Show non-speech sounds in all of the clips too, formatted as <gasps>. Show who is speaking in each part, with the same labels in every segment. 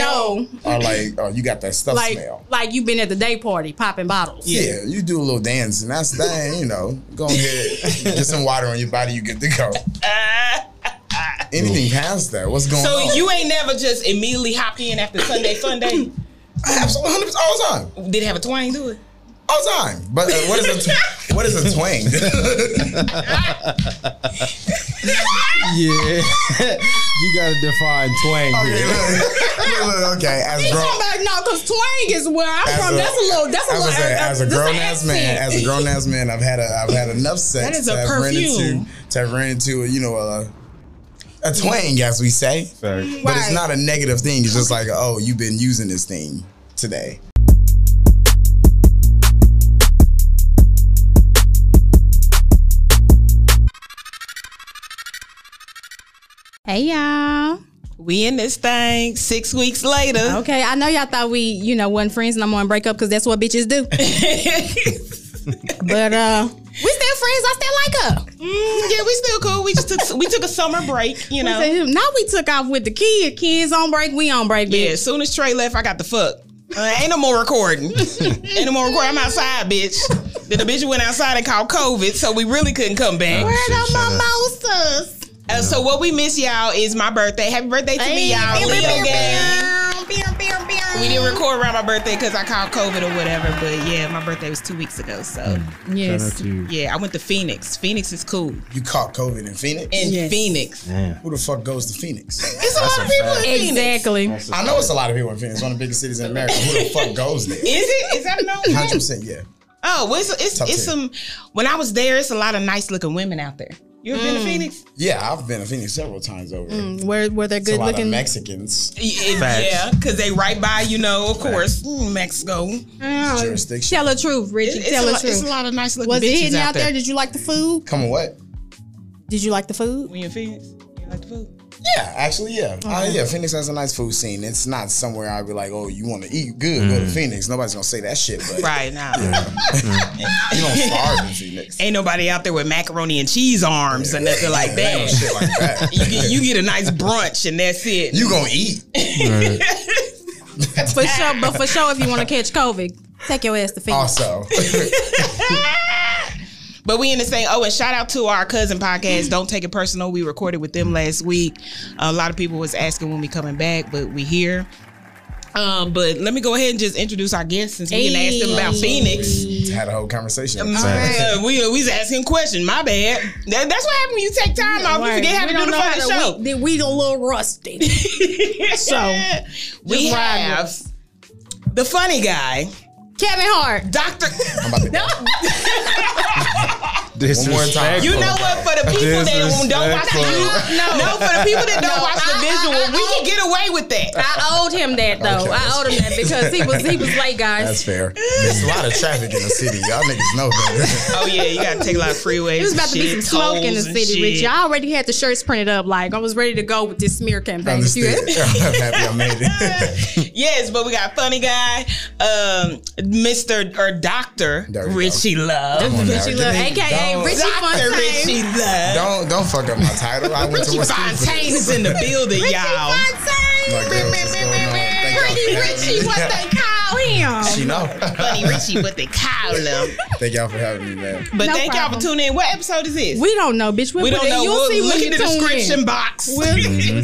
Speaker 1: So
Speaker 2: Or like, oh, you got that stuff
Speaker 1: like
Speaker 2: smell.
Speaker 1: like you've been at the day party popping bottles.
Speaker 2: Yeah. you do a little dance, and that's that. You know, go
Speaker 1: <laughs>
Speaker 2: ahead, get some water on your body. You good to go. Anything past that? What's going
Speaker 3: So
Speaker 2: on?
Speaker 3: you ain't never just immediately hopped in after Sunday, Sunday.
Speaker 2: absolutely hundred percent all the time,
Speaker 3: Did it have a twang to it?
Speaker 2: all the time. But uh, what is a tw- what is a
Speaker 1: <laughs>
Speaker 2: twang? <laughs>
Speaker 4: Yeah, you gotta define twang.
Speaker 2: okay,
Speaker 4: here.
Speaker 2: look, look, look, okay, as
Speaker 1: He
Speaker 2: grown.
Speaker 1: talking about no, cause twang is where I'm
Speaker 2: As
Speaker 1: from. that's a little. That's a
Speaker 2: I was
Speaker 1: little.
Speaker 2: gonna say,
Speaker 1: uh,
Speaker 2: as a
Speaker 1: that's
Speaker 2: grown
Speaker 1: an
Speaker 2: ass man,
Speaker 1: accent.
Speaker 2: as a grown ass man, I've had a, I've had enough sex
Speaker 3: That is a
Speaker 2: to have ran into
Speaker 3: perfume.
Speaker 2: to have ran into you know a a twang as we say, but it's
Speaker 1: Right.
Speaker 2: not a negative thing. It's just like oh you've been using this thing today.
Speaker 1: Hey y'all.
Speaker 3: We in this thing six weeks later.
Speaker 1: Okay, I know y'all thought we, you know, wasn't friends and I'm on breakup because that's what bitches
Speaker 2: <laughs>
Speaker 1: do. but uh we still friends. I still like her.
Speaker 3: Mm, yeah, we still cool. We just took we took a summer break, you
Speaker 1: We
Speaker 3: know.
Speaker 1: said, Now we took off with the kid. Kids on break, we on break,
Speaker 3: Yeah,
Speaker 1: bitch.
Speaker 3: as soon as Trey left, I got the fuck. Uh, ain't no more
Speaker 1: <laughs>
Speaker 3: recording. ain't no more recording. I'm outside, bitch. Then the bitch went outside and called COVID, so we really couldn't come back.
Speaker 1: Where the
Speaker 4: Shut up.
Speaker 1: mimosas?
Speaker 3: Uh, so what we miss, y'all, is my birthday. Happy birthday to me, y'all.
Speaker 1: Hey,
Speaker 3: Leo
Speaker 1: pew,
Speaker 3: gang.
Speaker 1: pew, pew, pew, pew, pew.
Speaker 3: We didn't record around my birthday because I caught COVID or whatever. But yeah, my birthday was two weeks ago. So
Speaker 4: Shout out
Speaker 1: Yes.
Speaker 4: to you.
Speaker 3: yeah, I went to Phoenix. Phoenix is cool.
Speaker 2: You caught COVID in Phoenix.
Speaker 3: In
Speaker 1: Yes.
Speaker 3: Phoenix.
Speaker 4: Damn.
Speaker 2: Who the fuck goes to Phoenix?
Speaker 3: It's a lot of people in Phoenix.
Speaker 1: Exactly.
Speaker 2: I know it's a lot of people in Phoenix, one of the biggest cities in America. Who the fuck goes
Speaker 1: <laughs>
Speaker 2: there?
Speaker 3: Is it?
Speaker 2: <laughs>
Speaker 3: Is that an old
Speaker 2: Hundred
Speaker 3: name?
Speaker 2: percent, yeah.
Speaker 3: Oh, well, it's it's,
Speaker 2: Top
Speaker 3: it's
Speaker 2: tier.
Speaker 3: some. When I was there, it's a lot of nice looking women out there. You ever been to Phoenix?
Speaker 2: Yeah, I've been to Phoenix several times over. It's
Speaker 1: Were were there
Speaker 2: a
Speaker 1: good
Speaker 2: lot of
Speaker 1: Mm, looking
Speaker 2: Mexicans
Speaker 3: It-
Speaker 4: Facts.
Speaker 3: Yeah, because they right by, you know, of course, mm, Mexico. It-
Speaker 1: Um,
Speaker 2: jurisdiction.
Speaker 1: Tell the truth, Richie.
Speaker 3: it's,
Speaker 1: Tell
Speaker 3: a
Speaker 1: the
Speaker 3: lot, it's a
Speaker 1: truth.
Speaker 3: lot of nice looking
Speaker 1: Was it
Speaker 3: bitches
Speaker 1: hitting
Speaker 3: out, there.
Speaker 1: Did you like the food?
Speaker 2: Come on, what?
Speaker 1: Did you like the food?
Speaker 3: When you're in Phoenix, you like the <laughs> food.
Speaker 2: Yeah, actually, yeah. Uh, yeah, Phoenix has a nice food scene. It's not somewhere I'd be like, oh, you want to eat good, go to Phoenix. Nobody's gonna say that shit, but
Speaker 3: Right now.
Speaker 2: you don't starve
Speaker 1: <laughs>
Speaker 2: in Phoenix.
Speaker 3: Ain't nobody out there with macaroni and cheese arms or nothing like
Speaker 2: Ain't no
Speaker 3: that.
Speaker 2: shit like
Speaker 3: You
Speaker 1: <laughs>
Speaker 2: that.
Speaker 3: get, you get a nice brunch and that's it.
Speaker 2: you gonna eat.
Speaker 1: For sure, but for sure, if you want to catch COVID, take your ass to Phoenix.
Speaker 2: Also,
Speaker 3: But we in the same. Oh, and shout out to our cousin podcast. Don't take it personal. We recorded with them last week. A lot of people was asking when we coming back, but we here. Um, but let me go ahead and just introduce our guests since we didn't ask them about
Speaker 1: Hey.
Speaker 3: Phoenix.
Speaker 2: had a whole conversation.
Speaker 3: Uh, we we was asking questions. My bad. That- that's what happens when you take time off. You
Speaker 1: Word.
Speaker 3: forget how
Speaker 1: We
Speaker 3: to do
Speaker 1: don't
Speaker 3: the
Speaker 1: know how
Speaker 3: fucking
Speaker 1: to-
Speaker 3: show.
Speaker 1: We, then we a little rusty. so
Speaker 3: <laughs> we
Speaker 1: just ride
Speaker 3: have
Speaker 1: with us.
Speaker 3: the funny guy,
Speaker 1: <laughs> Kevin Hart.
Speaker 3: Doctor.
Speaker 2: I'm
Speaker 3: <laughs>
Speaker 2: about to
Speaker 4: Disrespectful.
Speaker 2: more time.
Speaker 3: You know what? For the people that don't watch the
Speaker 4: Disrespectful.
Speaker 3: no, no, for the people that don't
Speaker 1: No,
Speaker 3: watch the
Speaker 1: I- I-
Speaker 3: visual,
Speaker 1: I-
Speaker 3: we
Speaker 1: I-
Speaker 3: can get away with that.
Speaker 1: I owed him that though.
Speaker 2: Okay,
Speaker 1: I
Speaker 2: that's-
Speaker 1: owed him
Speaker 2: <laughs>
Speaker 1: that because he was he was late,
Speaker 2: That's
Speaker 1: guys.
Speaker 2: fair. There's a lot of traffic in the city. Y'all niggas know that. <laughs>
Speaker 3: Oh yeah, you gotta take a lot of freeways.
Speaker 1: It was about to be some smoke in the city, Richie. I already had the shirts printed up. Like I was ready to go with this smear campaign. If you-
Speaker 2: Understood. <laughs> I'm happy I made it.
Speaker 3: <laughs> Yes, but we got funny guy, um, Mr. or Doctor
Speaker 2: There we go.
Speaker 3: Richie Love.
Speaker 2: on now.
Speaker 1: Richie Love,
Speaker 2: Give me-
Speaker 1: aka
Speaker 2: don't-
Speaker 1: Richie
Speaker 3: Doctor
Speaker 1: Fontaine.
Speaker 3: Richie Love.
Speaker 2: Don't don't fuck up my title. I went to
Speaker 3: Richie
Speaker 2: what school for
Speaker 3: Fontaine
Speaker 2: this?
Speaker 3: is in the building, y'all.
Speaker 2: My girls, what's going on? Thank y'all
Speaker 1: Pretty
Speaker 2: for
Speaker 1: Richie,
Speaker 2: having
Speaker 1: what
Speaker 2: me.
Speaker 1: they call him?
Speaker 2: <laughs> She
Speaker 3: <laughs>
Speaker 2: know.
Speaker 3: Funny Richie, what they call him.
Speaker 2: Thank y'all for having me, man.
Speaker 3: But
Speaker 1: No
Speaker 3: thank y'all
Speaker 1: problem.
Speaker 3: for tuning in. What episode is this?
Speaker 1: We don't know, bitch. We'll
Speaker 3: We
Speaker 1: put
Speaker 3: don't
Speaker 1: it-
Speaker 3: know.
Speaker 1: You'll
Speaker 3: We'll
Speaker 1: see when
Speaker 3: look
Speaker 1: you
Speaker 3: at the
Speaker 1: tune in.
Speaker 3: description box. <laughs>
Speaker 1: We'll-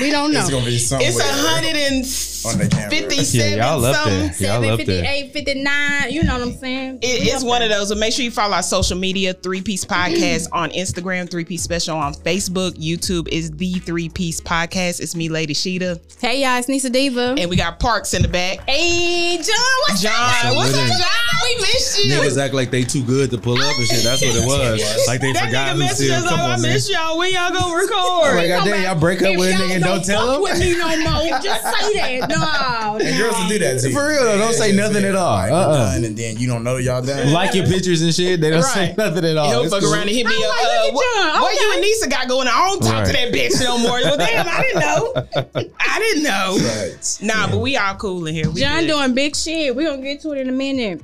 Speaker 1: we don't know.
Speaker 2: It's gonna be somewhere.
Speaker 3: It's a hundred and
Speaker 2: on the camera.
Speaker 4: Yeah,
Speaker 3: fifty-seven.
Speaker 4: y'all up
Speaker 3: something.
Speaker 4: there. Y'all up there.
Speaker 1: 758, 59, you know what I'm saying?
Speaker 3: It- it's one of those. But make sure you follow our social media: Three Piece <clears throat> Podcast on Instagram, Three Piece Special on Facebook, YouTube is the Three Piece Podcast. It's me, Lady Sheeta,
Speaker 1: Hey y'all, it's Nisa Diva.
Speaker 3: and we got Parks in the back.
Speaker 1: Hey John, what's
Speaker 3: John,
Speaker 1: up?
Speaker 3: what's up,
Speaker 4: Literally.
Speaker 3: John? We miss you.
Speaker 4: Niggas act like they too good to pull up and shit. That's what it was. Like they
Speaker 3: that
Speaker 4: forgot
Speaker 3: nigga
Speaker 4: who
Speaker 3: messaged
Speaker 4: still
Speaker 3: us like,
Speaker 4: come
Speaker 3: "I
Speaker 4: on, man.
Speaker 3: miss y'all. When y'all <laughs> gonna record?"
Speaker 4: Like, goddamn, y'all break up
Speaker 1: If
Speaker 4: with a
Speaker 1: y'all
Speaker 4: nigga and don't tell
Speaker 1: fuck
Speaker 4: him?
Speaker 1: With me no more. Just say that. No.
Speaker 2: And girls will do that too.
Speaker 4: For real, though, don't say nothing at all.
Speaker 2: Like, we're
Speaker 4: Uh-uh.
Speaker 2: done, and then you don't know y'all done.
Speaker 4: Like your pictures and shit. They don't say
Speaker 3: Right.
Speaker 4: nothing at all.
Speaker 3: He'll
Speaker 4: It's
Speaker 3: fuck
Speaker 4: cool.
Speaker 3: oh, around and hit me
Speaker 1: I'm
Speaker 3: up.
Speaker 1: like, look
Speaker 3: uh,
Speaker 1: at
Speaker 3: what,
Speaker 1: John.
Speaker 3: what you
Speaker 1: Okay.
Speaker 3: and Nisa got going on? I don't talk to that
Speaker 4: Right.
Speaker 3: bitch no more. Well, damn, I didn't
Speaker 4: <laughs>
Speaker 3: know. I didn't know.
Speaker 2: But
Speaker 3: Nah, but we all cool in here. We
Speaker 1: John
Speaker 3: good.
Speaker 1: doing big shit. We're gonna get to it in a minute.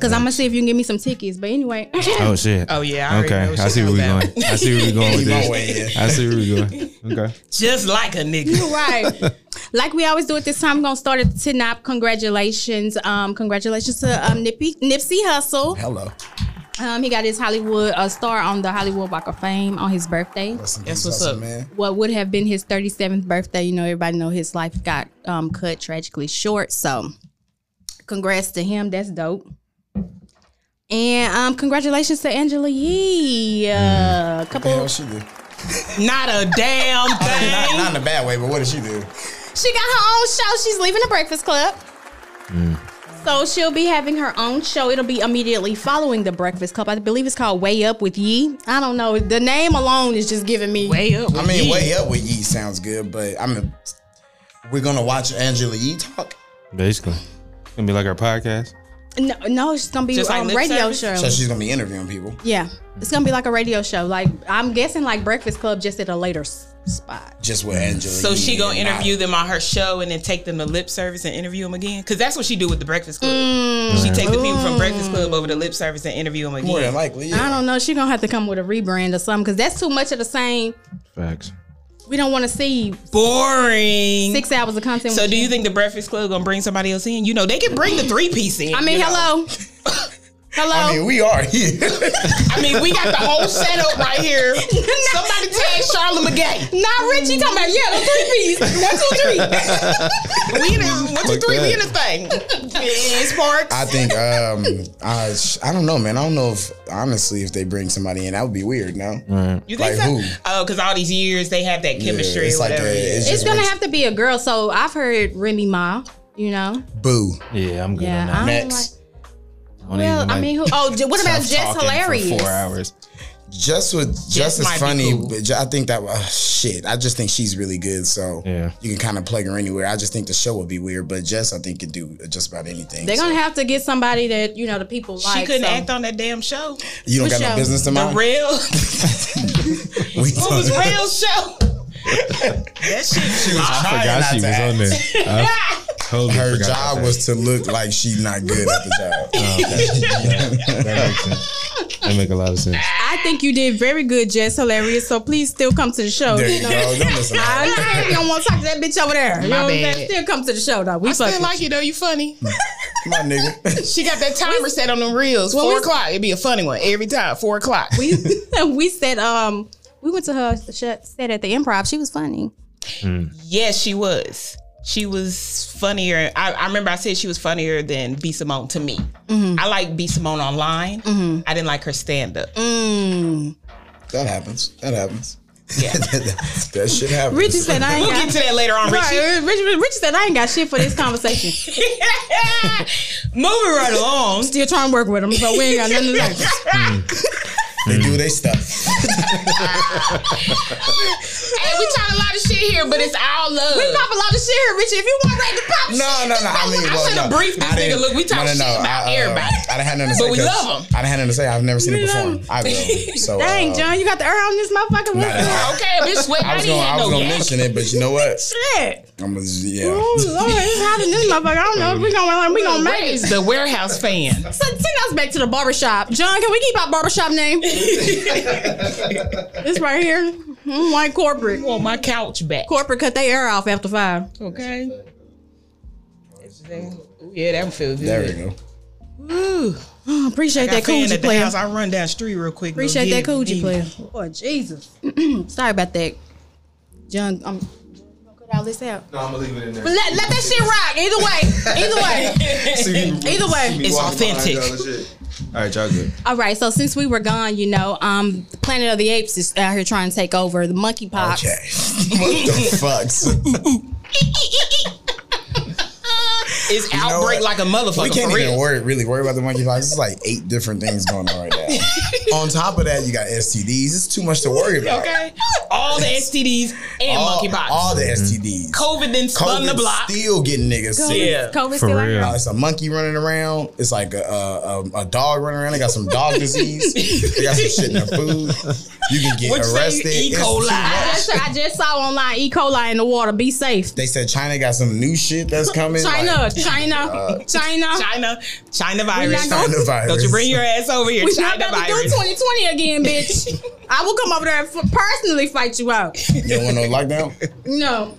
Speaker 1: Cause I'm gonna see if you can give me some tickets. But anyway. <laughs>
Speaker 4: Oh shit.
Speaker 3: Oh yeah. I already
Speaker 4: okay,
Speaker 3: know what
Speaker 4: I
Speaker 3: shit
Speaker 4: see where
Speaker 3: was
Speaker 4: we
Speaker 3: about.
Speaker 4: going.
Speaker 3: <laughs>
Speaker 2: <laughs>
Speaker 4: I see where we going with
Speaker 2: keep on
Speaker 4: this.
Speaker 2: waiting.
Speaker 4: I see where we going. Okay.
Speaker 3: Just like a
Speaker 1: <laughs>
Speaker 3: nigga.
Speaker 1: right. like we always do at this time, I'm gonna start at the ten up. Congratulations, um, congratulations to um, Nipsey, Nipsey Hustle.
Speaker 2: Hello.
Speaker 1: Um, he got his Hollywood uh, star on the Hollywood Walk of Fame on his birthday.
Speaker 2: That's
Speaker 3: That's what's up.
Speaker 2: man.
Speaker 1: What would have been his 37th birthday, you know, everybody know his life got um, cut tragically short. So, congrats to him. That's dope. And um, congratulations to Angela Yee. Uh, a
Speaker 2: What the hell
Speaker 1: couple.
Speaker 2: she do?
Speaker 3: Not a
Speaker 1: <laughs>
Speaker 3: damn
Speaker 2: Not,
Speaker 3: thing.
Speaker 2: not in a bad way, but what did she do?
Speaker 1: She got her own show. She's leaving the Breakfast Club.
Speaker 3: Mm.
Speaker 1: So she'll be having her own show. It'll be immediately following the Breakfast Club. I believe it's called Way Up with Yee. I don't know. The name alone is just giving me
Speaker 3: Way up.
Speaker 2: I
Speaker 3: with
Speaker 2: mean,
Speaker 3: you.
Speaker 2: way up with Yee sounds good, but I mean, we're gonna watch Angela Yee talk.
Speaker 4: Basically, it's gonna be like our podcast.
Speaker 1: No, no, it's gonna be
Speaker 3: Just like
Speaker 1: um,
Speaker 3: lip
Speaker 1: radio
Speaker 3: service?
Speaker 1: show.
Speaker 2: So she's gonna be interviewing people.
Speaker 1: yeah, it's gonna be like a radio show. Like I'm guessing, like Breakfast Club, just at a later s- spot.
Speaker 2: Just with Angela.
Speaker 3: Mm. So
Speaker 2: Yee
Speaker 3: she gonna
Speaker 2: and
Speaker 3: interview
Speaker 2: not-
Speaker 3: them on her show and then take them to lip service and interview them again? Because that's what she do with the Breakfast Club.
Speaker 1: Mm.
Speaker 3: She take the people from Breakfast Club over to lip service and interview them
Speaker 2: More than
Speaker 3: again.
Speaker 2: likely, yeah.
Speaker 1: I don't know. She gonna have to come with a rebrand or something because that's too much of the same.
Speaker 4: Facts.
Speaker 1: We don't want to see
Speaker 3: Boring.
Speaker 1: six hours of content.
Speaker 3: so
Speaker 1: with
Speaker 3: do you
Speaker 1: you-
Speaker 3: think the Breakfast Club gonna bring somebody else in? You know they can bring the three piece in.
Speaker 1: I mean,
Speaker 3: you know.
Speaker 1: hello, hello.
Speaker 3: <laughs>
Speaker 1: <laughs>
Speaker 2: I mean, we are here.
Speaker 3: I mean, we got the whole setup
Speaker 1: <laughs>
Speaker 3: right here. Somebody tag Charlotte McGay.
Speaker 1: not Richie talking about yeah, the three piece. One, two, three.
Speaker 3: <laughs> We in a, one, two,
Speaker 4: Like
Speaker 3: three. We in a
Speaker 4: that.
Speaker 3: thing. It's parks.
Speaker 2: I think um, I sh- I don't know, man. I don't know if honestly if they bring somebody in, that would be weird. No,
Speaker 3: you think
Speaker 2: like
Speaker 3: so?
Speaker 2: who?
Speaker 3: Oh, because all these years they have that chemistry
Speaker 2: Yeah, it's
Speaker 3: or
Speaker 2: like
Speaker 3: whatever.
Speaker 2: a-
Speaker 3: it is.
Speaker 2: it's
Speaker 1: It's
Speaker 2: just
Speaker 1: gonna
Speaker 2: what-
Speaker 1: have to be a girl. So I've heard Remy Ma. You know,
Speaker 2: boo.
Speaker 4: Yeah, I'm good
Speaker 1: yeah.
Speaker 4: on
Speaker 1: I
Speaker 4: that.
Speaker 1: don't
Speaker 2: Next.
Speaker 4: I don't
Speaker 1: Well,
Speaker 4: even
Speaker 1: I
Speaker 4: like
Speaker 1: mean, who, oh, j- what about Jess
Speaker 4: self-talking for
Speaker 1: Hilarious?
Speaker 4: Four hours.
Speaker 2: Just with just as
Speaker 3: might be
Speaker 2: funny,
Speaker 3: cool.
Speaker 2: but ju- I think that uh, shit. I just think she's really good, so
Speaker 4: Yeah.
Speaker 2: you can kind of plug her anywhere. I just think the show would be weird, but Jess, I think can do just about anything.
Speaker 1: They're
Speaker 2: so.
Speaker 1: gonna have to get somebody that you know the people like.
Speaker 3: she couldn't
Speaker 1: so.
Speaker 3: act on that damn show.
Speaker 2: you don't got
Speaker 1: show?
Speaker 2: no business to
Speaker 3: The
Speaker 2: mind. <laughs>
Speaker 3: real.
Speaker 2: We
Speaker 3: What was real show? that shit.
Speaker 4: I
Speaker 2: trying
Speaker 4: forgot
Speaker 2: not
Speaker 4: she was
Speaker 2: to act.
Speaker 4: on there. I totally
Speaker 2: Her
Speaker 4: forgot
Speaker 2: job
Speaker 4: about
Speaker 2: was to look like she's not good at the
Speaker 3: <laughs>
Speaker 2: job. Uh,
Speaker 4: that. That makes sense. That make a lot of sense.
Speaker 1: I think you did very good, Jess Hilarious. So please still come to the show.
Speaker 2: there
Speaker 1: you
Speaker 2: you
Speaker 1: know?
Speaker 2: go. Don't listen. to
Speaker 1: I
Speaker 2: her.
Speaker 1: understand if you don't want to talk to that bitch over there. You know what I'm
Speaker 3: bad.
Speaker 1: saying? Still come to the show though. We fuck with
Speaker 3: you though. You funny.
Speaker 2: Come on, nigga. <laughs>
Speaker 3: She got that timer set on them reels.
Speaker 1: Well,
Speaker 3: four
Speaker 1: we-
Speaker 3: o'clock. It'd be a funny one every time. Four o'clock.
Speaker 1: you. <laughs> we said um we went to her sh- set at the improv. She was funny.
Speaker 3: yes, she was. She was funnier. I, I remember I said she was funnier than B Simone to me.
Speaker 1: Mm-hmm.
Speaker 3: I like B Simone online. I didn't like her stand up.
Speaker 1: Mm-hmm.
Speaker 2: That happens. That happens.
Speaker 3: Yeah.
Speaker 2: that, <laughs> that shit happens.
Speaker 1: Richie said I ain't
Speaker 3: We'll
Speaker 1: got
Speaker 3: get to that later on, Richie.
Speaker 1: Right, Richie, Richie said I ain't got shit for this conversation.
Speaker 3: <laughs> Moving
Speaker 1: <laughs>
Speaker 3: right along.
Speaker 1: Still trying to work with him, so we ain't got nothing to do.
Speaker 2: They do their stuff.
Speaker 3: Hey, we talking a lot of shit here, but it's all love.
Speaker 1: We <laughs> pop a lot of shit here, Richie. If you want ready to pop,
Speaker 2: No, no, no. I mean, well,
Speaker 3: should've
Speaker 2: no.
Speaker 3: briefed this
Speaker 2: I didn't-
Speaker 3: nigga. Look, we talk shit about everybody.
Speaker 2: I didn't have nothing to say.
Speaker 3: But we
Speaker 2: 'cause
Speaker 3: love 'em.
Speaker 2: I didn't have nothing to say. I've never seen it
Speaker 1: We love
Speaker 2: perform. I will. <laughs> So,
Speaker 1: dang,
Speaker 2: uh,
Speaker 1: John, you got the air on this motherfucker.
Speaker 2: nah,
Speaker 1: What's
Speaker 2: nah.
Speaker 3: Okay,
Speaker 1: <laughs>
Speaker 3: bitch, sweat.
Speaker 2: I
Speaker 3: I,
Speaker 2: was gonna,
Speaker 3: didn't
Speaker 2: I
Speaker 3: have
Speaker 2: was
Speaker 3: no
Speaker 2: gonna
Speaker 3: gas. <laughs>
Speaker 2: mention it, but you know what?
Speaker 1: shit?
Speaker 2: I'm gonna, yeah.
Speaker 1: Oh Lord, it's hot in this motherfucker. I don't know if we gonna we gonna
Speaker 3: Where
Speaker 1: make
Speaker 3: is
Speaker 1: it.
Speaker 3: the warehouse fan?
Speaker 1: So send us back to the barbershop. John, can we keep our barbershop name? this right here. Mm, White corporate.
Speaker 3: On my couch back.
Speaker 1: Corporate cut their air off after five.
Speaker 3: Okay. Ooh, Yeah, that one feels good.
Speaker 2: There we go.
Speaker 3: Ooh,
Speaker 1: Oh, appreciate
Speaker 3: got
Speaker 1: that
Speaker 3: fan
Speaker 1: coochie
Speaker 3: at the
Speaker 1: player.
Speaker 3: house. I run down the street real quick.
Speaker 1: Appreciate that
Speaker 3: Go
Speaker 1: coochie
Speaker 3: get
Speaker 1: player.
Speaker 3: it.
Speaker 1: Oh Jesus. <clears throat> Sorry about that. John, I'm gonna cut all this out.
Speaker 4: No, I'm gonna leave it in there.
Speaker 1: Let, let that shit rock. Either way. Either way. <laughs> Either way.
Speaker 3: It's authentic.
Speaker 4: All right, y'all good.
Speaker 1: All right, so since we were gone, you know, um, the Planet of the Apes is out here trying to take over the monkey pox.
Speaker 2: Okay. <laughs> what
Speaker 3: <laughs>
Speaker 2: the fuck?
Speaker 3: It's
Speaker 2: know
Speaker 3: outbreak
Speaker 2: what?
Speaker 3: like a motherfucker.
Speaker 2: We can't
Speaker 3: for
Speaker 2: even
Speaker 3: real.
Speaker 2: worry, really worry about the monkeypox. It's like eight different things going on right
Speaker 3: <laughs>
Speaker 2: now. On top of that, you got STDs. It's too much to worry about.
Speaker 3: Okay. All the STDs and
Speaker 2: All,
Speaker 3: monkeypox.
Speaker 2: all the STDs.
Speaker 3: COVID then spun the
Speaker 2: COVID
Speaker 3: block.
Speaker 2: still getting niggas
Speaker 1: COVID,
Speaker 2: sick.
Speaker 3: Yeah.
Speaker 1: Oh, COVID
Speaker 4: For
Speaker 1: still out
Speaker 4: real.
Speaker 1: here.
Speaker 2: Uh, it's a monkey running around. It's like a, a, a, a dog running around. They got some
Speaker 3: <laughs>
Speaker 2: dog disease. They got some shit in their food. You can get
Speaker 3: What you say,
Speaker 2: arrested.
Speaker 3: E.
Speaker 2: It's
Speaker 3: coli?
Speaker 2: too much.
Speaker 1: I just, I just saw online E. coli in the water. Be safe.
Speaker 2: They said China got some new shit that's coming.
Speaker 1: China,
Speaker 2: like,
Speaker 1: China, China.
Speaker 3: China, China
Speaker 1: not
Speaker 3: virus.
Speaker 1: gonna-
Speaker 2: China virus.
Speaker 3: Don't you bring your ass over here,
Speaker 1: We not
Speaker 3: China
Speaker 1: about to do
Speaker 3: virus.
Speaker 1: 2020 again, bitch. I will come over there and f- personally fight you out.
Speaker 2: You don't want no lockdown?
Speaker 1: No.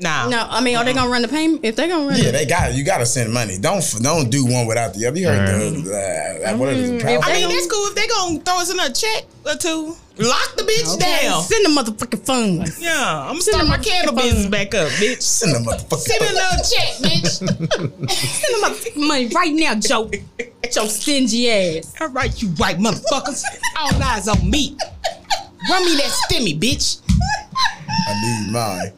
Speaker 3: Nah.
Speaker 1: No, I mean, are they gonna run the payment? If they gonna run,
Speaker 2: Yeah,
Speaker 1: the,
Speaker 2: they got it. You got to send money. Don't don't do one without the other. You heard the uh, what is it? Proud
Speaker 3: Mm-hmm. I mean,
Speaker 1: They
Speaker 3: that's cool if they gonna throw us in a check or two. Lock the bitch down.
Speaker 1: send the motherfucking funds.
Speaker 3: Yeah, I'm starting my candle business back up, bitch.
Speaker 2: Send a motherfucker.
Speaker 3: Send me another check, bitch.
Speaker 1: Send them my fucking money right now, Joe. Joe stingy ass.
Speaker 3: All right, you right, motherfuckers. All eyes on me. Run me that stimmy, bitch.
Speaker 2: I need mine.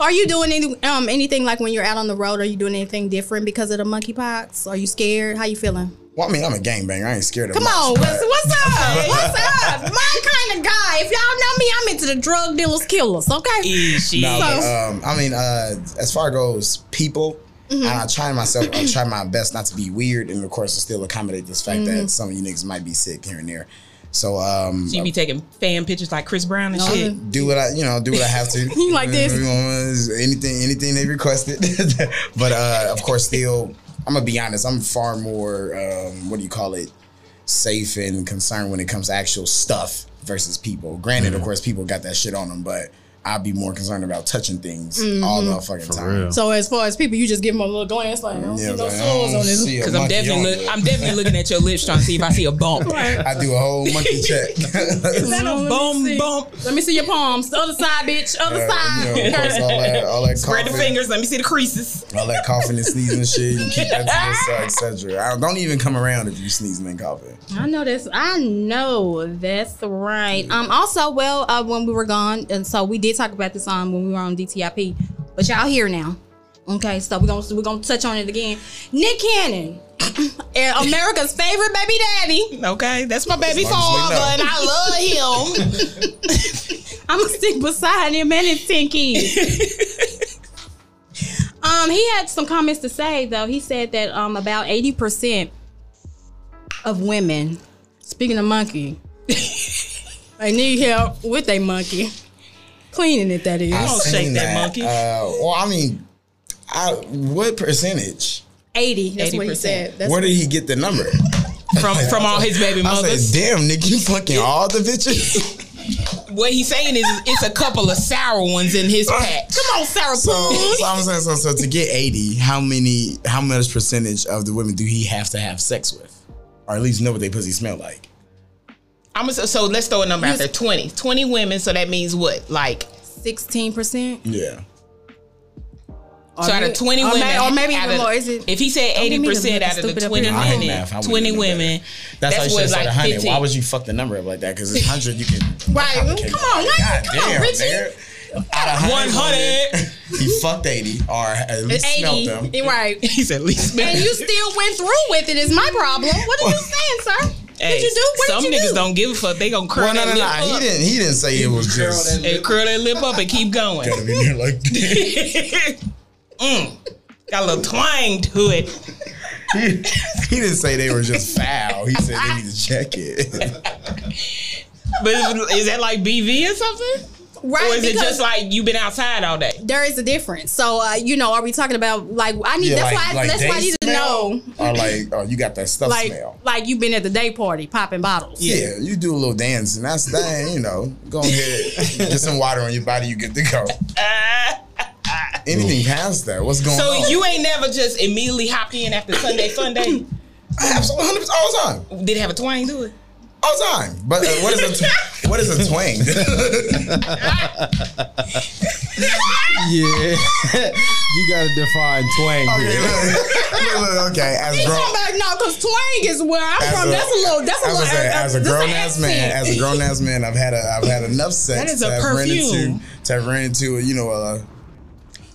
Speaker 1: Are you doing any um anything like when you're out on the road? Are you doing anything different because of the monkeypox? Are you scared? How you feeling?
Speaker 2: Well, I mean, I'm a gangbanger. I ain't scared of
Speaker 1: Come
Speaker 2: much,
Speaker 1: on,
Speaker 2: but-
Speaker 1: what's, what's up? What's up? My kind of guy. If y'all know me, I'm into the drug dealers, killers. Okay.
Speaker 3: Is
Speaker 1: So-
Speaker 2: No, but, um, I mean, uh, as far goes people, and I try myself, I try my best not to be weird, and of course, to still accommodate this fact that some of you niggas might be sick here and there. So um,
Speaker 3: She be taking fan pictures like Chris Brown and shit.
Speaker 1: Okay.
Speaker 2: do what I, you know, do what I have
Speaker 1: <laughs>
Speaker 2: to.
Speaker 1: You like this?
Speaker 2: Anything, anything they requested. <laughs> but uh, of course, still, I'm gonna be honest. I'm far more, um, what do you call it, safe and concerned when it comes to actual stuff versus people. Granted,
Speaker 4: Mm-hmm.
Speaker 2: of course, people got that shit on them, but I'd be more concerned about touching things
Speaker 1: Mm-hmm.
Speaker 2: all the fucking
Speaker 4: For
Speaker 2: time.
Speaker 4: real.
Speaker 1: So as far as people, you just give them a little glance, like I don't
Speaker 2: Yeah,
Speaker 1: see no
Speaker 2: like, I
Speaker 1: sores
Speaker 2: don't
Speaker 1: on this.
Speaker 2: see a
Speaker 3: Cause I'm
Speaker 2: monkey
Speaker 3: definitely,
Speaker 2: on
Speaker 3: look,
Speaker 2: it.
Speaker 3: I'm definitely looking at your lips trying to see if I see
Speaker 2: <laughs>
Speaker 3: a bump. Is
Speaker 2: I do a whole monkey
Speaker 1: <laughs>
Speaker 2: check. <laughs>
Speaker 3: that
Speaker 1: No, let
Speaker 3: a
Speaker 1: me see.
Speaker 3: bum bump?
Speaker 1: Let me see your palms. The other side, bitch. Other
Speaker 2: Uh,
Speaker 1: side.
Speaker 2: you know,
Speaker 1: <laughs>
Speaker 2: of course, all that, all that
Speaker 3: Spread the
Speaker 2: coughing-
Speaker 3: fingers. Let me see the creases.
Speaker 2: all that coughing and sneezing and shit. You can
Speaker 1: <laughs>
Speaker 2: keep that to yourself, etc. Don't even come around if you sneezing and coughing.
Speaker 1: I know that's I know that's right. Um. Also, well, uh, when we were gone, and so we did talk about this um when we were on DTIP, but y'all here now. Okay, so we're gonna we're gonna touch on it again. Nick Cannon, <coughs> and America's favorite baby daddy.
Speaker 3: Okay, that's my baby
Speaker 2: As long as we
Speaker 3: father,
Speaker 2: know.
Speaker 3: and I love him.
Speaker 1: <laughs> I'ma stick beside him and his ten kids. um, he had some comments to say though. He said that um about eighty percent of women, speaking of monkey, <laughs> they need help with a monkey. Cleaning it, that is.
Speaker 2: I
Speaker 3: don't
Speaker 2: seen
Speaker 3: shake that monkey.
Speaker 2: Uh, well, I mean, I, what percentage?
Speaker 1: 80. That's what he
Speaker 3: 80%.
Speaker 1: said. That's
Speaker 2: Where did he get the number?
Speaker 3: from from all his baby
Speaker 2: I
Speaker 3: mothers.
Speaker 2: said, damn, nigga, you fucking all the bitches.
Speaker 3: What he's saying is, it's a couple of sour ones in his patch.
Speaker 1: Come on, Sarah.
Speaker 2: So,
Speaker 1: Poole.
Speaker 2: so I'm saying, so, so to get 80, how many, how much percentage of the women do he have to have sex with, or at least know what they pussy smell like?
Speaker 3: I'm gonna, so let's throw a number out there: 20. 20 women. So that means what? Like
Speaker 1: 16%.
Speaker 2: Yeah.
Speaker 1: Or
Speaker 3: so out of
Speaker 1: may-
Speaker 3: 20
Speaker 1: or
Speaker 3: women,
Speaker 1: may- or maybe
Speaker 3: out
Speaker 1: even
Speaker 3: of-
Speaker 1: more. Is it?
Speaker 3: If he said
Speaker 1: Don't give me the
Speaker 3: 80% out of
Speaker 1: stupid
Speaker 3: the
Speaker 1: up
Speaker 3: 20
Speaker 1: here.
Speaker 2: I hate
Speaker 3: women,
Speaker 2: math. I wouldn't
Speaker 3: 20
Speaker 2: even know
Speaker 3: women,
Speaker 2: That's, why you
Speaker 3: that's
Speaker 2: should
Speaker 3: what
Speaker 2: have said
Speaker 3: like
Speaker 2: 100.
Speaker 3: 15.
Speaker 2: Why would you fuck the number up like that? Because it's 100, you can.
Speaker 1: <laughs> Right.
Speaker 2: complicate
Speaker 1: Come on,
Speaker 2: it.
Speaker 1: Richie.
Speaker 2: God
Speaker 1: Come on,
Speaker 2: damn,
Speaker 1: Richie.
Speaker 2: nigga. Out of
Speaker 3: 100.
Speaker 2: 100. <laughs> he fucked 80, or at least smelt them.
Speaker 1: 80. Right.
Speaker 3: He's at least
Speaker 1: And you still went through with it is my problem. What
Speaker 3: <laughs>
Speaker 1: are you saying, sir?
Speaker 3: Hey,
Speaker 1: did you do? What
Speaker 3: some
Speaker 1: did you
Speaker 3: niggas
Speaker 1: do?
Speaker 3: don't give a fuck. They gonna curl
Speaker 2: Well, no, no,
Speaker 3: that lip
Speaker 2: no.
Speaker 3: up
Speaker 2: He didn't. He didn't say it was just. <laughs>
Speaker 3: and curl that lip up and keep going.
Speaker 2: Gotta be there
Speaker 1: <laughs>
Speaker 2: like that.
Speaker 3: <laughs> mm. Got a little twang to it.
Speaker 2: he, he didn't say they were just foul. He said they need to check it.
Speaker 3: But is is that like BV or something?
Speaker 1: Right.
Speaker 3: or is it
Speaker 1: because
Speaker 3: just like you've been outside all day?
Speaker 1: there is a difference. So uh, you know, are we talking about like I need?
Speaker 2: Yeah,
Speaker 1: that's
Speaker 2: like-
Speaker 1: why.
Speaker 2: like
Speaker 1: that's why I
Speaker 2: they
Speaker 1: need to
Speaker 2: smell?
Speaker 1: know.
Speaker 2: Or like, oh, you got that stuff
Speaker 1: Like,
Speaker 2: smell.
Speaker 1: like you've been at the day party popping bottles.
Speaker 2: Yeah, you do a little dance, and that's that. You know,
Speaker 1: <laughs>
Speaker 2: go ahead, get some water on your body. You good to go. Anything past that, what's going on?
Speaker 3: So you ain't never just immediately hopped in after Sunday, Sunday.
Speaker 2: absolutely hundred percent all the time,
Speaker 3: Did it have a twang to it?
Speaker 2: all the time. But uh, what is a tw- what is a twang?
Speaker 1: <laughs>
Speaker 2: <laughs>
Speaker 4: Yeah. <laughs> you gotta define twang
Speaker 2: okay,
Speaker 4: here.
Speaker 2: look, look, look, <laughs> okay, as grown.
Speaker 1: Somebody- No, because twang is where I'm
Speaker 2: As
Speaker 1: from. that's a little. That's a
Speaker 2: I was
Speaker 1: little.
Speaker 2: saying,
Speaker 1: uh,
Speaker 2: as a
Speaker 1: that's
Speaker 2: grown
Speaker 1: an
Speaker 2: ass man,
Speaker 1: accent.
Speaker 2: as a grown ass man, I've had a, I've had enough sex
Speaker 3: That is a
Speaker 2: to have ran
Speaker 3: perfume.
Speaker 2: into, to have ran into, you know, a,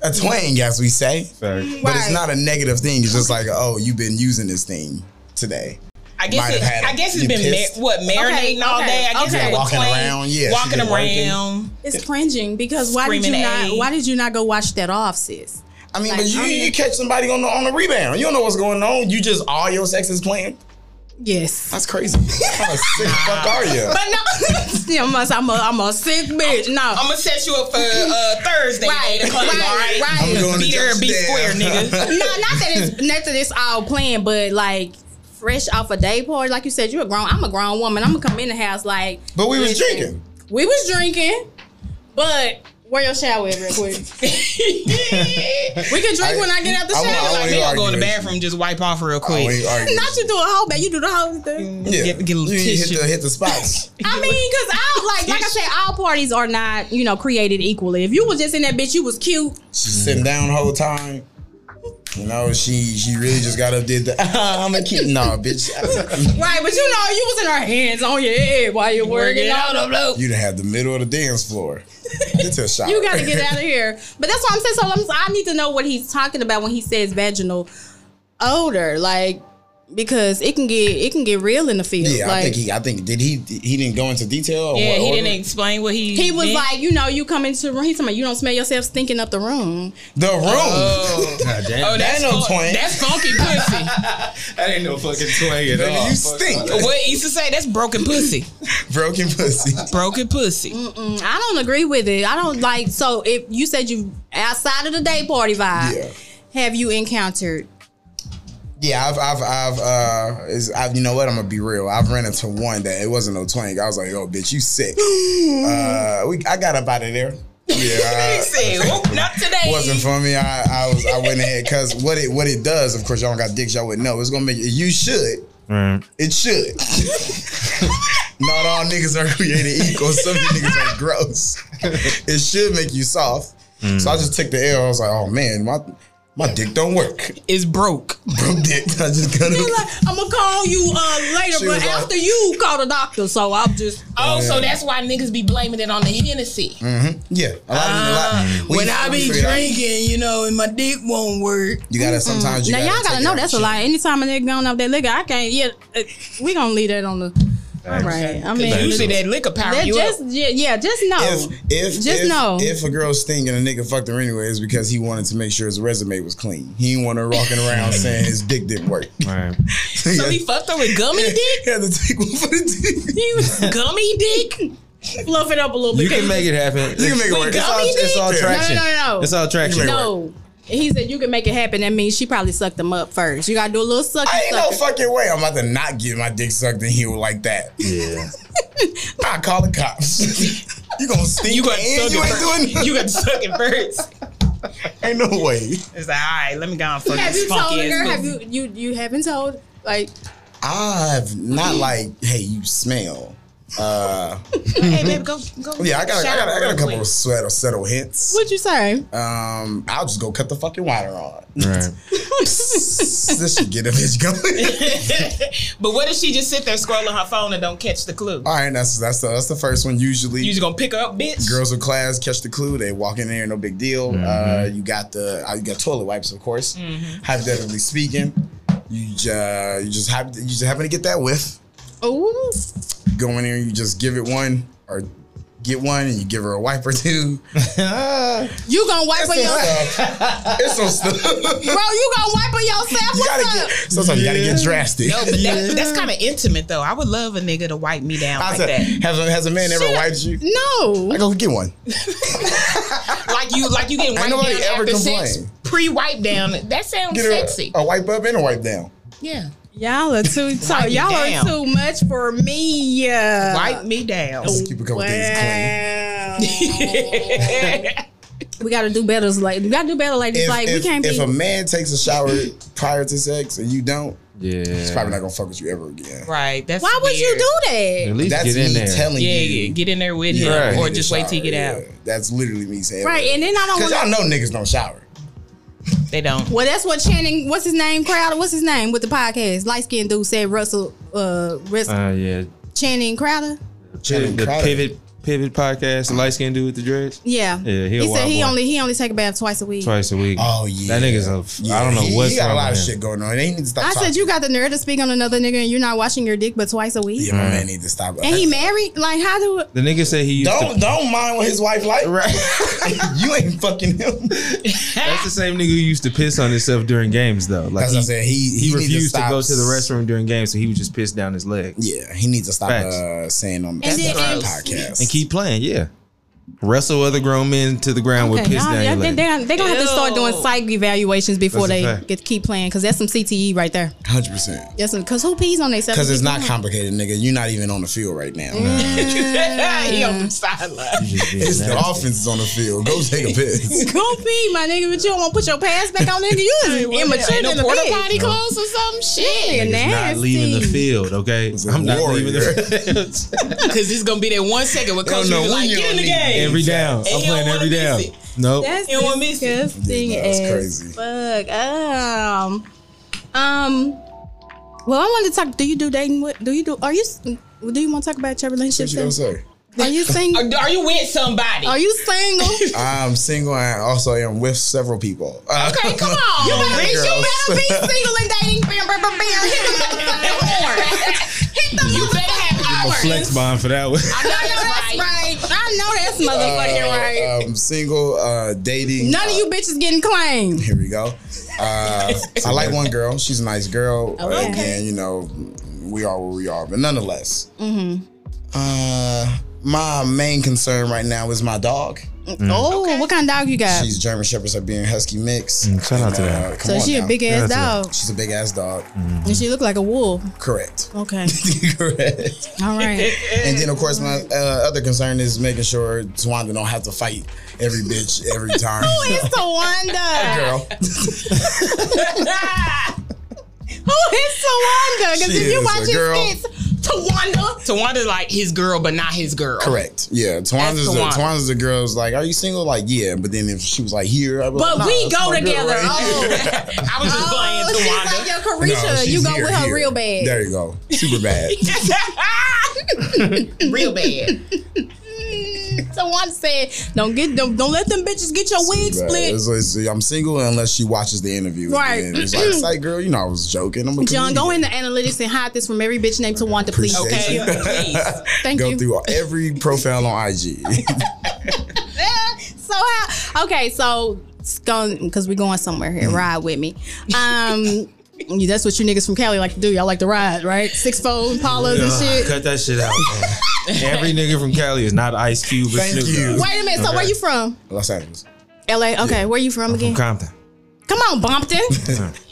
Speaker 2: a twang, as we say. But it's
Speaker 1: Right.
Speaker 2: not a negative thing. It's just like, oh, you've been using this thing today.
Speaker 3: I guess
Speaker 2: Might
Speaker 3: it,
Speaker 2: have had
Speaker 3: I
Speaker 2: it.
Speaker 3: guess it's
Speaker 2: You
Speaker 3: been
Speaker 2: pissed.
Speaker 3: ma- what marinating
Speaker 1: Okay,
Speaker 3: all
Speaker 1: okay,
Speaker 3: day. I guess
Speaker 1: okay.
Speaker 3: it was
Speaker 2: Walking
Speaker 3: twang,
Speaker 2: around, yeah, she
Speaker 3: walking
Speaker 2: been working.
Speaker 3: around.
Speaker 1: It's cringing because why did you
Speaker 3: Screaming
Speaker 1: not?
Speaker 3: A.
Speaker 1: Why did you not go wash that off, sis?
Speaker 2: I mean,
Speaker 1: Like,
Speaker 2: but you,
Speaker 3: um,
Speaker 1: I'm-
Speaker 2: you catch somebody on the on the rebound. You don't know what's going on. You just all your sex is playing.
Speaker 3: <laughs>
Speaker 1: Yes.
Speaker 2: That's crazy. What kind of sick fuck are you?
Speaker 1: But no, <laughs> Yeah, I'm a, I'm a, I'm a sick bitch. No,
Speaker 3: I'm gonna set you up for uh, Thursday,
Speaker 1: Right,
Speaker 3: eight o'clock.
Speaker 1: right,
Speaker 3: all right,
Speaker 1: right.
Speaker 2: I'm going to
Speaker 3: Be there and
Speaker 2: jump
Speaker 3: be
Speaker 2: down.
Speaker 3: square, nigga.
Speaker 1: no,
Speaker 2: <laughs>
Speaker 1: not that it's not that it's all playing, but like fresh off a day party, like you said, you're a grown. I'm a grown woman. I'm gonna come in the house like
Speaker 2: But we was
Speaker 1: listen,
Speaker 2: drinking.
Speaker 1: We was drinking, but Wear your shower real quick.
Speaker 2: <laughs>
Speaker 1: we can drink when I get out the
Speaker 2: I
Speaker 1: shower.
Speaker 2: want- I want-
Speaker 1: like,
Speaker 3: Like, you go in
Speaker 2: Oh, arguing.
Speaker 3: the bathroom, just wipe off real
Speaker 2: Oh,
Speaker 3: quick.
Speaker 2: we arguing.
Speaker 1: not you do a whole bag. You do the whole thing.
Speaker 2: yeah.
Speaker 3: Get, get a little
Speaker 2: you
Speaker 3: tissue.
Speaker 2: Hit the, hit the
Speaker 3: <laughs>
Speaker 2: spots.
Speaker 1: I mean, because all like like I said, all parties are not you know created equally. If you was just in that bitch, you was cute.
Speaker 2: She's sitting down the whole time. You know, she she really just got up did the <laughs> I'm a kid. No, bitch. <laughs>
Speaker 1: Right, but you know, you was in our hands on your head while you're working, out.
Speaker 2: you done had the middle of the dance floor. Get to a shot.
Speaker 1: You gotta get out of here. But that's what I'm saying. So I'm, I need to know what he's talking about when he says vaginal odor, like because it can get it can get real in the field.
Speaker 2: Yeah,
Speaker 1: like,
Speaker 2: I think he. I think did he? He didn't go into detail. Or
Speaker 3: yeah,
Speaker 2: what
Speaker 3: he
Speaker 2: order?
Speaker 3: didn't explain what he.
Speaker 1: He was
Speaker 3: meant.
Speaker 1: like, you know, you come into the room. He's like, you don't smell yourself stinking up the room.
Speaker 2: The room. <laughs>
Speaker 3: Oh,
Speaker 4: God damn.
Speaker 3: oh that's,
Speaker 2: no
Speaker 3: no
Speaker 2: twang.
Speaker 3: that's funky pussy.
Speaker 4: That ain't no fucking twang at
Speaker 2: Nigga,
Speaker 4: all.
Speaker 2: you
Speaker 4: Fuck
Speaker 2: stink.
Speaker 4: all that.
Speaker 3: <laughs> what he used to say? That's broken pussy.
Speaker 2: Broken pussy.
Speaker 3: Broken pussy.
Speaker 1: Mm, I don't agree with it. I don't like. So if you said you outside of the day party vibe,
Speaker 2: Yeah.
Speaker 1: have you encountered?
Speaker 2: Yeah, I've, I've, I've, uh, is, I've, you know what? I'm gonna be real. I've ran into one that it wasn't no twang. I was like, "Yo, bitch, you sick." <gasps> uh, we, I got up out of
Speaker 3: <laughs>
Speaker 2: there. Yeah,
Speaker 3: He said, "Oop, not today.
Speaker 2: uh, wasn't for me. I, I was, I went ahead because what it, what it does, of course, y'all don't got dicks. Y'all wouldn't know. It's gonna make you. You should.
Speaker 4: Right.
Speaker 2: It should. <laughs> Not all niggas are created equal. Some of you niggas are gross. It should make you soft. So I just took the L. I was like, "Oh man, my, my dick don't work. <laughs>
Speaker 3: It's broke.
Speaker 2: Broke dick. I just gotta."
Speaker 1: He's like, I'm gonna call you uh, later,
Speaker 2: She
Speaker 1: but
Speaker 2: was like-
Speaker 1: after you call the doctor. So I'm just.
Speaker 3: Oh, so that's why niggas be blaming it on the Hennessy.
Speaker 2: Yeah, a lot of a
Speaker 1: Uh,
Speaker 2: lot. we-
Speaker 5: when I
Speaker 2: we
Speaker 5: be
Speaker 2: figured out-
Speaker 5: drinking, you know, and my dick won't work.
Speaker 2: you gotta sometimes you
Speaker 1: now
Speaker 2: gotta
Speaker 1: y'all gotta
Speaker 2: take
Speaker 1: know
Speaker 2: it
Speaker 1: that's a
Speaker 2: out.
Speaker 1: lie. Anytime a nigga going off that liquor, I can't. Yeah, uh, we gonna leave that on the. All right. I mean,
Speaker 3: You
Speaker 4: Thanks.
Speaker 3: see that liquor power
Speaker 1: that
Speaker 3: you
Speaker 1: just
Speaker 3: up.
Speaker 1: yeah, yeah, just know.
Speaker 3: Oh.
Speaker 2: If if
Speaker 1: Just
Speaker 2: if,
Speaker 1: know.
Speaker 2: if a girl sting and a nigga fucked her anyway, it's because he wanted to make sure his resume was clean. He didn't want her walking around saying his dick didn't work.
Speaker 4: Right.
Speaker 3: <laughs>
Speaker 2: <laughs>
Speaker 3: So he fucked her
Speaker 1: <laughs>
Speaker 3: with gummy dick.
Speaker 2: had to take one for the dick.
Speaker 3: He was gummy dick.
Speaker 1: fluff it up a little bit.
Speaker 4: You can make it happen.
Speaker 2: You can make it work. It's all, it's all
Speaker 4: It's all
Speaker 2: traction.
Speaker 4: traction.
Speaker 1: No, no, no, no.
Speaker 4: It's all traction.
Speaker 1: no. He said you can make it happen. That means she probably sucked him up first. You gotta do a little sucky.
Speaker 2: I ain't no
Speaker 1: sucker.
Speaker 2: fucking way. I'm about to not get my dick sucked in here like that.
Speaker 4: Yeah.
Speaker 2: <laughs> I call the cops. <laughs> you gonna stink
Speaker 3: You got to
Speaker 2: and
Speaker 3: suck
Speaker 2: you
Speaker 3: it
Speaker 2: ain't doing
Speaker 3: first. You got to suck it
Speaker 2: <laughs>
Speaker 3: first.
Speaker 2: Ain't no way.
Speaker 3: It's like, all right, let me go and fuck
Speaker 1: Have
Speaker 3: this
Speaker 1: you told
Speaker 3: funky
Speaker 1: her?
Speaker 3: ass
Speaker 1: Have
Speaker 3: pussy.
Speaker 1: you you you haven't told? Like,
Speaker 2: I've not like, hey, you smell. Uh,
Speaker 3: Hey, <laughs> babe, go, go.
Speaker 2: yeah, I got, I
Speaker 3: shower
Speaker 2: got, I got a
Speaker 3: real
Speaker 2: couple
Speaker 3: quick.
Speaker 2: of sweat or subtle hints.
Speaker 1: what'd you say?
Speaker 2: Um, I'll just go cut the fucking water on.
Speaker 4: Right.
Speaker 2: this should get a bitch
Speaker 3: <laughs>
Speaker 2: going.
Speaker 3: but what if she just sit there scrolling her phone and don't catch the clue?
Speaker 2: All right, that's that's the that's the first one. Usually,
Speaker 3: You just gonna pick her up, bitch.
Speaker 2: girls with class catch the clue. They walk in there, no big deal. Uh, you got the uh, you got toilet wipes, of course.
Speaker 3: Mm-hmm.
Speaker 2: Hypothetically speaking, you uh, you just happen you just happen to get that whiff.
Speaker 1: Ooh,
Speaker 2: Go in there, you just give it one or get one, and you give her a wipe or
Speaker 3: <laughs>
Speaker 1: you
Speaker 2: two.
Speaker 1: gonna wipe on your
Speaker 2: it's some stuff. <laughs>
Speaker 1: bro? You gonna wipe on yourself?
Speaker 2: you gotta
Speaker 1: What's up?
Speaker 2: get sometimes you gotta get drastic.
Speaker 3: No, but that, that's kind of intimate though. I would love a nigga to wipe me
Speaker 2: <laughs>
Speaker 3: down
Speaker 2: I
Speaker 3: like
Speaker 2: said,
Speaker 3: that.
Speaker 2: has, a, has a man ever
Speaker 1: Shit.
Speaker 2: wiped you?
Speaker 1: No,
Speaker 2: I go get one.
Speaker 3: Like you, like you
Speaker 2: <laughs>
Speaker 3: getting wiped
Speaker 2: nobody
Speaker 3: down
Speaker 2: ever
Speaker 3: after sex,
Speaker 2: complained.
Speaker 3: pre-wipe down. That sounds
Speaker 2: Get her a-
Speaker 3: sexy.
Speaker 2: a wipe up Oh. and a wipe down.
Speaker 3: yeah,
Speaker 1: y'all are too. So
Speaker 3: me
Speaker 1: y'all
Speaker 3: down.
Speaker 1: are too much for me. Yeah.
Speaker 3: wipe me down.
Speaker 2: Just keep a couple things clean.
Speaker 1: <laughs> we gotta do better. Like we gotta do better. Like
Speaker 2: If,
Speaker 1: like
Speaker 2: if,
Speaker 1: we can't
Speaker 2: if
Speaker 1: be.
Speaker 2: a man takes a shower prior to sex and you don't,
Speaker 4: <laughs> Yeah.
Speaker 2: he's probably not gonna fuck with you ever again.
Speaker 3: <laughs> right. That's
Speaker 1: why would you
Speaker 3: weird.
Speaker 1: do that?
Speaker 4: At least
Speaker 2: That's
Speaker 4: get in
Speaker 2: me
Speaker 4: there.
Speaker 2: telling
Speaker 3: Yeah,
Speaker 2: you.
Speaker 3: yeah, get in there with
Speaker 2: you
Speaker 3: him,
Speaker 4: Right.
Speaker 2: need
Speaker 3: or
Speaker 2: to
Speaker 3: just wait till you
Speaker 2: shower.
Speaker 3: get out.
Speaker 2: Yeah, That's literally me saying.
Speaker 1: Right, and then I don't
Speaker 2: because
Speaker 1: want.
Speaker 2: y'all know niggas don't shower.
Speaker 3: They <laughs> don't.
Speaker 1: Well, that's what Channing, what's his name, Crowder, what's his name with the podcast? Light skinned dude said Russell, uh, Rus-
Speaker 4: Uh, yeah.
Speaker 1: Channing Crowder.
Speaker 2: Channing
Speaker 4: the
Speaker 2: Crowder.
Speaker 4: pivot pivot podcast, the light skinned dude with the dreads.
Speaker 1: Yeah.
Speaker 4: Yeah, he a
Speaker 1: he said
Speaker 4: wild
Speaker 1: he
Speaker 4: boy.
Speaker 1: only he only take a bath twice a week.
Speaker 4: Twice a week.
Speaker 2: Oh yeah,
Speaker 4: That nigga's a.
Speaker 2: Yeah,
Speaker 4: I don't know
Speaker 2: he,
Speaker 4: what's
Speaker 2: He got a
Speaker 4: wrong
Speaker 2: lot of
Speaker 4: with him.
Speaker 2: shit going on. They need to stop.
Speaker 1: I
Speaker 2: talking.
Speaker 1: said you got the nerve to speak on another nigga and you're not washing your dick but twice a week.
Speaker 2: Yeah, my man need to stop.
Speaker 1: And he married? Like how do
Speaker 4: The nigga said he used
Speaker 2: don't
Speaker 4: to.
Speaker 2: don't mind what his wife like. Right, <laughs> you ain't fucking him.
Speaker 4: That's the same nigga who used to piss on himself during games though.
Speaker 2: That's
Speaker 4: Like
Speaker 2: what I'm saying. He
Speaker 4: he,
Speaker 2: he, needs
Speaker 4: refused to,
Speaker 2: stop-
Speaker 4: go to the restroom during games, so he would just piss down his leg
Speaker 2: Yeah, he needs to stop
Speaker 4: Facts.
Speaker 2: uh, saying on
Speaker 1: And then-
Speaker 2: stuff on
Speaker 1: and-
Speaker 2: podcasts
Speaker 4: and keep playing. Yeah, wrestle other grown men to the ground with
Speaker 1: Okay,
Speaker 4: piss
Speaker 1: y'all-
Speaker 4: down
Speaker 1: y'all-
Speaker 4: your
Speaker 1: they,
Speaker 4: leg.
Speaker 1: they're, they're gonna have to start doing
Speaker 3: Ew.
Speaker 1: psych evaluations before
Speaker 4: That's a
Speaker 1: they
Speaker 4: fact.
Speaker 1: get keep playing because that's some CTE right there.
Speaker 2: Hundred percent.
Speaker 1: That's some because who pees on themselves?
Speaker 2: Because it's not complicated, nigga. You're not even on the field right now. <laughs>
Speaker 3: he on
Speaker 4: <laughs>
Speaker 3: the sideline.
Speaker 2: It's the offense is on the field. Go take a
Speaker 3: <laughs>
Speaker 2: piss.
Speaker 1: Go pee, my nigga, but you don't want to put your pants back on, nigga. You is immature than a
Speaker 3: porta
Speaker 1: bitch.
Speaker 3: potty clothes or some shit.
Speaker 1: Nigga,
Speaker 4: It's not
Speaker 1: nasty.
Speaker 4: leaving the field, okay?
Speaker 2: a
Speaker 4: I'm not
Speaker 2: warrior.
Speaker 4: leaving
Speaker 2: <laughs>
Speaker 4: the field.
Speaker 3: Because it's gonna be that one second where coach
Speaker 2: know
Speaker 3: is
Speaker 2: when
Speaker 3: like,
Speaker 2: you
Speaker 3: get in
Speaker 2: gonna
Speaker 3: the
Speaker 2: leave.
Speaker 3: game.
Speaker 4: every down.
Speaker 3: he
Speaker 4: I'm
Speaker 3: don't
Speaker 4: playing
Speaker 3: wanna
Speaker 4: every
Speaker 3: miss
Speaker 4: down.
Speaker 3: it.
Speaker 4: Nope.
Speaker 1: That's
Speaker 3: You don't wanna miss it.
Speaker 1: disgusting
Speaker 2: Yeah, that's
Speaker 1: as
Speaker 2: crazy.
Speaker 1: fuck. Um, um. Well, I wanted to talk. Do you do dating? What do you do? Are you? s- Do you want to talk about your relationship?
Speaker 2: What you gonna say?
Speaker 1: Are you single?
Speaker 3: <laughs> Are, are you with somebody?
Speaker 1: Are you
Speaker 3: <laughs>
Speaker 1: single?
Speaker 2: I'm single and also am with several people. Uh,
Speaker 3: okay, come on. You better
Speaker 2: Girls.
Speaker 1: be
Speaker 3: <laughs>
Speaker 1: single and dating. Bam, bam, bam, bam. Hit the motherfucking horn. Hit the
Speaker 3: You better have
Speaker 4: A
Speaker 3: hours.
Speaker 4: flex bond for that one.
Speaker 3: I know
Speaker 1: I know
Speaker 3: <laughs> that's
Speaker 1: that's
Speaker 3: right.
Speaker 1: right. I know that's motherfucking right.
Speaker 2: Uh, I'm single, uh, dating.
Speaker 1: None of you bitches getting claimed.
Speaker 2: <laughs> Here we go. Uh, I like one girl. She's a nice girl.
Speaker 1: Oh, Okay.
Speaker 2: Uh, Again, you know, we are where we are, but nonetheless.
Speaker 1: Mm-hmm.
Speaker 2: Uh, my main concern right now is my dog.
Speaker 1: Oh, what kind of dog you got?
Speaker 2: Mm. She's German Shepherds are being husky mix.
Speaker 4: Mm, shout out
Speaker 2: And,
Speaker 4: to that. Mm.
Speaker 2: uh, come
Speaker 1: so
Speaker 2: on
Speaker 1: she a
Speaker 2: now.
Speaker 1: big ass
Speaker 4: That's a-
Speaker 1: dog,
Speaker 2: She's a big ass dog.
Speaker 1: and she look like a wolf.
Speaker 2: Correct. <laughs>
Speaker 1: Okay,
Speaker 2: Correct.
Speaker 1: all right.
Speaker 2: And then, of course, my uh, other concern is making sure Tawanda don't have to fight every bitch every
Speaker 1: <laughs>
Speaker 2: time.
Speaker 1: Who is Tawanda?
Speaker 2: Girl,
Speaker 1: Who is Tawanda? Because
Speaker 2: She
Speaker 1: if you
Speaker 2: is
Speaker 1: watch
Speaker 2: a
Speaker 1: his
Speaker 2: girl.
Speaker 1: skits, Tawanda.
Speaker 3: Tawanda's like his girl, but not his girl.
Speaker 2: correct. Yeah, Tawanda's the,
Speaker 3: Tawanda.
Speaker 2: Tawanda's the girl's like, are you single? Like, yeah. But then if she was like, here, I'd be like,
Speaker 1: But
Speaker 2: "Nah,
Speaker 1: we
Speaker 2: that's
Speaker 1: go
Speaker 2: my girl
Speaker 1: together.
Speaker 2: right
Speaker 1: Oh,
Speaker 2: here."
Speaker 3: <laughs> I was just
Speaker 1: oh, she's like
Speaker 3: playing
Speaker 1: your
Speaker 2: <laughs> No,
Speaker 1: Carisha.
Speaker 2: she's
Speaker 1: you go
Speaker 2: here,
Speaker 1: with her
Speaker 2: here.
Speaker 1: real bad. <laughs>
Speaker 2: There you go. Super bad.
Speaker 3: Oh. <laughs> Tawanda. Real bad.
Speaker 1: Someone said, "Don't get them. Don't let them bitches get your wig
Speaker 2: Right.
Speaker 1: split."
Speaker 2: It's- it's- I'm single unless she watches the interview.
Speaker 1: Right.
Speaker 2: And it's like, it's like, girl, you know I was joking. I'm a
Speaker 1: John, go
Speaker 2: comedian.
Speaker 1: in the analytics and hide this from every bitch named Tawanda, please.
Speaker 2: Appreciate
Speaker 1: Okay,
Speaker 3: Okay, please.
Speaker 1: thank
Speaker 2: go
Speaker 1: you.
Speaker 2: through every profile on IG.
Speaker 1: so how? Okay, so because we're going somewhere
Speaker 2: Mm-hmm.
Speaker 1: here. Ride with me. Um, <laughs> you- that's what you niggas from Cali like to do. Y'all like to ride, right? Six fold Paulas
Speaker 4: <laughs>
Speaker 1: and
Speaker 4: Ugh,
Speaker 1: shit.
Speaker 4: Cut that shit out.
Speaker 1: <laughs>
Speaker 4: man. every nigga from Cali is not Ice Cube. But
Speaker 2: Thank
Speaker 4: Snoop
Speaker 2: you.
Speaker 4: Dogg.
Speaker 1: Wait a minute. So where
Speaker 4: Okay.
Speaker 1: you from?
Speaker 2: <laughs> Los Angeles.
Speaker 1: L.A. Okay, where you from
Speaker 4: From
Speaker 1: again?
Speaker 4: Compton.
Speaker 1: Come on, Bompton.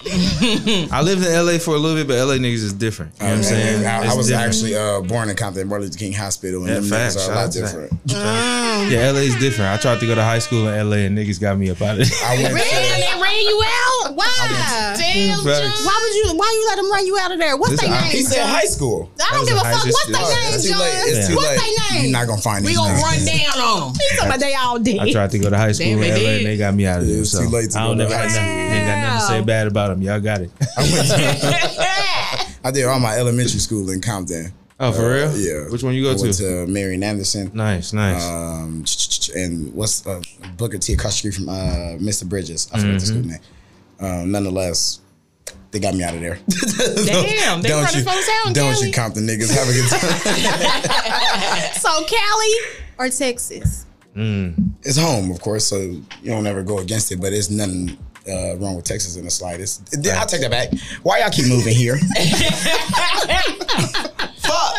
Speaker 2: <laughs>
Speaker 4: I lived in LA for a little bit, but LA niggas is different. You know what I'm saying?
Speaker 2: I, I
Speaker 4: It's
Speaker 2: was
Speaker 4: different.
Speaker 2: actually uh, born in Compton, Martin Luther King Hospital, and
Speaker 4: Yeah,
Speaker 2: them
Speaker 4: facts.
Speaker 2: niggas are a
Speaker 4: Shout
Speaker 2: lot
Speaker 4: out to that.
Speaker 2: different.
Speaker 4: Yeah, LA is different. I tried to go to high school in LA and niggas got me up out
Speaker 2: <laughs>
Speaker 4: of there.
Speaker 2: I went
Speaker 1: Really?
Speaker 2: to,
Speaker 1: They ran you out? Why?
Speaker 3: Damn,
Speaker 4: Facts.
Speaker 1: Why would you? Why you let them run you out of there? What's
Speaker 4: This
Speaker 1: their
Speaker 4: is-
Speaker 1: name?
Speaker 2: he said
Speaker 1: John?
Speaker 2: high school.
Speaker 1: I don't
Speaker 4: That was
Speaker 1: give a
Speaker 4: the
Speaker 1: fuck.
Speaker 4: highest
Speaker 1: What's their
Speaker 4: shit.
Speaker 2: Oh,
Speaker 1: name,
Speaker 2: it's too
Speaker 1: John?
Speaker 2: late. It's too
Speaker 1: What's
Speaker 2: late.
Speaker 1: their name?
Speaker 2: You're not gonna find
Speaker 3: We
Speaker 2: these
Speaker 3: gonna
Speaker 2: names. <laughs>
Speaker 3: run down on him.
Speaker 1: Somebody they all did.
Speaker 4: <laughs> I tried to go to high school
Speaker 3: Damn,
Speaker 4: in
Speaker 3: they
Speaker 4: LA
Speaker 3: did.
Speaker 4: and they got me out of
Speaker 2: Yeah,
Speaker 4: there.
Speaker 2: it's
Speaker 4: So
Speaker 2: too late to
Speaker 4: I don't
Speaker 2: go
Speaker 4: never
Speaker 2: to high
Speaker 4: had
Speaker 2: school.
Speaker 4: nothing, ain't got nothing to
Speaker 1: Wow.
Speaker 4: say bad about them.
Speaker 2: <laughs>
Speaker 4: Y'all got it.
Speaker 2: I did all my elementary school in Compton. Uh,
Speaker 4: Oh, for real?
Speaker 2: Yeah.
Speaker 4: Which one you go
Speaker 2: I
Speaker 4: to?
Speaker 2: went to Marion Anderson.
Speaker 4: Nice, nice.
Speaker 2: Um, and what's uh, Booker T across the street from uh, Mr. Bridges? I forgot the
Speaker 4: Mm-hmm.
Speaker 2: school name. Um, nonetheless, they got me out of there.
Speaker 3: Damn, they running folks out in
Speaker 2: Don't
Speaker 3: Cali.
Speaker 2: you Compton niggas have a good time? <laughs>
Speaker 1: So Cali or Texas?
Speaker 4: Mm.
Speaker 2: it's home, of course, so you don't ever go against it. But it's nothing uh, wrong with Texas in the slightest. I'll take that back. Why y'all keep moving here? Fuck.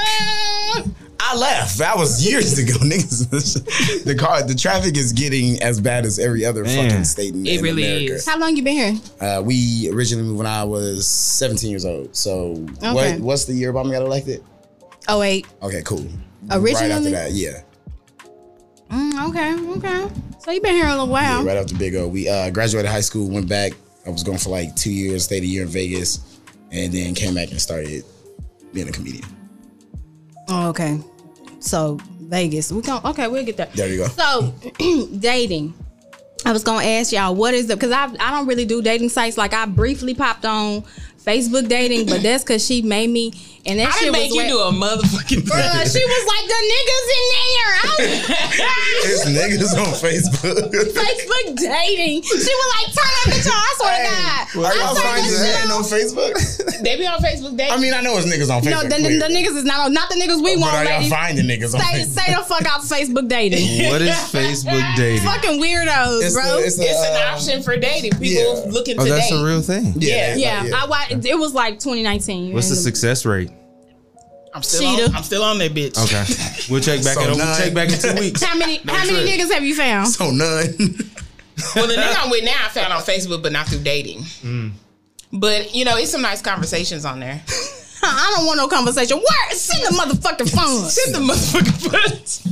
Speaker 2: I left. That was years ago, <laughs> niggas. the car, the traffic is getting as bad as every other
Speaker 4: Man.
Speaker 2: fucking state in,
Speaker 3: It
Speaker 2: in
Speaker 3: really
Speaker 2: America.
Speaker 3: is.
Speaker 1: How long you been here?
Speaker 2: Uh, we originally moved when I was 17 years old. So
Speaker 1: Okay.
Speaker 2: what, what's the year Obama got elected?
Speaker 1: Oh wait.
Speaker 2: Okay, cool. right
Speaker 1: Originally?
Speaker 2: after that, yeah.
Speaker 1: Mm, okay. Okay. So you been here a little while.
Speaker 2: Right after Big O. We uh, graduated high school, went back. I was going for like two years, stayed a year in Vegas, and then came back and started being a comedian.
Speaker 1: Oh, okay. So Vegas. We going okay, we'll get there.
Speaker 2: There you go.
Speaker 1: So <clears throat> dating. I was gonna ask y'all what is the because I I don't really do dating sites. Like I briefly popped on Facebook dating, but that's cause she made me and that
Speaker 3: I
Speaker 1: shit
Speaker 3: didn't make
Speaker 1: was
Speaker 3: you
Speaker 1: wet.
Speaker 3: do a motherfucking
Speaker 1: Bruh,
Speaker 3: thing.
Speaker 1: <laughs> she was like the niggas in there. I was
Speaker 2: It's niggas on Facebook. <laughs>
Speaker 1: Facebook dating. She was like, turn that bitch on. I swear to God.
Speaker 2: Are
Speaker 1: I
Speaker 2: y'all
Speaker 1: turned
Speaker 2: finding
Speaker 1: that shit
Speaker 2: that
Speaker 1: on.
Speaker 2: on Facebook?
Speaker 3: They be on Facebook dating.
Speaker 2: I mean, I know it's niggas on
Speaker 1: No,
Speaker 2: Facebook.
Speaker 1: the, the,
Speaker 2: clear.
Speaker 1: the niggas is not on. Not the niggas we
Speaker 2: but
Speaker 1: want,
Speaker 2: are y'all
Speaker 1: ladies.
Speaker 2: finding niggas on
Speaker 1: Stay,
Speaker 2: Facebook?
Speaker 1: stay the fuck out Facebook
Speaker 2: <laughs>
Speaker 1: dating.
Speaker 4: what is Facebook dating?
Speaker 1: Fucking weirdos,
Speaker 2: It's,
Speaker 1: bro.
Speaker 2: the- it's, the,
Speaker 3: it's an
Speaker 2: uh,
Speaker 3: option for dating. People
Speaker 2: yeah.
Speaker 3: looking to
Speaker 4: Oh, that's
Speaker 3: date.
Speaker 4: a real thing.
Speaker 2: Yeah,
Speaker 3: Yeah.
Speaker 2: it's like-
Speaker 1: yeah, I watched. It was like 2019.
Speaker 4: What's the success rate?
Speaker 3: I'm still on,
Speaker 1: Cheetah.
Speaker 3: I'm still on that bitch. <laughs>
Speaker 4: Okay, we'll check back.
Speaker 2: So
Speaker 4: in, we'll
Speaker 2: nine.
Speaker 4: check back in two
Speaker 2: <laughs>
Speaker 4: weeks.
Speaker 1: How many how many
Speaker 4: trick.
Speaker 1: niggas have you found?
Speaker 2: So none. <laughs>
Speaker 3: Well, the nigga I'm with now, I found on Facebook, but not through dating. But you know, it's some nice conversations on there.
Speaker 1: Huh, I don't want no conversation. Where? Send the motherfucking <laughs> phone.
Speaker 3: Send the motherfucking <laughs> buttons.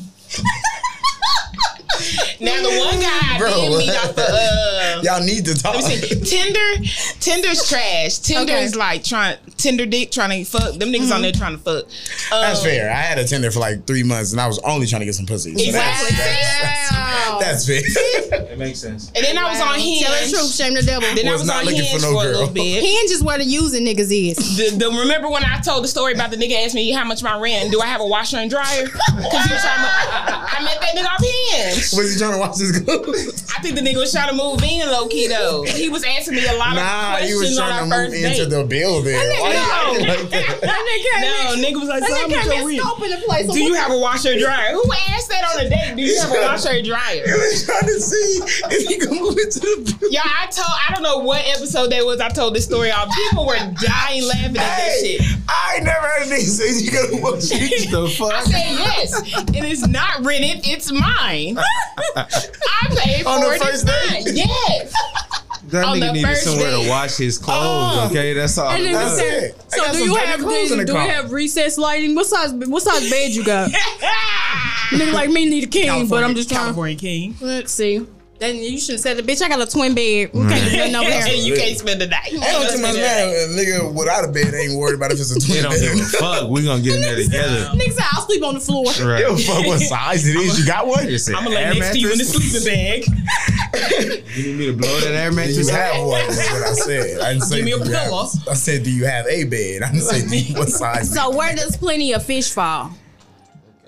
Speaker 3: now the one guy
Speaker 2: Bro.
Speaker 3: Bro. me off the uh,
Speaker 2: Y'all need to talk.
Speaker 3: let me see. Tinder, Tinder's trash. Tinder
Speaker 1: Okay.
Speaker 3: is like trying Tinder dick trying to fuck them niggas on there trying to fuck. Um,
Speaker 2: <laughs> Mm-hmm. That's fair. I had a Tinder for like three months and I was only trying to get some pussy. So
Speaker 3: Exactly.
Speaker 2: that's,
Speaker 1: Wow.
Speaker 2: that's fair.
Speaker 4: It makes sense.
Speaker 3: and then I was on Hinge.
Speaker 1: Tell the truth, shame the devil.
Speaker 3: Then I
Speaker 2: Was
Speaker 3: was
Speaker 2: not
Speaker 3: on
Speaker 2: looking
Speaker 3: Hinge
Speaker 2: for
Speaker 3: for,
Speaker 2: no
Speaker 3: a little
Speaker 2: girl. <laughs>
Speaker 3: bit. <laughs>
Speaker 1: Hinge is where the using niggas is.
Speaker 3: The, the, remember when I told the story about the nigga asked me how much my rent? Do I have a washer and dryer? Because he was trying to. I met that nigga off Hinge.
Speaker 2: <laughs> Was he trying to watch this go?
Speaker 3: I think the nigga was trying to move in low key though. He was asking me a lot of
Speaker 2: Nah,
Speaker 3: questions
Speaker 2: he was
Speaker 3: on our
Speaker 2: trying to move
Speaker 3: first date.
Speaker 2: into the building. Why you acting like that? <laughs>
Speaker 3: no,
Speaker 1: That
Speaker 3: nigga was like,
Speaker 1: nigga
Speaker 3: so how
Speaker 1: came
Speaker 3: much your
Speaker 1: in
Speaker 3: rent?
Speaker 1: scoping the place.
Speaker 3: Do you have a washer and dryer? Who asked that on a date? Do you have
Speaker 2: <laughs>
Speaker 3: a washer and dryer?
Speaker 2: He was trying to see if he could move into the building.
Speaker 3: Y'all, I told I don't know what episode that was. I told this story. All people were dying laughing at that
Speaker 2: Hey,
Speaker 3: shit.
Speaker 2: I ain't never heard these things. You gotta watch
Speaker 3: <laughs>
Speaker 2: it.
Speaker 4: The
Speaker 3: I
Speaker 4: fuck?
Speaker 3: said yes. It is not rented. It's
Speaker 2: <laughs>
Speaker 3: mine. I paid for
Speaker 2: On the
Speaker 3: it. It's
Speaker 2: first
Speaker 3: mine.
Speaker 2: date?
Speaker 3: Yes.
Speaker 4: That
Speaker 3: On
Speaker 4: nigga
Speaker 3: the
Speaker 4: needed
Speaker 3: first
Speaker 4: somewhere
Speaker 3: date.
Speaker 4: to wash his clothes.
Speaker 2: Oh.
Speaker 4: Okay, that's all.
Speaker 1: And
Speaker 4: it
Speaker 1: then
Speaker 4: was.
Speaker 1: we said-
Speaker 2: it.
Speaker 1: So
Speaker 2: I got
Speaker 1: do
Speaker 2: some
Speaker 1: you
Speaker 2: dirty
Speaker 1: have
Speaker 2: clothes in the
Speaker 1: do you
Speaker 2: car.
Speaker 1: have recess lighting? What size what size bed you got?
Speaker 2: <laughs>
Speaker 1: Nigga like me need a king, but I'm just trying.
Speaker 3: California <laughs> King.
Speaker 1: Let's see. Then you should have said the bitch. I got a twin bed. We can't do nothing over <laughs>
Speaker 3: And
Speaker 1: there.
Speaker 3: <laughs> you can't spend the night.
Speaker 2: I don't too much matter. Nigga without a bed ain't worried about if it's a
Speaker 4: They
Speaker 2: twin
Speaker 4: don't give a
Speaker 2: bed.
Speaker 4: fuck. We gonna get in
Speaker 2: <laughs>
Speaker 4: there together.
Speaker 1: Nigga said I'll sleep on the floor.
Speaker 4: Right.
Speaker 2: Give a fuck
Speaker 3: <laughs>
Speaker 2: what size it is. You got one?
Speaker 4: It's an
Speaker 3: I'm gonna lay
Speaker 4: air
Speaker 3: next to you in the
Speaker 4: mattress.
Speaker 3: sleeping bag.
Speaker 4: You need me to blow that air
Speaker 2: Do you
Speaker 4: mattress out?
Speaker 2: have one? Is what I said. I didn't say.
Speaker 3: <laughs> Give me a
Speaker 2: do you have-
Speaker 3: pillow.
Speaker 2: I said, do you have a bed? I didn't say do you, what size.
Speaker 1: So where does plenty of fish fall?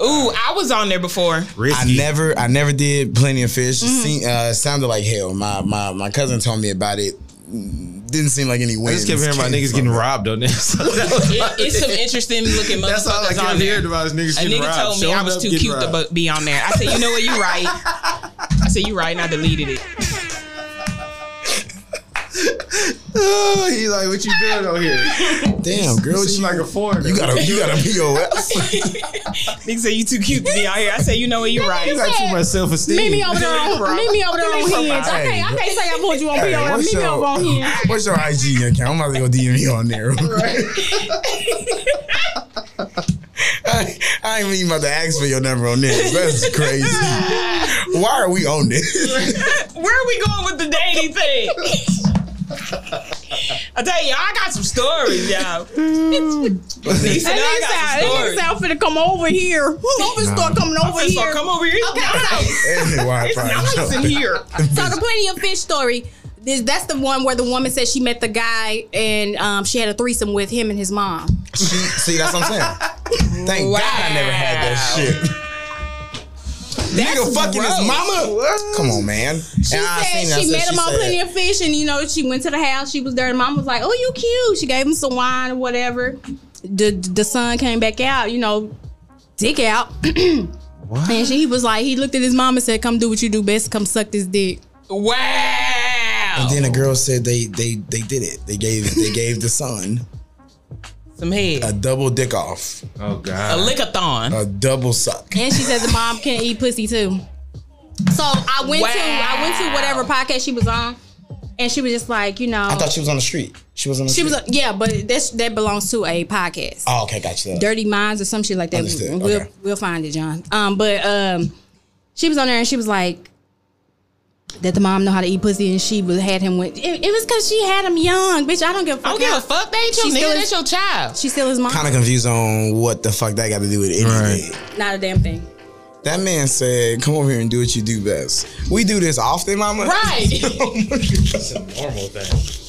Speaker 3: Ooh, I was on there before.
Speaker 2: I
Speaker 4: Risky.
Speaker 2: never, I never did plenty of fish.
Speaker 3: Mm-hmm.
Speaker 2: Se- uh, sounded like hell. My my my cousin told me about it. Didn't seem like any
Speaker 4: I
Speaker 2: wins.
Speaker 4: just kept hearing about
Speaker 2: came
Speaker 4: niggas
Speaker 2: from
Speaker 4: getting
Speaker 2: it.
Speaker 4: robbed on this. <laughs>
Speaker 3: <laughs>
Speaker 4: That's
Speaker 3: It, it's some interesting looking motherfuckers
Speaker 4: all I
Speaker 3: on
Speaker 4: kept
Speaker 3: there.
Speaker 4: hearing about is niggas
Speaker 3: A
Speaker 4: getting
Speaker 3: nigga
Speaker 4: robbed.
Speaker 3: told me
Speaker 4: Showing
Speaker 3: I was
Speaker 4: up,
Speaker 3: too
Speaker 4: getting
Speaker 3: cute to
Speaker 4: robbed.
Speaker 3: bu- be on there. I said, you know what, you right. I said, you right, and I
Speaker 2: <laughs>
Speaker 3: deleted it.
Speaker 4: Oh, <laughs> he like, what you doing on here?
Speaker 3: <laughs>
Speaker 2: Damn, girl,
Speaker 4: Seem
Speaker 2: you,
Speaker 4: like a foreigner.
Speaker 2: you got a you
Speaker 4: <laughs>
Speaker 2: got a POS.
Speaker 3: Nigga said, you too cute to be out here. I said, you know what, you
Speaker 4: You
Speaker 3: right.
Speaker 4: got too much self esteem.
Speaker 1: Meet me over there on meet me over there on hinge. I
Speaker 2: Hey.
Speaker 1: can't I can't say I want you on
Speaker 2: Hey,
Speaker 1: hey, POS.
Speaker 2: what's
Speaker 1: Meet me
Speaker 2: your-
Speaker 1: over on hinge.
Speaker 2: <laughs> What's your IG account? I'm about to go DM you on there. I, <laughs> I ain't even about to ask for your number on this. That's crazy. Why are we on
Speaker 1: <laughs>
Speaker 2: this?
Speaker 3: <laughs> Where are we going with the dating thing? I tell you, I got some stories, y'all. Nigga said,
Speaker 1: That nigga said,
Speaker 3: I got some
Speaker 1: that nigga
Speaker 3: stories.
Speaker 1: said I'm finna come over here. <laughs> I'm finna start coming over
Speaker 3: So
Speaker 1: here.
Speaker 3: come over here.
Speaker 1: Okay, so,
Speaker 2: Anyway,
Speaker 3: It's nice in
Speaker 2: <laughs>
Speaker 3: here.
Speaker 1: so the plenty of fish story. This, that's the one where the woman said she met the guy and um, she had a threesome with him and his mom.
Speaker 2: See, that's what I'm saying. Thank God I never had that shit. Nigga fucking his mama. Come on, man. She
Speaker 1: She said she met him on Plenty of Fish, and you know she went to the house. She was there, and mom was like, "Oh, you cute." She gave him some wine or whatever. The the son came back out, you know, dick out, <clears throat> and she, he was like, he looked at his mom and said, "Come do what you do best. Come suck this dick."
Speaker 3: Wow.
Speaker 2: Then a girl said they they they did it. They gave they gave the son
Speaker 3: Some head.
Speaker 2: a double dick off,
Speaker 4: Oh,
Speaker 3: A <laughs>
Speaker 4: God.
Speaker 3: lickathon.
Speaker 2: a double suck.
Speaker 1: And she said the mom can eat pussy too. So I went to I went to whatever podcast she was on, and she was just like, you know,
Speaker 2: I thought she was on the street. She was on the
Speaker 1: she was
Speaker 2: street.
Speaker 1: a, yeah, but that's that belongs to a podcast.
Speaker 2: Oh, okay, gotcha.
Speaker 1: Dirty Minds or some shit like that.
Speaker 2: Understood.
Speaker 1: We'll
Speaker 2: Okay.
Speaker 1: we'll find it, John. Um, but um, she was on there and she was like that the mom know how to eat pussy and she was had him with it, it was because she had him young, bitch. I don't give a
Speaker 3: I
Speaker 1: fuck.
Speaker 3: don't give
Speaker 1: how-
Speaker 3: a fuck. They ain't your
Speaker 1: She still
Speaker 3: nigga.
Speaker 1: is-
Speaker 3: That's your child.
Speaker 1: She still his mom.
Speaker 2: Kind of confused on what the fuck that got to do with anything.
Speaker 1: Not a damn thing.
Speaker 2: That man said, "Come over here and do what you do best." We do this often, mama.
Speaker 3: Right.
Speaker 4: That's a normal thing.
Speaker 2: <laughs>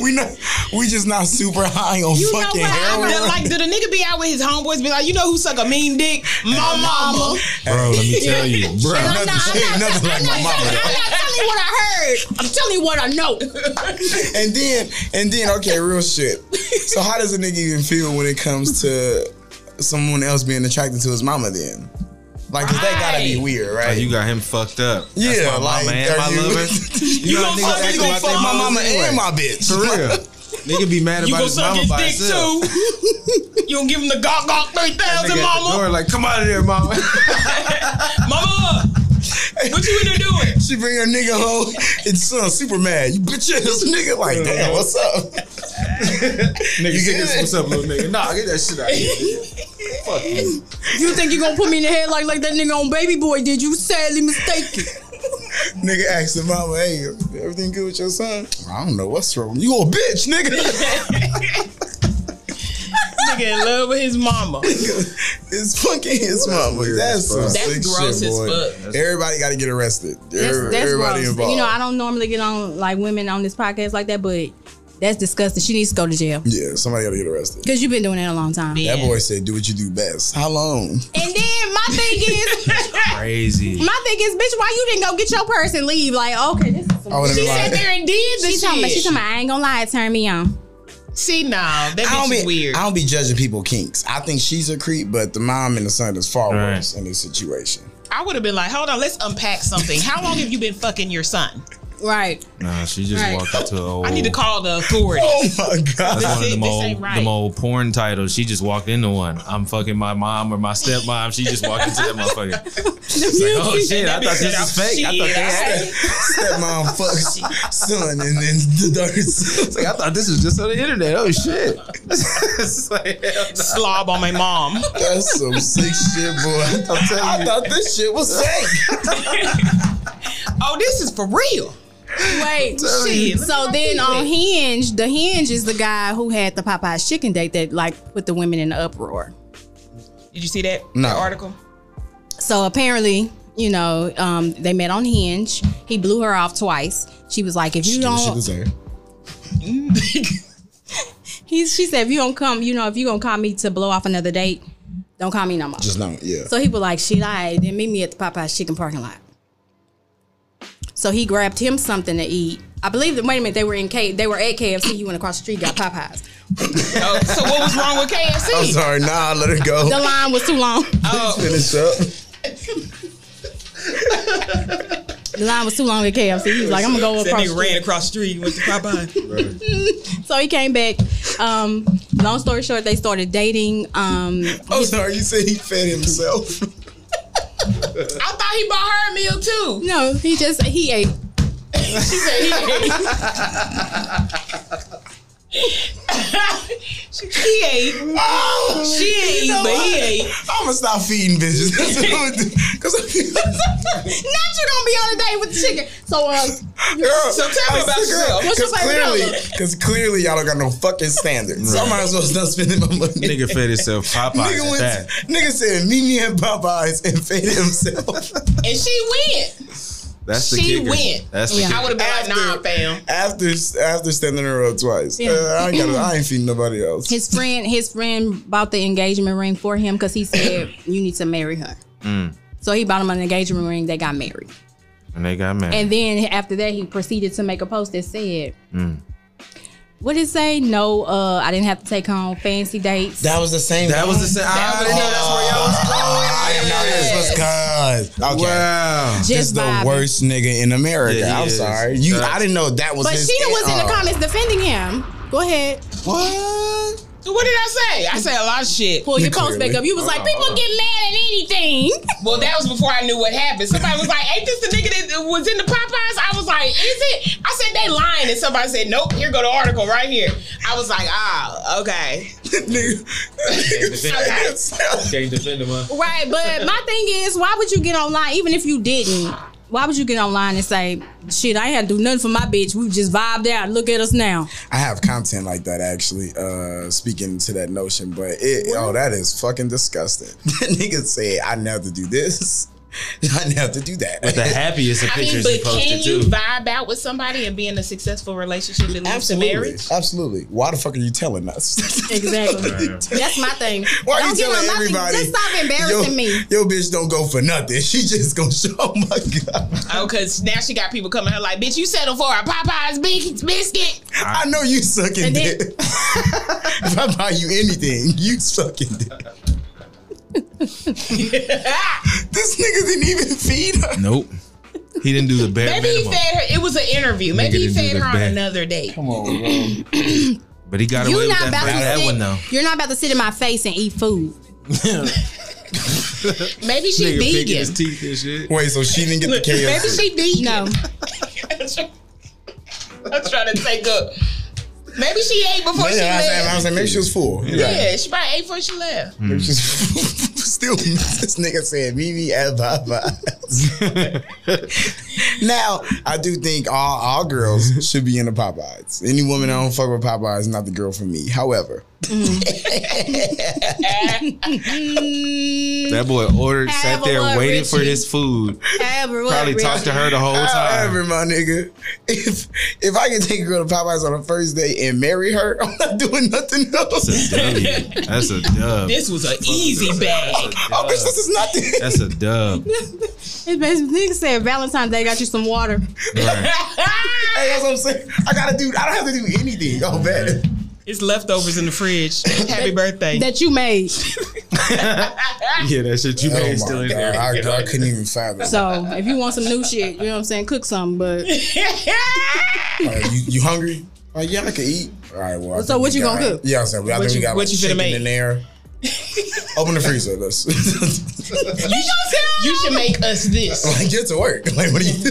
Speaker 2: We not. We just not super high on
Speaker 1: You know
Speaker 2: fucking
Speaker 1: what I
Speaker 2: heroin.
Speaker 1: read?
Speaker 3: like, do the nigga be out with his homeboys? Be like, you know who suck a mean dick?
Speaker 2: Uh,
Speaker 3: My mama.
Speaker 4: Bro, let me tell
Speaker 3: <laughs>
Speaker 4: you. Bro,
Speaker 1: And
Speaker 2: nothing- ain't nothing like my mama,
Speaker 1: telling- I'm
Speaker 2: though.
Speaker 1: not telling you what I heard. I'm telling you what I know.
Speaker 2: <laughs> and then and then okay, real shit. So how does a nigga even feel when it comes to someone else being attracted to his mama? Then, like, 'cause that gotta be
Speaker 3: Right.
Speaker 2: weird,
Speaker 4: Oh,
Speaker 2: right?
Speaker 4: you got him fucked up. That's
Speaker 2: yeah,
Speaker 4: my
Speaker 2: like,
Speaker 4: mama
Speaker 2: are
Speaker 4: and my
Speaker 2: you, <laughs>
Speaker 4: lover.
Speaker 2: you
Speaker 4: know
Speaker 2: gonna
Speaker 4: niggas
Speaker 2: fuck, you
Speaker 4: acting
Speaker 2: gonna
Speaker 4: like
Speaker 2: fuck
Speaker 4: they
Speaker 2: my
Speaker 4: mamas
Speaker 2: mama
Speaker 4: anyway.
Speaker 2: and my bitch
Speaker 4: For real. Nigga be mad about
Speaker 3: You gonna
Speaker 4: his
Speaker 3: suck
Speaker 4: mama
Speaker 3: his
Speaker 4: by
Speaker 3: dick
Speaker 4: himself.
Speaker 3: too. <laughs> you gonna give him the gawk gawk three
Speaker 4: Nigga
Speaker 3: thousand,
Speaker 4: at the door
Speaker 3: mama.
Speaker 4: like, come out of there, mama. <laughs>
Speaker 3: Mama, what you in there <laughs>
Speaker 2: <laughs>
Speaker 3: doing?
Speaker 2: She bring her nigga home and son super mad. You bitch ass nigga. Like, damn, what's up?
Speaker 4: nigga,
Speaker 2: You
Speaker 4: get
Speaker 2: good?
Speaker 4: this what's up, little nigga. Nah, get that shit out of here. Fuck you.
Speaker 1: You think you gonna put me in the head like, like that nigga on Baby Boy did? You sadly mistaken.
Speaker 2: <laughs> Nigga asked the mama, hey, everything good with your son? I don't know what's wrong. You a bitch, nigga.
Speaker 4: <laughs>
Speaker 3: Nigga in love with his mama.
Speaker 2: it's fucking his mama.
Speaker 4: weird
Speaker 2: That's
Speaker 4: as
Speaker 2: some
Speaker 4: fuck.
Speaker 3: That's
Speaker 2: sick
Speaker 3: gross
Speaker 2: shit,
Speaker 3: as
Speaker 2: boy.
Speaker 3: fuck.
Speaker 2: Everybody got to get arrested.
Speaker 1: That's,
Speaker 2: Every-
Speaker 1: that's
Speaker 2: Everybody
Speaker 1: gross.
Speaker 2: involved.
Speaker 1: You know, I don't normally get on like women on this podcast like that, but that's disgusting. She needs to go to jail
Speaker 2: yeah, somebody got to get arrested.
Speaker 1: because you've been doing that a long time.
Speaker 2: That boy said, do what you do best. How long?
Speaker 1: And then my thing is,
Speaker 4: Crazy.
Speaker 1: my thing is, bitch, why you didn't go get your purse and leave? Like, okay, this is some.
Speaker 2: I would've
Speaker 3: She
Speaker 2: been
Speaker 3: sat
Speaker 2: like,
Speaker 3: there and did the
Speaker 1: She talking, about,
Speaker 3: shit.
Speaker 1: she talking about, I ain't gonna lie, it turned me on.
Speaker 3: See, nah, that
Speaker 2: I don't,
Speaker 3: bitch is
Speaker 2: be,
Speaker 3: weird.
Speaker 2: I don't be judging people kinks. I think she's a creep, but the mom and the son is far
Speaker 4: Right.
Speaker 2: worse in this situation.
Speaker 3: I would have been like, hold on, let's unpack something. How long have you been fucking your son?
Speaker 1: <laughs> Right.
Speaker 4: Nah, she just
Speaker 1: Right.
Speaker 4: walked into a old.
Speaker 3: <laughs> I need to call the authorities.
Speaker 2: Oh my god!
Speaker 4: That's <laughs> one of
Speaker 3: ain't-
Speaker 4: them
Speaker 3: this
Speaker 4: old,
Speaker 3: ain't right.
Speaker 4: them old porn titles. She just walked into one. I'm fucking my mom or my stepmom. She just walked into that motherfucker.
Speaker 3: <laughs>
Speaker 4: She's like, oh
Speaker 1: <laughs>
Speaker 4: shit, I
Speaker 3: That
Speaker 4: thought
Speaker 3: bitch
Speaker 4: this
Speaker 3: said,
Speaker 4: was fake. I thought
Speaker 3: "Shit,
Speaker 4: this
Speaker 3: I-
Speaker 2: Stepmom fucks son, and then the daughter.
Speaker 4: It's like, I thought this was just on the internet. Oh shit. <laughs> It's like, hell no.
Speaker 3: slob on my
Speaker 1: <laughs>
Speaker 3: mom. <laughs>
Speaker 2: That's some sick shit, boy.
Speaker 4: I'm telling
Speaker 2: I
Speaker 4: you.
Speaker 2: thought this shit was fake.
Speaker 3: Oh, this is for real.
Speaker 1: <laughs> Wait.
Speaker 4: telling you.
Speaker 3: Shit.
Speaker 1: So then on Hinge, the Hinge is the guy who had the Popeye's chicken date that like put the women in the uproar.
Speaker 3: Did you see that
Speaker 2: No.
Speaker 3: that article?
Speaker 1: So apparently, you know, um, they met on Hinge. He blew her off twice. She was like, if you don't, he, she said, if you don't come, you know, if you gonna call me to blow off another date, don't call me no more.
Speaker 2: Just not, yeah.
Speaker 1: So he was like, shit, I then meet me at the Popeye's chicken parking lot. So he grabbed him something to eat. I believe that wait a minute, they were in K they were at KFC, he went across the street, got Popeyes.
Speaker 3: oh, <laughs> so what was wrong with KFC?
Speaker 2: I'm sorry, nah, I let her go.
Speaker 1: The line was too long.
Speaker 3: Oh,
Speaker 2: Finish up.
Speaker 1: The line was too long at KFC. He was like, I'm gonna go
Speaker 3: that
Speaker 1: across the
Speaker 3: nigga
Speaker 1: street.
Speaker 3: ran across the street and went to <laughs> Popeye.
Speaker 1: So he came back. Um, long story short, they started dating. Um,
Speaker 2: I'm sorry, you said he fed himself.
Speaker 4: <laughs>
Speaker 3: I thought he bought her a meal too.
Speaker 1: no, he just he ate. <laughs>
Speaker 3: She said he ate. she, he ate.
Speaker 2: Oh,
Speaker 3: She ate,
Speaker 2: know
Speaker 3: but he
Speaker 2: what?
Speaker 3: ate.
Speaker 2: I'm gonna stop feeding bitches. That's what I'm gonna do. <laughs>
Speaker 1: Not
Speaker 2: Cause
Speaker 1: you gonna be on a date with the chicken. So uh,
Speaker 2: Girl,
Speaker 3: So tell me
Speaker 2: I'm
Speaker 3: about
Speaker 2: sick of
Speaker 3: yourself.
Speaker 2: it.
Speaker 1: What's your
Speaker 2: Cause
Speaker 1: favorite
Speaker 2: clearly,
Speaker 1: color?
Speaker 2: cause clearly y'all don't got no fucking standards. So I might as well stop spending my money. <laughs>
Speaker 4: Nigga fed himself Popeyes
Speaker 2: Nigga,
Speaker 4: at
Speaker 2: went,
Speaker 4: that.
Speaker 2: nigga said, meet me at Popeyes and
Speaker 1: <laughs>
Speaker 2: fed himself.
Speaker 3: And she went.
Speaker 4: That's the
Speaker 3: she
Speaker 4: kicker.
Speaker 3: went.
Speaker 4: That's the
Speaker 1: Yeah.
Speaker 4: kicker.
Speaker 3: I would have been like, nah, fam.
Speaker 2: after after standing her up twice.
Speaker 1: Yeah.
Speaker 2: Uh, I ain't got I ain't feeding nobody else.
Speaker 1: his friend, his friend bought the engagement ring for him because he
Speaker 2: <clears throat>
Speaker 1: said you need to marry her.
Speaker 2: Mm.
Speaker 1: So he bought him an engagement ring. They got married,
Speaker 4: And they got mad.
Speaker 1: and then after that, he proceeded to make a post that said,
Speaker 2: Mm.
Speaker 1: "What did it say? No, uh, I didn't have to take home fancy dates."
Speaker 2: that was the same. Ah,
Speaker 4: that was the same. I already know that's where y'all was going.
Speaker 2: I am not this was God.
Speaker 3: Oh,
Speaker 2: Okay.
Speaker 3: <laughs>
Speaker 4: Wow.
Speaker 2: This the
Speaker 1: vibing.
Speaker 2: worst nigga in America.
Speaker 4: Yeah, he
Speaker 2: I'm
Speaker 4: is.
Speaker 2: sorry. You,
Speaker 4: That's-
Speaker 2: I didn't know that was.
Speaker 1: But
Speaker 2: his
Speaker 1: Sheena was in
Speaker 2: uh,
Speaker 1: the comments defending him. Go ahead,
Speaker 2: Oh. What?
Speaker 3: What did I say? I said a lot of shit.
Speaker 1: pull your post back
Speaker 2: Clearly.
Speaker 1: up. You was like, people get mad at anything.
Speaker 3: Well, that was before I knew what happened. Somebody was like, "Ain't this the nigga that was in the Popeyes?" I was like, "Is it?" I said they lying, and somebody said, "Nope, here go the article right here." I was like, "Ah, okay." Okay.
Speaker 4: Can't defend him, huh?
Speaker 1: Right,
Speaker 2: <laughs>
Speaker 1: but my thing is, why would you get online, even if you didn't? Why would you get online and say, shit, I ain't had to do nothing for my bitch. We just vibed out. Look at us now.
Speaker 2: I have content like that actually. Uh, speaking to that notion, but it oh that is fucking disgusting. <laughs> Nigga said I didn't have to do this. <laughs> I didn't have to do that.
Speaker 4: The happiest of
Speaker 3: I mean,
Speaker 4: pictures he
Speaker 3: but can
Speaker 4: posted,
Speaker 3: you
Speaker 4: too.
Speaker 3: vibe out with somebody and be in a successful relationship that leads
Speaker 2: <laughs>
Speaker 3: to
Speaker 2: Absolutely.
Speaker 3: marriage?
Speaker 2: Absolutely. Why the fuck are you telling us? <laughs>
Speaker 1: Exactly. That's my
Speaker 3: <laughs>
Speaker 1: thing.
Speaker 2: Why are you
Speaker 1: get on
Speaker 2: telling
Speaker 1: my thing.
Speaker 2: everybody?
Speaker 1: Just stop embarrassing
Speaker 2: yo,
Speaker 1: me.
Speaker 2: Yo, bitch, don't go for nothing. <laughs> She just gonna show. Oh my god!
Speaker 3: Oh, because now she got people coming her like, "Bitch, you settle for a Popeyes bis- biscuit."
Speaker 2: I know you sucking
Speaker 1: And then-
Speaker 2: dick. <laughs> if I buy you anything, you sucking dick. <laughs>
Speaker 1: <laughs>
Speaker 2: This nigga didn't even feed her.
Speaker 4: Nope. He didn't do
Speaker 1: <laughs>
Speaker 4: the bare
Speaker 3: Maybe he
Speaker 4: minimum.
Speaker 3: fed her. It was an interview. Maybe
Speaker 4: Nigga
Speaker 3: he
Speaker 4: didn't do
Speaker 3: fed
Speaker 4: the
Speaker 3: her on
Speaker 4: best.
Speaker 3: another date.
Speaker 2: Come on, bro.
Speaker 4: But he got away
Speaker 1: You're
Speaker 4: with
Speaker 1: not
Speaker 4: that,
Speaker 1: about
Speaker 4: first- that one
Speaker 1: to
Speaker 4: though.
Speaker 1: sit. You're not about to sit in my face and eat food.
Speaker 3: Maybe she
Speaker 4: Nigga picking his
Speaker 3: vegan.
Speaker 4: teeth and shit.
Speaker 2: Wait, so she didn't get the
Speaker 3: Maybe
Speaker 2: KFC.
Speaker 3: she vegan.
Speaker 1: No,
Speaker 3: <laughs> I'm trying to take up. Maybe she ate before she
Speaker 2: Yeah, I was saying, I
Speaker 3: left.
Speaker 2: was saying, maybe she was full. You're right.
Speaker 3: Yeah, she probably ate before she left.
Speaker 2: Maybe she was <laughs> Still, this nigga said, "Me, me, as
Speaker 1: <laughs>
Speaker 2: <laughs> Now, I do think all all girls should be in the Popeyes. Any woman that don't fuck with Popeyes is not the girl for me. However,
Speaker 4: That boy ordered,
Speaker 1: Have
Speaker 4: sat there,
Speaker 1: a look,
Speaker 4: waiting for
Speaker 1: Richie.
Speaker 4: his
Speaker 1: <laughs>
Speaker 4: food.
Speaker 1: however, what
Speaker 4: Probably
Speaker 1: really-
Speaker 4: talked to her the whole
Speaker 2: however,
Speaker 4: time.
Speaker 2: my nigga, if if I can take a girl to Popeyes on the first day and marry her, <laughs> I'm not doing nothing else. <laughs>
Speaker 4: That's a
Speaker 1: <laughs>
Speaker 4: dub. That's a dub.
Speaker 3: This was an easy bag.
Speaker 2: Oh, bitch, this is nothing.
Speaker 4: That's a
Speaker 1: <laughs>
Speaker 4: dub.
Speaker 1: His best nigga said Valentine's Day got you some water.
Speaker 4: Right.
Speaker 2: <laughs> Hey, that's what I'm saying. I gotta do. I don't have to do anything. Oh, bet.
Speaker 3: it's leftovers in the <laughs> fridge. Happy birthday.
Speaker 1: That you made.
Speaker 4: Yeah, that shit you
Speaker 2: Oh
Speaker 4: made
Speaker 2: my
Speaker 4: still in
Speaker 2: God,
Speaker 4: there.
Speaker 2: I, I couldn't even fathom.
Speaker 1: So if you want some new shit, you know what I'm saying, cook something. But
Speaker 2: Uh, you, you hungry? Uh, yeah, I could eat. All right. Well, I
Speaker 1: So
Speaker 2: think
Speaker 1: what
Speaker 2: we
Speaker 1: you
Speaker 2: got-
Speaker 1: gonna cook?
Speaker 2: Yeah, I said. well, I
Speaker 3: What
Speaker 2: think
Speaker 3: you-
Speaker 2: we got
Speaker 3: what
Speaker 2: like
Speaker 3: you finna
Speaker 2: chicken
Speaker 3: make?
Speaker 2: in there. Open the freezer. <laughs> Let's
Speaker 3: you should make us
Speaker 4: <laughs>
Speaker 3: this.
Speaker 2: like get to work. Like what do you?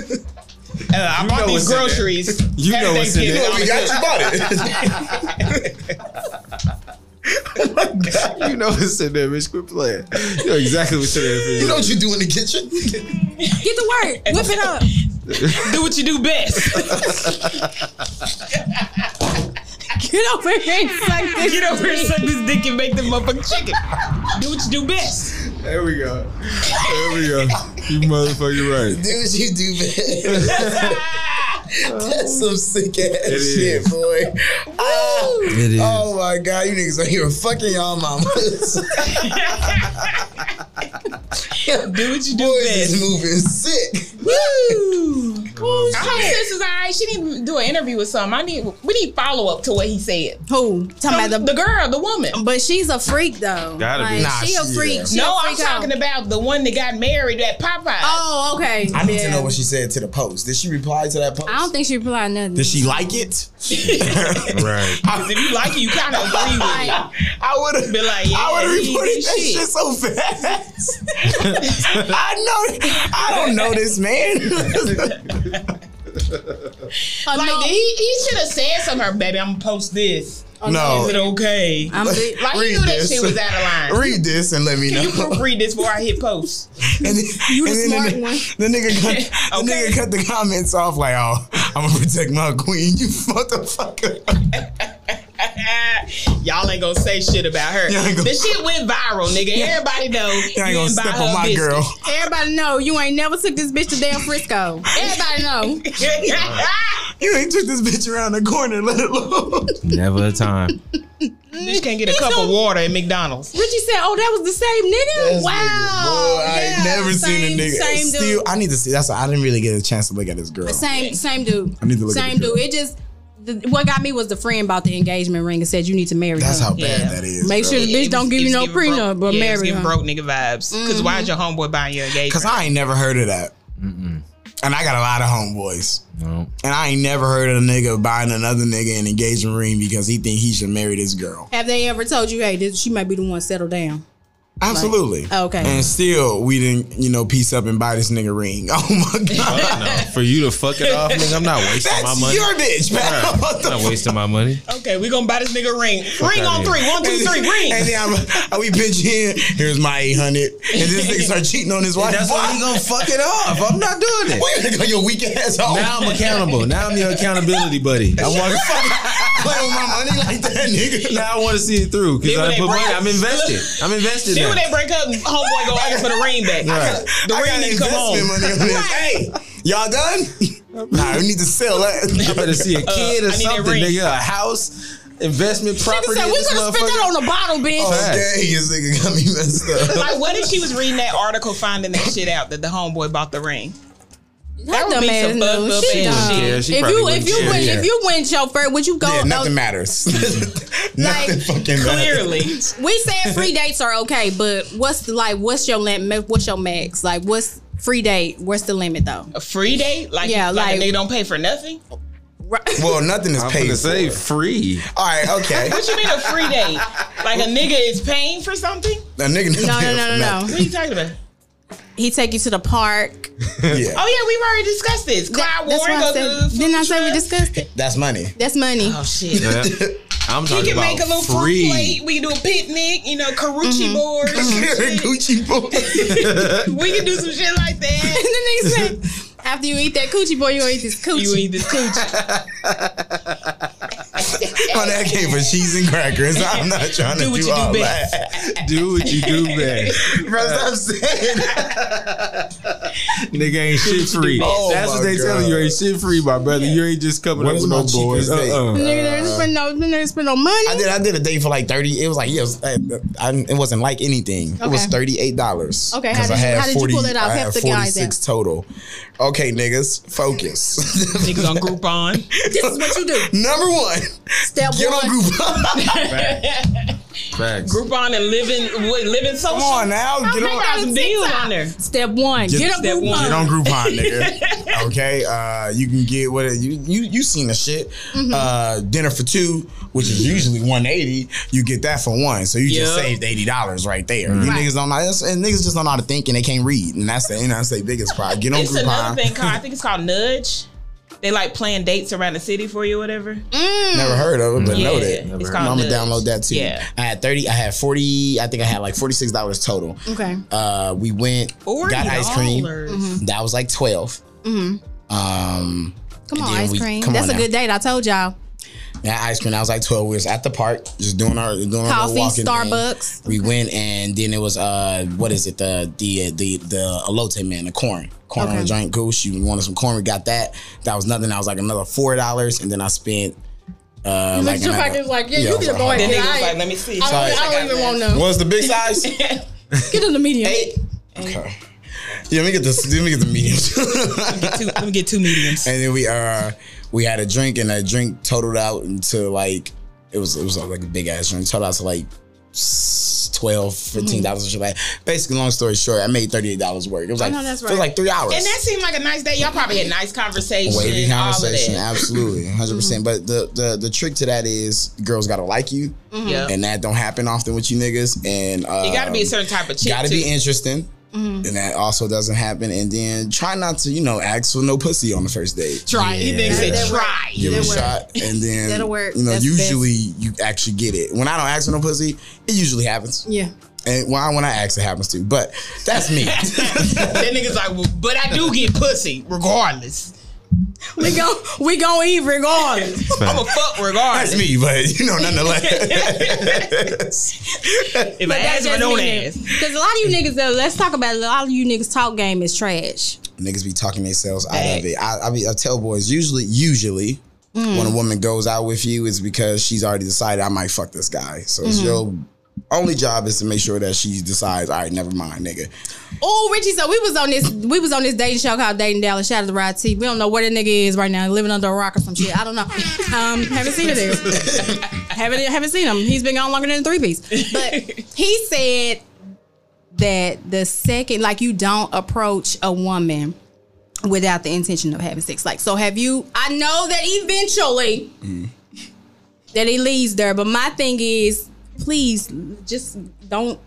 Speaker 3: Uh, I
Speaker 4: know
Speaker 3: bought these
Speaker 4: what's in there.
Speaker 3: groceries.
Speaker 4: You
Speaker 3: Happy
Speaker 4: know what's in
Speaker 3: Thanksgiving.
Speaker 4: there.
Speaker 2: Look,
Speaker 4: <laughs>
Speaker 2: we got you bought it.
Speaker 4: <laughs>
Speaker 2: <laughs>
Speaker 4: You know what's in there, bitch. Quit playing. You know exactly what's in there.
Speaker 2: you know what you do in the kitchen?
Speaker 1: get to work, whip it up.
Speaker 3: Do what you do best. <laughs>
Speaker 1: Get over here and suck this.
Speaker 3: Get over here,
Speaker 1: dick.
Speaker 3: suck this dick, and make the motherfucking chicken. Do what you do best.
Speaker 4: There we go. There we go. You motherfucking right.
Speaker 2: do what you do, man. That's some sick ass
Speaker 4: is.
Speaker 2: shit, boy. Ah,
Speaker 4: It is.
Speaker 2: <laughs> oh my god, you niggas are here fucking y'all mamas. <laughs>
Speaker 3: Do what you do
Speaker 2: Boys
Speaker 3: best.
Speaker 2: is moving sick.
Speaker 3: I hope sis is alright. She didn't even do an interview with some. I need we need follow up to what he said.
Speaker 1: Who? Talking
Speaker 3: the,
Speaker 1: about the.
Speaker 3: girl, the woman.
Speaker 1: But she's a freak though.
Speaker 4: Gotta be.
Speaker 2: Nah,
Speaker 1: she a
Speaker 2: she-
Speaker 1: freak.
Speaker 2: yeah.
Speaker 1: She
Speaker 3: No,
Speaker 1: a
Speaker 3: I'm
Speaker 1: freak out.
Speaker 3: talking about the one that got married at Popeye.
Speaker 1: Oh, okay.
Speaker 2: I need
Speaker 1: Yeah.
Speaker 2: to know what she said to the post. Did she reply to that post?
Speaker 1: I don't think she replied nothing.
Speaker 2: Did she like it?
Speaker 4: Right.
Speaker 3: if you like it, you kind of
Speaker 1: <laughs>
Speaker 3: agree with it.
Speaker 2: I would have
Speaker 3: Be like, yeah,
Speaker 2: I would have
Speaker 3: he- he
Speaker 2: reported that
Speaker 3: shit.
Speaker 2: shit so fast. <laughs> I know. I don't know
Speaker 1: <laughs>
Speaker 2: this man.
Speaker 1: Oh,
Speaker 3: Like
Speaker 1: no.
Speaker 3: he, he should have said something. Her baby, I'm gonna post this.
Speaker 1: Oh,
Speaker 2: no.
Speaker 3: Is it okay?
Speaker 1: I'm big.
Speaker 3: like he
Speaker 2: Read
Speaker 3: knew that
Speaker 2: this.
Speaker 3: shit was out of line.
Speaker 2: Read this and let me
Speaker 3: Can you
Speaker 2: know.
Speaker 3: proofread this before I hit post?
Speaker 2: <laughs>
Speaker 3: <laughs>
Speaker 2: And then,
Speaker 1: You the
Speaker 2: and
Speaker 1: smart
Speaker 2: the,
Speaker 1: one.
Speaker 2: the nigga cut the
Speaker 3: Okay.
Speaker 2: nigga cut the comments off like, oh, I'm gonna protect my queen. You <laughs> motherfucker.
Speaker 3: Y'all ain't gonna say shit about her.
Speaker 2: Y'all ain't gonna-
Speaker 3: The shit went viral,
Speaker 2: <laughs>
Speaker 3: nigga. Everybody know.
Speaker 2: Y'all ain't
Speaker 3: you
Speaker 2: gonna
Speaker 3: didn't buy
Speaker 2: step
Speaker 3: her
Speaker 2: on my
Speaker 3: biscuit.
Speaker 2: girl.
Speaker 1: Everybody know you ain't never took this bitch to damn Frisco. Everybody know.
Speaker 3: <laughs>
Speaker 2: You ain't took this bitch around the corner, let alone.
Speaker 4: Never a time.
Speaker 3: Bitch can't get a cup of water at McDonald's.
Speaker 1: Richie said, "Oh, that was the same nigga."
Speaker 2: This
Speaker 1: wow.
Speaker 2: nigga, boy, I ain't
Speaker 1: Yeah,
Speaker 2: never seen
Speaker 1: same-
Speaker 2: a nigga.
Speaker 1: Same dude.
Speaker 2: Still, I need to see. That's. I didn't really get a chance to look at this girl.
Speaker 1: Same same dude.
Speaker 2: I need to look at
Speaker 1: same
Speaker 2: the
Speaker 1: dude. It just the, what got me was the friend bought the engagement ring and said you need to marry
Speaker 2: That's
Speaker 1: her.
Speaker 2: how bad
Speaker 3: Yeah.
Speaker 2: that is.
Speaker 1: Make sure the bitch don't give you no prenup, but
Speaker 3: yeah, it was
Speaker 1: marry
Speaker 3: giving
Speaker 1: her. Mm-hmm.
Speaker 3: broke nigga vibes. Because why's your homeboy buying your engagement?
Speaker 2: Cause I ain't never heard of that. And I got a lot of homeboys.
Speaker 4: No.
Speaker 2: And I ain't never heard of a nigga buying another nigga an engagement ring because he think he should marry this girl.
Speaker 1: Have they ever told you, hey, this, she might be the one settle down?
Speaker 2: Absolutely.
Speaker 4: oh,
Speaker 1: Okay.
Speaker 2: And still, we didn't, you know, piece up and buy this nigga ring. <laughs> Oh my god,
Speaker 4: For you to fuck it off, nigga, I'm
Speaker 3: <laughs>
Speaker 4: not wasting my
Speaker 2: that's
Speaker 4: money.
Speaker 2: your bitch, man.
Speaker 4: Right.
Speaker 2: What the
Speaker 4: I'm not wasting my money.
Speaker 3: okay, we gonna buy this nigga a ring.
Speaker 4: outta
Speaker 3: Ring on
Speaker 4: here.
Speaker 3: three. One, two, <laughs> three, ring.
Speaker 2: And then I'm, we bitch in. Here's my eight hundred. And this nigga start cheating on his wife.
Speaker 4: That's why he gonna fuck it off.
Speaker 2: <laughs>
Speaker 4: I'm not doing it.
Speaker 2: Wait, go your weak ass home.
Speaker 4: Now I'm accountable. Now I'm your accountability buddy. I
Speaker 2: Why
Speaker 4: want
Speaker 2: you fucking <laughs> play with my money like that, nigga?
Speaker 4: now I want to see it through because
Speaker 3: Then when
Speaker 4: I
Speaker 3: they
Speaker 4: put money.
Speaker 3: break-
Speaker 4: I'm invested. I'm invested.
Speaker 3: Then
Speaker 4: Now.
Speaker 3: when they break up, homeboy go ask for the ring back.
Speaker 4: Right.
Speaker 3: The
Speaker 2: I
Speaker 3: ring
Speaker 2: got
Speaker 3: need to come
Speaker 2: investment
Speaker 3: home.
Speaker 2: money on this. Hey, y'all done? nah, we need to sell
Speaker 4: I
Speaker 2: that.
Speaker 4: better see a kid
Speaker 3: Uh, I
Speaker 4: or
Speaker 3: need that
Speaker 4: something,
Speaker 3: ring.
Speaker 4: nigga. A house, investment
Speaker 1: Nigga
Speaker 4: property.
Speaker 1: said
Speaker 4: in
Speaker 1: we
Speaker 4: this
Speaker 1: could have spent that
Speaker 4: motherfucker.
Speaker 1: on a bottle, bitch.
Speaker 2: Oh,
Speaker 4: Facts.
Speaker 2: dang, this nigga got me messed up.
Speaker 3: Like, what if she was reading that article, finding that shit out that the homeboy bought the ring?
Speaker 1: That
Speaker 3: would
Speaker 1: dumb
Speaker 3: be
Speaker 1: ass
Speaker 3: some
Speaker 1: knew.
Speaker 3: fucked up
Speaker 1: She
Speaker 3: ass
Speaker 1: dumb.
Speaker 3: shit.
Speaker 4: Yeah, she
Speaker 1: if
Speaker 4: probably
Speaker 1: you
Speaker 4: wouldn't
Speaker 1: if you
Speaker 4: care.
Speaker 1: win
Speaker 4: Yeah.
Speaker 1: if you win your first, would you go?
Speaker 2: Yeah, nothing
Speaker 1: oh,
Speaker 2: matters. <laughs> nothing fucking matters.
Speaker 3: Clearly.
Speaker 1: we said free dates are okay, but what's the, like what's your limit? What's your max? Like what's free date? What's the limit though?
Speaker 3: A free date? Like,
Speaker 1: Yeah,
Speaker 3: like, a
Speaker 1: like-
Speaker 3: nigga don't pay for nothing?
Speaker 1: Right.
Speaker 2: Well, nothing is
Speaker 6: I'm
Speaker 2: paid.
Speaker 6: gonna say
Speaker 2: for.
Speaker 6: free.
Speaker 2: All right, okay.
Speaker 3: What you mean a free date? Like a nigga is paying for something?
Speaker 2: A nigga
Speaker 1: No, no, no, no, no.
Speaker 3: What are you talking about?
Speaker 1: <laughs> He take you to the park.
Speaker 2: Yeah,
Speaker 3: Oh yeah, we've already discussed this. Clyde
Speaker 1: That's
Speaker 3: Warren
Speaker 1: why I
Speaker 3: goes to the
Speaker 1: said.
Speaker 3: food
Speaker 1: Didn't I say we
Speaker 3: truck.
Speaker 1: discussed it?
Speaker 2: that's money.
Speaker 1: That's money.
Speaker 3: Oh shit.
Speaker 4: Yeah. I'm
Speaker 3: We
Speaker 4: talking
Speaker 3: can
Speaker 4: about
Speaker 3: make a little
Speaker 4: free.
Speaker 3: fruit plate. We can do a picnic. You know,
Speaker 2: Mm-hmm.
Speaker 3: karuchi
Speaker 2: <laughs>
Speaker 3: board. shit.
Speaker 2: Gucci boy.
Speaker 3: we can do some shit
Speaker 1: <laughs>
Speaker 3: like
Speaker 1: and
Speaker 2: <laughs>
Speaker 3: that.
Speaker 1: the nigga said, after you eat that coochie boy, you gonna eat this coochie.
Speaker 3: You eat this coochie.
Speaker 2: On that came for cheese and crackers. I'm not trying to
Speaker 3: Do
Speaker 2: do,
Speaker 3: what you do
Speaker 2: all
Speaker 3: best.
Speaker 2: that. Uh,
Speaker 6: Do what
Speaker 3: <laughs>
Speaker 6: you do, man.
Speaker 2: Bro, stop saying that.
Speaker 6: Nigga ain't shit free.
Speaker 2: Oh
Speaker 6: That's what
Speaker 2: my
Speaker 6: they telling you.
Speaker 2: God.
Speaker 6: Ain't shit free, my brother. You ain't just coming
Speaker 2: What
Speaker 6: up
Speaker 2: is
Speaker 6: with
Speaker 2: my
Speaker 6: no boys.
Speaker 2: cheapest date?
Speaker 6: Uh-uh.
Speaker 1: The nigga didn't spend no, the nigga spend no money.
Speaker 2: I did. I did a date for like thirty. It was like yeah, it, was, I, I, it wasn't like anything. It was
Speaker 1: Okay.
Speaker 2: thirty eight dollars.
Speaker 1: Okay, how did you- how did you pull it off?
Speaker 2: I
Speaker 1: Help
Speaker 2: had
Speaker 1: the guys
Speaker 2: forty six total. Okay, niggas, focus.
Speaker 3: <laughs>
Speaker 2: <laughs>
Speaker 3: Niggas
Speaker 1: <laughs>
Speaker 3: on Groupon.
Speaker 1: this is what you do.
Speaker 2: Number one,
Speaker 1: Step
Speaker 2: get on
Speaker 1: one.
Speaker 2: <laughs> Groupon.
Speaker 4: Facts.
Speaker 3: Groupon and living what, living social.
Speaker 2: Come on now, get
Speaker 1: my
Speaker 2: on.
Speaker 1: God.
Speaker 3: Got some deals on there.
Speaker 1: Step one. Get, a
Speaker 3: step
Speaker 1: Groupon.
Speaker 3: one.
Speaker 2: Get on
Speaker 3: <laughs>
Speaker 2: Groupon, nigga. Okay, uh, you can get what you you you seen the shit.
Speaker 3: Mm-hmm.
Speaker 2: Uh, dinner for two, which is usually one eighty. You get that for one, so you just
Speaker 3: Yup.
Speaker 2: saved eighty dollars right there. You
Speaker 1: Right.
Speaker 2: niggas don't know, that's- and niggas just don't know how to think, and they can't read, and that's the and that's the biggest problem. Get on
Speaker 3: It's another
Speaker 2: Groupon.
Speaker 3: thing called I think it's called Nudge. They like plan dates around the city for you or whatever.
Speaker 2: Never heard of it, but know that.
Speaker 4: heard.
Speaker 3: it's called
Speaker 2: I'm gonna
Speaker 3: Nudge.
Speaker 2: download that too.
Speaker 3: Yeah.
Speaker 2: I had thirty. I had forty. I think I had like forty six dollars total.
Speaker 3: Mm-hmm.
Speaker 1: Okay.
Speaker 2: Uh, we went, got ice cream. That was like 12
Speaker 3: Mm-hmm.
Speaker 2: Um,
Speaker 1: Come
Speaker 2: and
Speaker 1: on,
Speaker 2: then
Speaker 1: ice
Speaker 2: we-
Speaker 1: cream.
Speaker 2: come
Speaker 1: That's
Speaker 2: on
Speaker 1: a
Speaker 2: now.
Speaker 1: good date. I told y'all.
Speaker 2: that ice cream. I was like twelve. We was at the park, just doing our doing our
Speaker 1: Coffee,
Speaker 2: little walking thing.
Speaker 1: Starbucks.
Speaker 2: We went and then it was uh what is it the the the the elote man the corn corn on
Speaker 1: Okay.
Speaker 2: a giant goose. You wanted some corn? We got that. That was nothing. That was like another four dollars, and then I spent. Uh,
Speaker 1: Look
Speaker 2: like
Speaker 1: at your
Speaker 2: another-
Speaker 1: pocket, like, yeah, you
Speaker 2: I was
Speaker 1: can go
Speaker 3: The
Speaker 1: ahead.
Speaker 2: "Huh."
Speaker 3: nigga
Speaker 1: Yeah,
Speaker 3: was
Speaker 1: I-
Speaker 3: like, let me see.
Speaker 1: I don't, I don't even want no.
Speaker 2: What's the
Speaker 1: <laughs>
Speaker 2: big size?
Speaker 1: Get in the medium.
Speaker 2: Eight. Okay. Yeah, let me get the let me get the medium. <laughs>
Speaker 3: Two, let me get two mediums.
Speaker 2: and then we uh we had a drink and that drink totaled out into like it was it was like a big ass drink totaled out to like s- 12 15 dollars or shit like that. basically long story short i made 38 dollars work it was like
Speaker 1: know that's
Speaker 2: it was
Speaker 1: right.
Speaker 2: like three hours
Speaker 3: And that seemed like a nice day. Y'all probably had nice conversation.
Speaker 2: wavy conversation
Speaker 3: All of <laughs>
Speaker 2: absolutely 100 percent. but the, the the trick to that is girls gotta like you
Speaker 3: that. Yeah.
Speaker 2: and that don't happen often with you niggas and uh
Speaker 3: Mm-hmm. you gotta be a certain type of chick.
Speaker 2: gotta
Speaker 3: too. Mm-hmm.
Speaker 2: be interesting And that also doesn't happen. And then try not to, you know, ask for no pussy on the first date.
Speaker 3: Try. He thinks
Speaker 1: Yeah.
Speaker 3: it
Speaker 1: That work.
Speaker 3: try.
Speaker 2: give it a
Speaker 1: That'll
Speaker 2: shot,
Speaker 1: <laughs>
Speaker 2: and then
Speaker 1: That'll work.
Speaker 2: You know,
Speaker 1: That's
Speaker 2: usually you actually get it. When I don't ask for no pussy, it usually happens.
Speaker 1: Yeah.
Speaker 2: And when I, when I ask, it happens too. But
Speaker 1: <laughs>
Speaker 2: that's me.
Speaker 3: <laughs> that nigga's like, well, but I do get pussy regardless.
Speaker 1: We go we gonna eat regardless. <laughs>
Speaker 3: I'ma fuck regardless.
Speaker 2: that's me. But you know, nonetheless,
Speaker 1: <laughs>
Speaker 3: If I ask or don't ask.
Speaker 1: Because a lot of you niggas though, let's talk about it. A lot of you niggas talk game is trash.
Speaker 2: niggas be talking themselves out of it. I, I, be, I tell boys usually, usually.
Speaker 1: Mm.
Speaker 2: When a woman goes out with you, it's because she's already decided I might fuck this guy. So
Speaker 1: Mm-hmm.
Speaker 2: it's your only job is to make sure that she decides, all right, never mind, nigga.
Speaker 1: Oh, Richie, so we was on this we was on this dating show called Dating Dallas. Shout out to Rod T. We don't know where the nigga is right now, living under a rock or some shit. I don't know. Um, haven't seen it there. haven't e, haven't seen him. He's been gone longer than a three piece. <laughs> But he said that the second like you don't approach a woman without the intention of having sex. Like, so have you I know that eventually that it leads there, but my thing is please just don't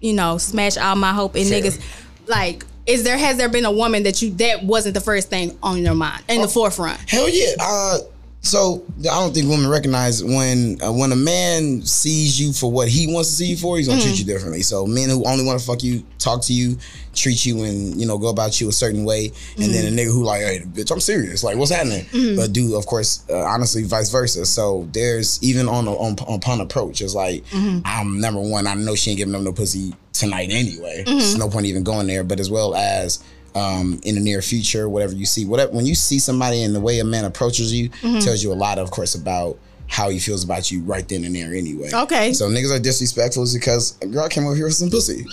Speaker 1: you know, smash all my hope in niggas. Like, is there has there been a woman that you that wasn't the first thing on your mind in the forefront?
Speaker 2: Hell yeah. Uh, so I don't think women recognize when uh, when a man sees you for what he wants to see you for, he's gonna treat you differently. So men who only want to fuck you, talk to you, treat you, and you know go about you a certain way, and then a nigga who like, hey, bitch, I'm serious. Like, what's happening? But dude, of course, uh, honestly, vice versa. So there's even on a, on upon approach, it's like I'm number one. I know she ain't giving up no pussy tonight anyway. There's no point even going there. But as well as um, in the near future, whatever you see, whatever when you see somebody and the way a man approaches you tells you a lot, of course, about how he feels about you right then and there anyway.
Speaker 1: Okay.
Speaker 2: So niggas are disrespectful is because a girl came over here with some pussy. <laughs>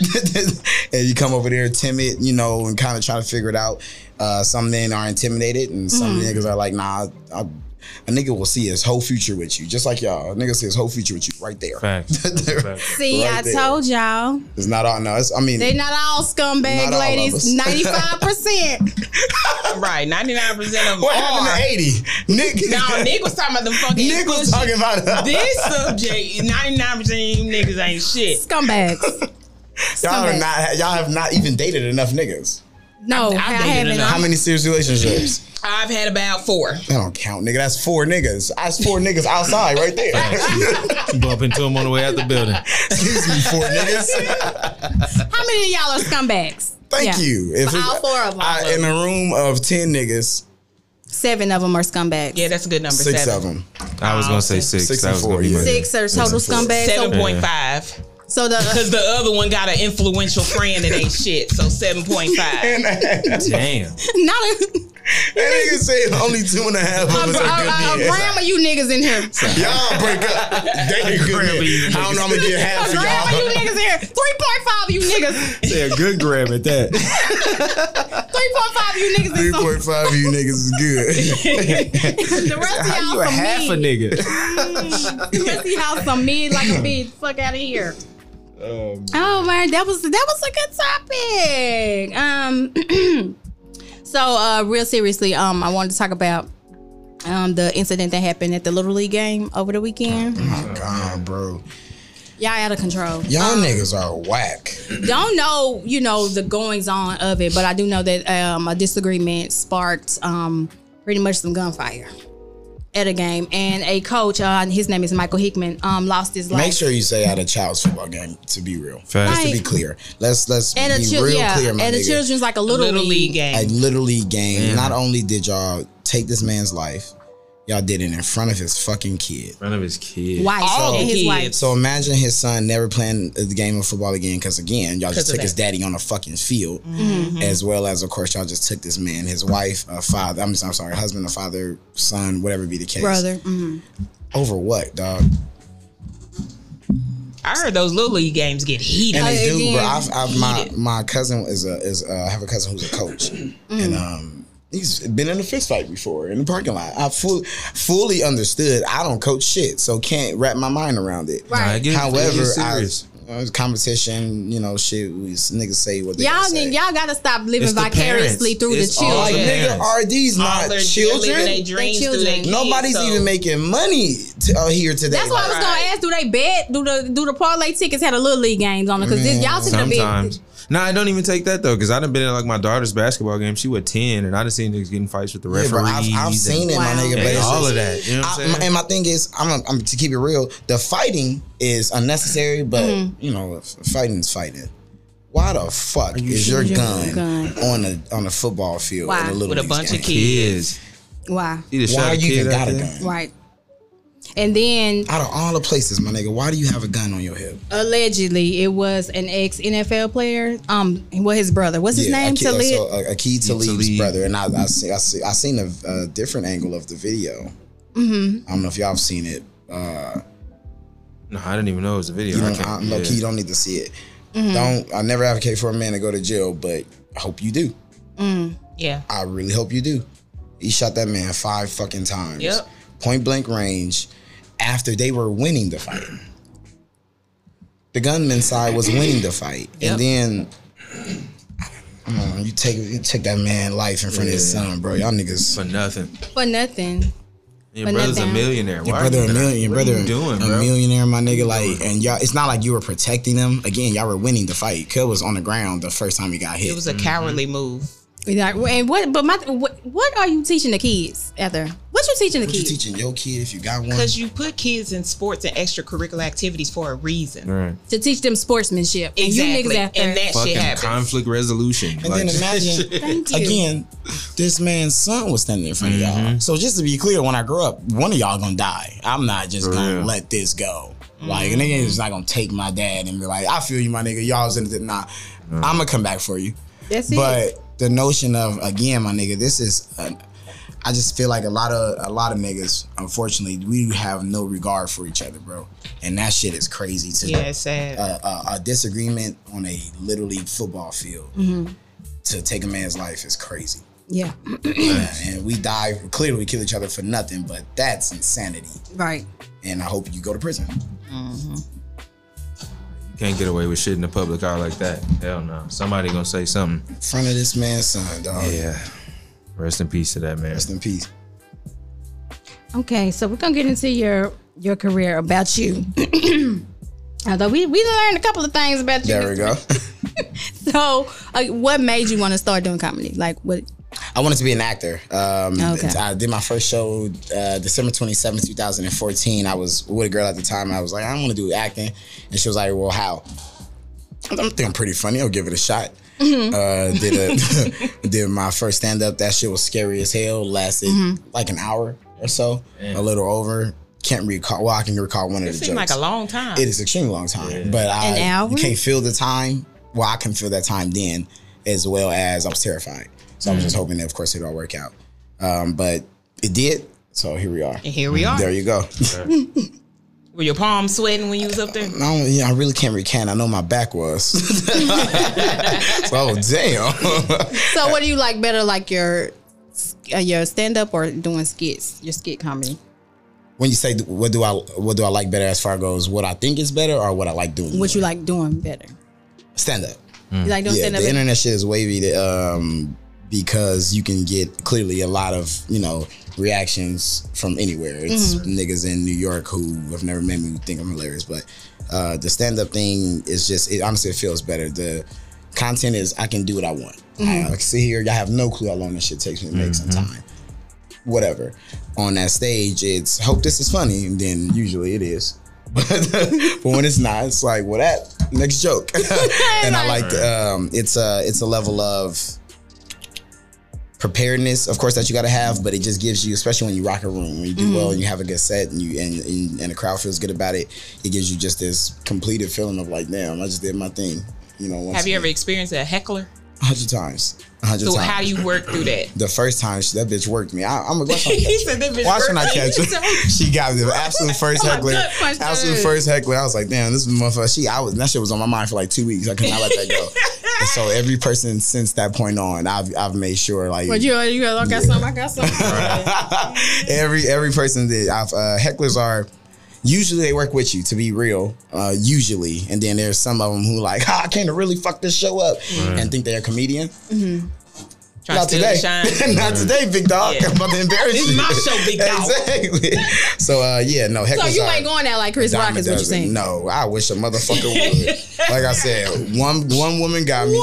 Speaker 2: and you come over there timid, you know, and kind of trying to figure it out. Uh, some men are intimidated and some niggas are like, nah, I, a nigga will see his whole future with you, just like y'all. A nigga see his whole future with you right there.
Speaker 4: Facts. <laughs> Facts.
Speaker 1: See,
Speaker 2: Right
Speaker 1: I
Speaker 2: there.
Speaker 1: told y'all.
Speaker 2: <laughs> It's not all. No, it's, I mean,
Speaker 1: They not all scumbag
Speaker 2: Not all of us. <laughs>
Speaker 1: ladies. Ninety five percent.
Speaker 3: Right, ninety nine percent of them
Speaker 2: what happened
Speaker 3: are.
Speaker 2: to eighty? Nick, <laughs>
Speaker 3: No, Nick was talking about the fucking.
Speaker 2: Nick was talking about uh,
Speaker 3: this subject. Ninety nine percent of you niggas ain't shit.
Speaker 1: Scumbags.
Speaker 2: y'all are
Speaker 1: scumbag.
Speaker 2: not. Y'all have not even dated enough niggas.
Speaker 1: No, I,
Speaker 3: I've dated
Speaker 1: haven't.
Speaker 3: enough.
Speaker 2: How many serious relationships?
Speaker 3: I've had about four.
Speaker 2: That don't count, nigga. That's four niggas. That's four niggas outside
Speaker 1: <laughs>
Speaker 2: right there. <laughs>
Speaker 4: Bump into him on the way out the building.
Speaker 2: Excuse me, four niggas.
Speaker 1: How many of y'all are scumbags?
Speaker 2: Thank
Speaker 1: Yeah.
Speaker 2: you. If
Speaker 1: For all four of them.
Speaker 2: I, in a room of ten niggas,
Speaker 1: Seven of them are scumbags.
Speaker 3: Yeah, that's a good number.
Speaker 2: six
Speaker 3: seven.
Speaker 2: of them.
Speaker 4: I was gonna say six.
Speaker 2: Oh, Six
Speaker 4: That
Speaker 2: and
Speaker 4: was
Speaker 2: four,
Speaker 4: gonna be
Speaker 2: yeah.
Speaker 4: my-
Speaker 1: Six are total
Speaker 2: Six and four.
Speaker 1: scumbags.
Speaker 3: Seven
Speaker 1: So,
Speaker 3: point five.
Speaker 1: so the
Speaker 3: Cause the other one got an influential friend that ain't shit. So seven point five.
Speaker 2: And that <laughs>
Speaker 4: Damn.
Speaker 1: <laughs> not a,
Speaker 2: nigga said only two and a half of
Speaker 1: a,
Speaker 2: us are
Speaker 1: a,
Speaker 2: good
Speaker 1: a
Speaker 2: men.
Speaker 1: gram of you niggas in here.
Speaker 2: Y'all break up. They good
Speaker 4: Grab you
Speaker 2: men. I don't know. I'm gonna get half
Speaker 1: A
Speaker 2: of
Speaker 1: gram of you
Speaker 2: y'all.
Speaker 1: niggas in here. Three point five of you niggas.
Speaker 6: Say a good grab at that.
Speaker 1: Three point five of you niggas
Speaker 2: Three
Speaker 1: in some.
Speaker 2: point five of you niggas is good.
Speaker 1: The rest
Speaker 2: <laughs>
Speaker 1: of y'all
Speaker 6: You a
Speaker 1: some
Speaker 6: half a
Speaker 1: mid.
Speaker 6: nigga.
Speaker 1: The rest of y'all some mid like a bitch. Fuck out of here.
Speaker 6: Oh, man.
Speaker 1: Oh man, that was that was a good topic. Um, <clears throat> so uh, real seriously, um, I wanted to talk about um the incident that happened at the Little League game over the weekend.
Speaker 2: My God, bro.
Speaker 1: Y'all out of control.
Speaker 2: Y'all
Speaker 1: Um,
Speaker 2: niggas are whack.
Speaker 1: don't know, you know, the goings on of it, but I do know that um, a disagreement sparked um, pretty much some gunfire at a game, and a coach, uh, his name is Michael Hickman, um, lost his life.
Speaker 2: Make sure you say at a child's football game. To be real,
Speaker 4: Facts.
Speaker 2: just to be
Speaker 1: Like-
Speaker 2: clear, let's let's
Speaker 1: and
Speaker 2: be
Speaker 1: a chil-
Speaker 2: real
Speaker 1: yeah,
Speaker 2: clear, my
Speaker 1: and the
Speaker 2: nigga.
Speaker 1: children's like a little,
Speaker 3: Little league
Speaker 1: game.
Speaker 2: a
Speaker 3: game.
Speaker 2: little league game. Not only did y'all take this man's life, y'all did it in front of his fucking kid.
Speaker 4: front of his kid.
Speaker 1: Wife
Speaker 3: All
Speaker 1: and his
Speaker 3: kids.
Speaker 1: wife.
Speaker 2: So imagine his son never playing the game of football again because again, y'all just
Speaker 3: of
Speaker 2: took his
Speaker 3: that.
Speaker 2: daddy on a fucking field,
Speaker 1: Mm-hmm.
Speaker 2: as well as of course y'all just took this man, his wife, a father. I'm, I'm sorry, husband, a father, son, whatever be the case.
Speaker 1: brother. Mm.
Speaker 2: over what, dog?
Speaker 3: I heard those little league games get heated.
Speaker 2: And they
Speaker 1: Oh,
Speaker 2: do,
Speaker 1: yeah.
Speaker 2: bro. I've, I've my my cousin is a is a, I have a cousin who's a coach,
Speaker 1: Mm.
Speaker 2: and um. He's been in a fist fight before in the parking lot. I fully, fully understood. I don't coach shit, so can't wrap my mind around it.
Speaker 1: Right.
Speaker 4: Nah, it get- it
Speaker 2: However,
Speaker 4: get
Speaker 2: I,
Speaker 4: serious.
Speaker 2: uh, competition, you know, shit. We niggas say what they
Speaker 1: Y'all,
Speaker 2: gonna say.
Speaker 1: need, y'all gotta stop living
Speaker 4: It's the
Speaker 1: vicariously
Speaker 4: parents.
Speaker 1: through
Speaker 4: It's
Speaker 1: the
Speaker 4: all
Speaker 2: like,
Speaker 4: the
Speaker 1: children.
Speaker 2: nigga,
Speaker 4: parents.
Speaker 2: are these
Speaker 3: All
Speaker 2: not
Speaker 3: their- they're living
Speaker 2: children?
Speaker 3: their dreams
Speaker 1: children.
Speaker 3: through their kids,
Speaker 2: Nobody's
Speaker 3: so-
Speaker 2: even making money to, uh, here today.
Speaker 1: That's why I was
Speaker 2: Like,
Speaker 1: gonna
Speaker 3: Right.
Speaker 1: ask: Do they bet? Do the do the parlay tickets had a little league games on it? Because y'all took
Speaker 4: Sometimes.
Speaker 1: the
Speaker 4: No, I don't even take that though, because I done been in like my daughter's basketball game. She was ten, and I done seen niggas getting fights with the
Speaker 2: yeah,
Speaker 4: referees.
Speaker 2: bro, I've, I've
Speaker 4: and-
Speaker 2: seen it,
Speaker 1: Wow.
Speaker 2: my nigga.
Speaker 4: and
Speaker 2: but it's
Speaker 4: all
Speaker 2: just-
Speaker 4: of that. You know what
Speaker 2: I-
Speaker 4: I'm saying?
Speaker 2: and my thing is, I'm, I'm to keep it real. The fighting is unnecessary, but
Speaker 1: Mm-hmm.
Speaker 2: you know, fighting is fighting. Why the fuck is your gun,
Speaker 1: gun?
Speaker 2: on a on a football field
Speaker 1: Why?
Speaker 2: in a little
Speaker 3: With a
Speaker 2: league
Speaker 3: bunch of
Speaker 2: game?
Speaker 4: kids.
Speaker 1: big. Why?
Speaker 4: He just
Speaker 2: Why
Speaker 4: shot a
Speaker 2: you
Speaker 4: kid
Speaker 2: even
Speaker 4: out
Speaker 2: got a
Speaker 4: there.
Speaker 2: gun?
Speaker 1: Right. And then
Speaker 2: Out of all the places, my nigga, why do you have a gun on your hip?
Speaker 1: allegedly it was an ex NFL player. Um, well, his brother. What's his name?
Speaker 2: Akeem,
Speaker 1: Talib.
Speaker 2: so, uh, Akeem Talib's
Speaker 4: Talib.
Speaker 2: brother, and I, I see, I see, I seen a, a different angle of the video.
Speaker 1: Mm-hmm.
Speaker 2: I don't know if y'all have seen it. Uh,
Speaker 4: No, I didn't even know it was a video.
Speaker 2: you
Speaker 4: I
Speaker 2: don't,
Speaker 4: can't.
Speaker 2: I,
Speaker 4: yeah.
Speaker 2: low key, you don't need to see it.
Speaker 3: Mm-hmm.
Speaker 2: Don't. I never advocate for a man to go to jail, but I hope you do.
Speaker 3: Yeah.
Speaker 2: I really hope you do. He shot that man five fucking times.
Speaker 3: Yep.
Speaker 2: Point blank range after they were winning the fight. The gunman side was winning the fight. And
Speaker 3: Yep.
Speaker 2: then come on, you take you take that man life in front of his
Speaker 4: Yeah.
Speaker 2: son, bro. Y'all niggas
Speaker 4: for nothing.
Speaker 1: For nothing.
Speaker 4: Your
Speaker 1: For
Speaker 4: brother's
Speaker 1: nothing.
Speaker 4: a millionaire.
Speaker 2: your
Speaker 4: Why
Speaker 2: brother
Speaker 4: are
Speaker 2: a
Speaker 4: you
Speaker 2: million, your
Speaker 4: What
Speaker 2: brother
Speaker 4: are you doing,
Speaker 2: a
Speaker 4: bro?
Speaker 2: millionaire, my nigga. Like, and y'all, it's not like you were protecting them. Again, y'all were winning the fight. Kill was on the ground the first time he got hit.
Speaker 3: It was a cowardly move.
Speaker 1: Like, and what? But my what, what are you teaching the kids, Ether? What you teaching the
Speaker 2: what you
Speaker 1: kids?
Speaker 2: teaching your kid if you got one?
Speaker 3: Because you put kids in sports and extracurricular activities for a reason.
Speaker 4: Right.
Speaker 1: to teach them sportsmanship. And you
Speaker 3: Exactly.
Speaker 1: niggas out there.
Speaker 3: And that shit
Speaker 4: Fucking
Speaker 3: happens.
Speaker 4: conflict resolution.
Speaker 2: And
Speaker 4: <laughs>
Speaker 2: then imagine
Speaker 1: Thank you.
Speaker 2: again, this man's son was standing in front of
Speaker 4: Mm-hmm.
Speaker 2: y'all. So just to be clear, when I grow up, one of y'all gonna die. I'm not just gonna
Speaker 4: real. Mm-hmm.
Speaker 2: let this go. Like a nigga is not gonna take my dad and be like, I feel you, my nigga. Y'all's in it. Nah,
Speaker 4: Mm.
Speaker 2: I'm gonna come back for you.
Speaker 1: That's it.
Speaker 2: But the notion of again, my nigga, this is. uh, I just feel like a lot of a lot of niggas, unfortunately, we have no regard for each other, bro, and that shit is crazy to
Speaker 3: Yeah, it's sad.
Speaker 2: a, a, a
Speaker 1: Mm-hmm.
Speaker 2: disagreement on a little league football field to take a man's life is crazy.
Speaker 1: Yeah.
Speaker 2: and we die. Clearly, we kill each other for nothing, but that's insanity.
Speaker 1: Right.
Speaker 2: And I hope you go to prison.
Speaker 4: You can't get away with shit in the public eye like that. Hell no. Somebody gonna say something.
Speaker 2: In front of this man's son, dog.
Speaker 4: Yeah. Rest in peace to that man.
Speaker 2: Rest in peace.
Speaker 1: Okay, so we're gonna get into your your career about you. <clears throat> Although we we done learned a couple of things about you.
Speaker 2: There we go.
Speaker 1: <laughs> So, uh, what made you want to start doing comedy? Like, what?
Speaker 2: I wanted to be an actor. Um,
Speaker 1: Okay.
Speaker 2: I did my first show uh, December 27th, 2014. I was with a girl at the time. I was like, I want to do acting. And she was like, Well, how? I was like, I'm thinking pretty funny. I'll give it a shot. Uh, did a, <laughs> did my first stand up. That shit was scary as hell. Lasted like an hour or so, a little over. Can't recall. Well, I can recall one of
Speaker 3: It
Speaker 2: the
Speaker 3: seemed
Speaker 2: jokes.
Speaker 3: like a long time.
Speaker 2: It is an extremely long time, but I
Speaker 1: An hour?
Speaker 2: you can't feel the time. Well, I can feel that time then, as well as I was terrified. So I was just hoping that, of course, it all work out. Um, but it did. So here we are.
Speaker 3: and here we are.
Speaker 2: There you go. <laughs>
Speaker 3: Were your palms sweating when you was up there?
Speaker 2: I, don't, yeah, I really can't recant. I know my back was. <laughs> so I was, damn. <laughs>
Speaker 1: So, what do you like better? Like your uh, your stand up or doing skits? Your skit comedy?
Speaker 2: when you say what do I what do I like better as far goes what I think is better or what I like doing?
Speaker 1: What you like doing better?
Speaker 2: Stand up.
Speaker 1: You like doing
Speaker 2: Mm. yeah,
Speaker 1: stand up?
Speaker 2: the internet shit is wavy to, um, because you can get clearly a lot of you know reactions from anywhere. It's niggas in New York who have never met me who think I'm hilarious, but uh, the stand up thing is just it, honestly it feels better. The content is I can do what I want. I, I can sit here, I have no clue how long this shit takes me to make some time. Whatever. On that stage, it's hope this is funny, and then usually it is. <laughs> But, but when it's not, it's like, well, that next joke. <laughs> and I like um, it's a it's a level of preparedness, of course, that you got to have. But it just gives you, especially when you rock a room, when you do
Speaker 3: Mm-hmm.
Speaker 2: well and you have a good set, and you and, and and the crowd feels good about it, it gives you just this completed feeling of like, damn, I just did my thing. You know, once
Speaker 3: Have you
Speaker 2: again.
Speaker 3: ever experienced a heckler?
Speaker 2: a hundred times, a hundred
Speaker 3: So
Speaker 2: times?
Speaker 3: how do you work through that?
Speaker 2: the first time she, that bitch worked me. I,
Speaker 3: <laughs>
Speaker 2: I'm a watch when I
Speaker 3: He
Speaker 2: catch
Speaker 3: said that
Speaker 2: her.
Speaker 3: bitch
Speaker 2: Watch when I
Speaker 3: worked me.
Speaker 2: catch her. <laughs> She got me the
Speaker 3: <laughs>
Speaker 2: absolute first heckler.
Speaker 1: gut punched
Speaker 2: Absolute
Speaker 1: her.
Speaker 2: first heckler. I was like, damn, this motherfucker. She, I was that shit was on my mind for like two weeks. I could not let that go. and
Speaker 3: <laughs>
Speaker 2: so every person since that point on, I've I've made sure like
Speaker 1: What you? You got? I got some. I got
Speaker 2: <laughs>
Speaker 1: some.
Speaker 2: every every person that I've uh, hecklers are usually they work with you to be real uh, usually and then there's some of them who like <laughs> "Ah, I came to really fuck this show up and think they're a comedian
Speaker 3: Trying
Speaker 2: not
Speaker 3: to steal
Speaker 2: today
Speaker 3: the
Speaker 2: <laughs>
Speaker 3: shine.
Speaker 2: not today big dog <laughs>
Speaker 3: Yeah.
Speaker 2: I'm about to embarrass
Speaker 3: This
Speaker 2: you
Speaker 3: is my show, big
Speaker 2: <laughs>
Speaker 3: dog.
Speaker 2: exactly so uh, yeah no hecklers
Speaker 1: So you
Speaker 2: are-
Speaker 1: ain't going out like Chris Rock
Speaker 2: Dime a
Speaker 1: is what you're
Speaker 2: dozen.
Speaker 1: saying?
Speaker 2: No, I wish a motherfucker would. like I said, one one woman got me,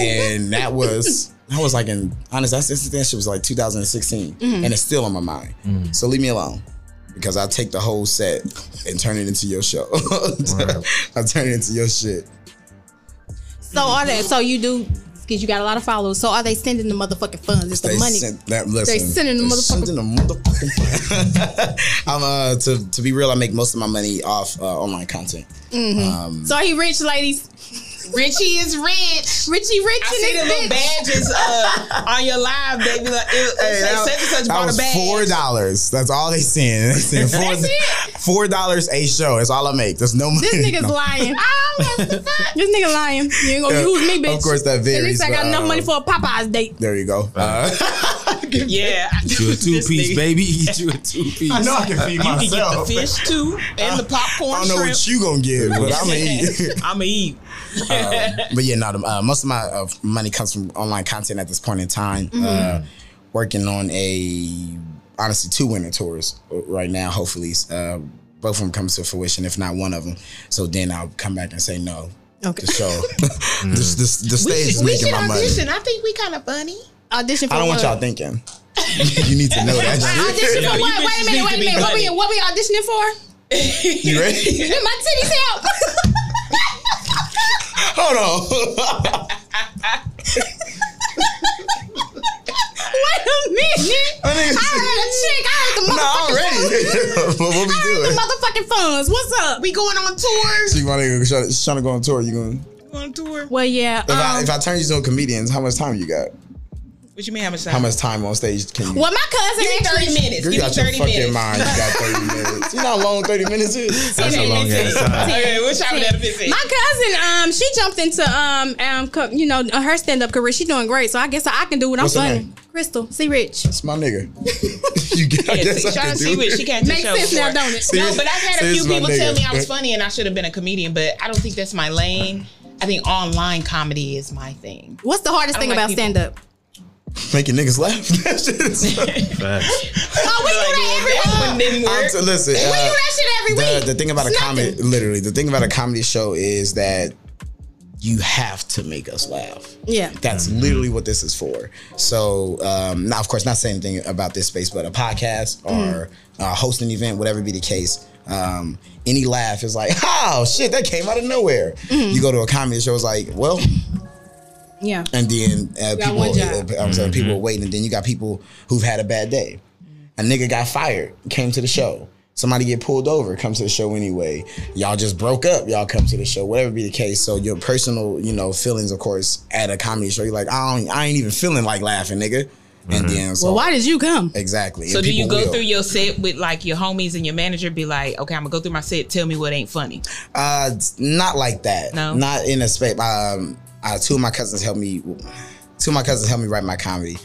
Speaker 2: and that was I was like in honest. That's that's- that shit was like 2016,
Speaker 1: Mm-hmm.
Speaker 2: and it's still on my mind. So leave me alone. Because I take the whole set and turn it into your show. <laughs> I turn it into your shit.
Speaker 1: So are they? So you do? Because you got a lot of followers. So are they sending the motherfucking funds? It's the money.
Speaker 2: Sent that, listen,
Speaker 1: sending the
Speaker 2: they
Speaker 1: motherfucker-
Speaker 2: sending the motherfucking- <laughs> I'm uh to, to be real, I make most of my money off uh, online content.
Speaker 1: so are he rich, ladies?
Speaker 3: Richie is rich.
Speaker 1: Richie rich
Speaker 3: I
Speaker 1: in
Speaker 3: see the
Speaker 1: this
Speaker 3: little
Speaker 1: bitch.
Speaker 3: badges uh, on your live, baby. Like, it, it
Speaker 2: Hey,
Speaker 3: say
Speaker 2: that-
Speaker 3: such and such
Speaker 2: that
Speaker 3: bought a
Speaker 2: was
Speaker 3: bag.
Speaker 2: four dollars. That's all they
Speaker 3: <laughs>
Speaker 2: send. They send four, four dollars a show. That's all I make. There's no money.
Speaker 1: This nigga's
Speaker 2: No.
Speaker 3: <laughs>
Speaker 1: lying.
Speaker 3: Oh,
Speaker 1: this nigga lying. You ain't gonna use me, bitch.
Speaker 2: Of course, that
Speaker 1: The
Speaker 2: varies.
Speaker 1: next I got
Speaker 2: but,
Speaker 1: enough
Speaker 2: uh,
Speaker 1: money for a Popeyes date.
Speaker 2: There you go. Uh,
Speaker 3: Yeah, <laughs>
Speaker 2: <laughs>
Speaker 4: You a two piece,
Speaker 3: nigga.
Speaker 4: baby. <laughs> Eat you a two piece.
Speaker 2: I know I can feed myself.
Speaker 3: You can get the fish too and the
Speaker 2: I
Speaker 3: popcorn
Speaker 2: don't know
Speaker 3: shrimp.
Speaker 2: what you gonna give, but
Speaker 3: <laughs>
Speaker 2: I'm gonna eat. <laughs>
Speaker 3: I'ma eat.
Speaker 2: but yeah, no. the- Uh, most of my uh, money comes from online content at this point in time.
Speaker 3: Mm-hmm.
Speaker 2: Uh, working on a honestly two winter tours uh, right now. Hopefully, uh, both of them comes to fruition, if not one of them. So then I'll come back and say no.
Speaker 1: Okay.
Speaker 2: The
Speaker 3: <laughs>
Speaker 2: show, the, the, the stage is
Speaker 3: We
Speaker 2: making
Speaker 3: should
Speaker 2: my money.
Speaker 3: audition. I think we kind of funny.
Speaker 1: Audition for
Speaker 2: I don't want
Speaker 1: what?
Speaker 2: y'all thinking. <laughs> you need to know
Speaker 1: Audition
Speaker 2: that.
Speaker 1: for
Speaker 3: No, you
Speaker 1: what? Wait a
Speaker 3: bitches
Speaker 1: minute,
Speaker 3: need
Speaker 1: wait a
Speaker 3: to be
Speaker 1: minute. What we,
Speaker 3: funny.
Speaker 1: what we auditioning for?
Speaker 2: you ready?
Speaker 1: Get my titties <laughs> out.
Speaker 2: Hold on. <laughs>
Speaker 1: wait a minute.
Speaker 2: My nigga-
Speaker 1: I heard a chick. I heard the
Speaker 2: no, I'm
Speaker 1: motherfucking funds.
Speaker 2: ready. <laughs> what what we
Speaker 1: I heard
Speaker 2: doing?
Speaker 1: the motherfucking funds. What's up?
Speaker 3: We going on tours.
Speaker 2: See, my nigga, trying to go on tour. You going? to
Speaker 3: Going on tour.
Speaker 1: Well, yeah.
Speaker 2: If, I,
Speaker 1: um,
Speaker 2: if I turn you to a comedian, how much time you got?
Speaker 3: What you mean? How much time?
Speaker 2: How much time on stage can you?
Speaker 1: Well, my cousin
Speaker 3: Give me
Speaker 1: actually-
Speaker 3: thirty minutes.
Speaker 2: Girl,
Speaker 3: Give
Speaker 2: you
Speaker 3: me
Speaker 2: got your
Speaker 3: thirty
Speaker 2: fucking
Speaker 3: minutes.
Speaker 2: mind. You got 30
Speaker 3: <laughs>
Speaker 2: minutes. You know how long 30 minutes is?
Speaker 4: That's a
Speaker 1: <laughs>
Speaker 4: long ass time.
Speaker 3: Okay, what y'all would have been
Speaker 1: My cousin, um, she jumped into um, um, co- you know, her stand up career. She doing great, so I guess I can do it. I'm
Speaker 2: What's her
Speaker 1: funny.
Speaker 2: name?
Speaker 1: Crystal, see Rich.
Speaker 2: It's my
Speaker 3: <laughs>
Speaker 2: nigga. <laughs> you get, I
Speaker 3: Yeah,
Speaker 2: guess
Speaker 3: see,
Speaker 2: I
Speaker 3: shout
Speaker 2: can
Speaker 3: out to
Speaker 2: do
Speaker 3: Rich.
Speaker 2: it.
Speaker 3: She can't
Speaker 1: Makes
Speaker 3: show
Speaker 1: sense
Speaker 3: for
Speaker 1: now,
Speaker 3: it.
Speaker 1: don't it?
Speaker 2: See,
Speaker 1: No,
Speaker 3: No, but I've had a
Speaker 2: Sis
Speaker 3: few
Speaker 2: my
Speaker 3: people tell
Speaker 2: nigga.
Speaker 3: me I was funny and I should have been a comedian, but I don't think that's my lane. I think online comedy is my thing.
Speaker 1: What's the hardest
Speaker 3: I
Speaker 1: thing
Speaker 3: don't like
Speaker 1: about
Speaker 3: people-
Speaker 1: stand up?
Speaker 2: Making niggas laugh. <laughs> That shit
Speaker 3: <laughs>
Speaker 2: is-
Speaker 4: Facts.
Speaker 1: Oh, we do that every week.
Speaker 3: That one didn't
Speaker 2: I'm
Speaker 3: work.
Speaker 2: t- listen,
Speaker 1: We do
Speaker 2: uh,
Speaker 1: that shit every
Speaker 2: the,
Speaker 1: week.
Speaker 2: the thing about a
Speaker 1: It's
Speaker 2: comedy,
Speaker 1: nothing.
Speaker 2: literally, the thing about a comedy show is that you have to make us laugh.
Speaker 1: Yeah.
Speaker 2: That's literally what this is for. So, um, now, of course, not saying anything about this space, but a podcast or uh, host an event, whatever be the case. Um, any laugh is like, <laughs> oh shit, that came out of nowhere. You go to a comedy show, it's like, well,
Speaker 1: Yeah.
Speaker 2: and then uh,
Speaker 1: got one
Speaker 2: people,
Speaker 1: job.
Speaker 2: uh, I'm sorry, people are waiting. And then you got people who've had a bad day. A nigga got fired, came to the show. Somebody get pulled over, come to the show anyway. Y'all just broke up, y'all come to the show, whatever be the case. So your personal, you know, feelings, of course, at a comedy show, you're like, I don't, I ain't even feeling like laughing, nigga. And then, so
Speaker 1: Well, why did you come?
Speaker 2: exactly?
Speaker 3: So
Speaker 2: And
Speaker 3: do you
Speaker 2: people
Speaker 3: go
Speaker 2: will.
Speaker 3: through your set with like your homies and your manager? Be like, okay, I'm gonna go through my set. Tell me what ain't funny.
Speaker 2: Uh, it's not like that.
Speaker 3: No?
Speaker 2: Not in a space. Um, uh, two of my cousins helped me. Two of my cousins helped me write my comedy,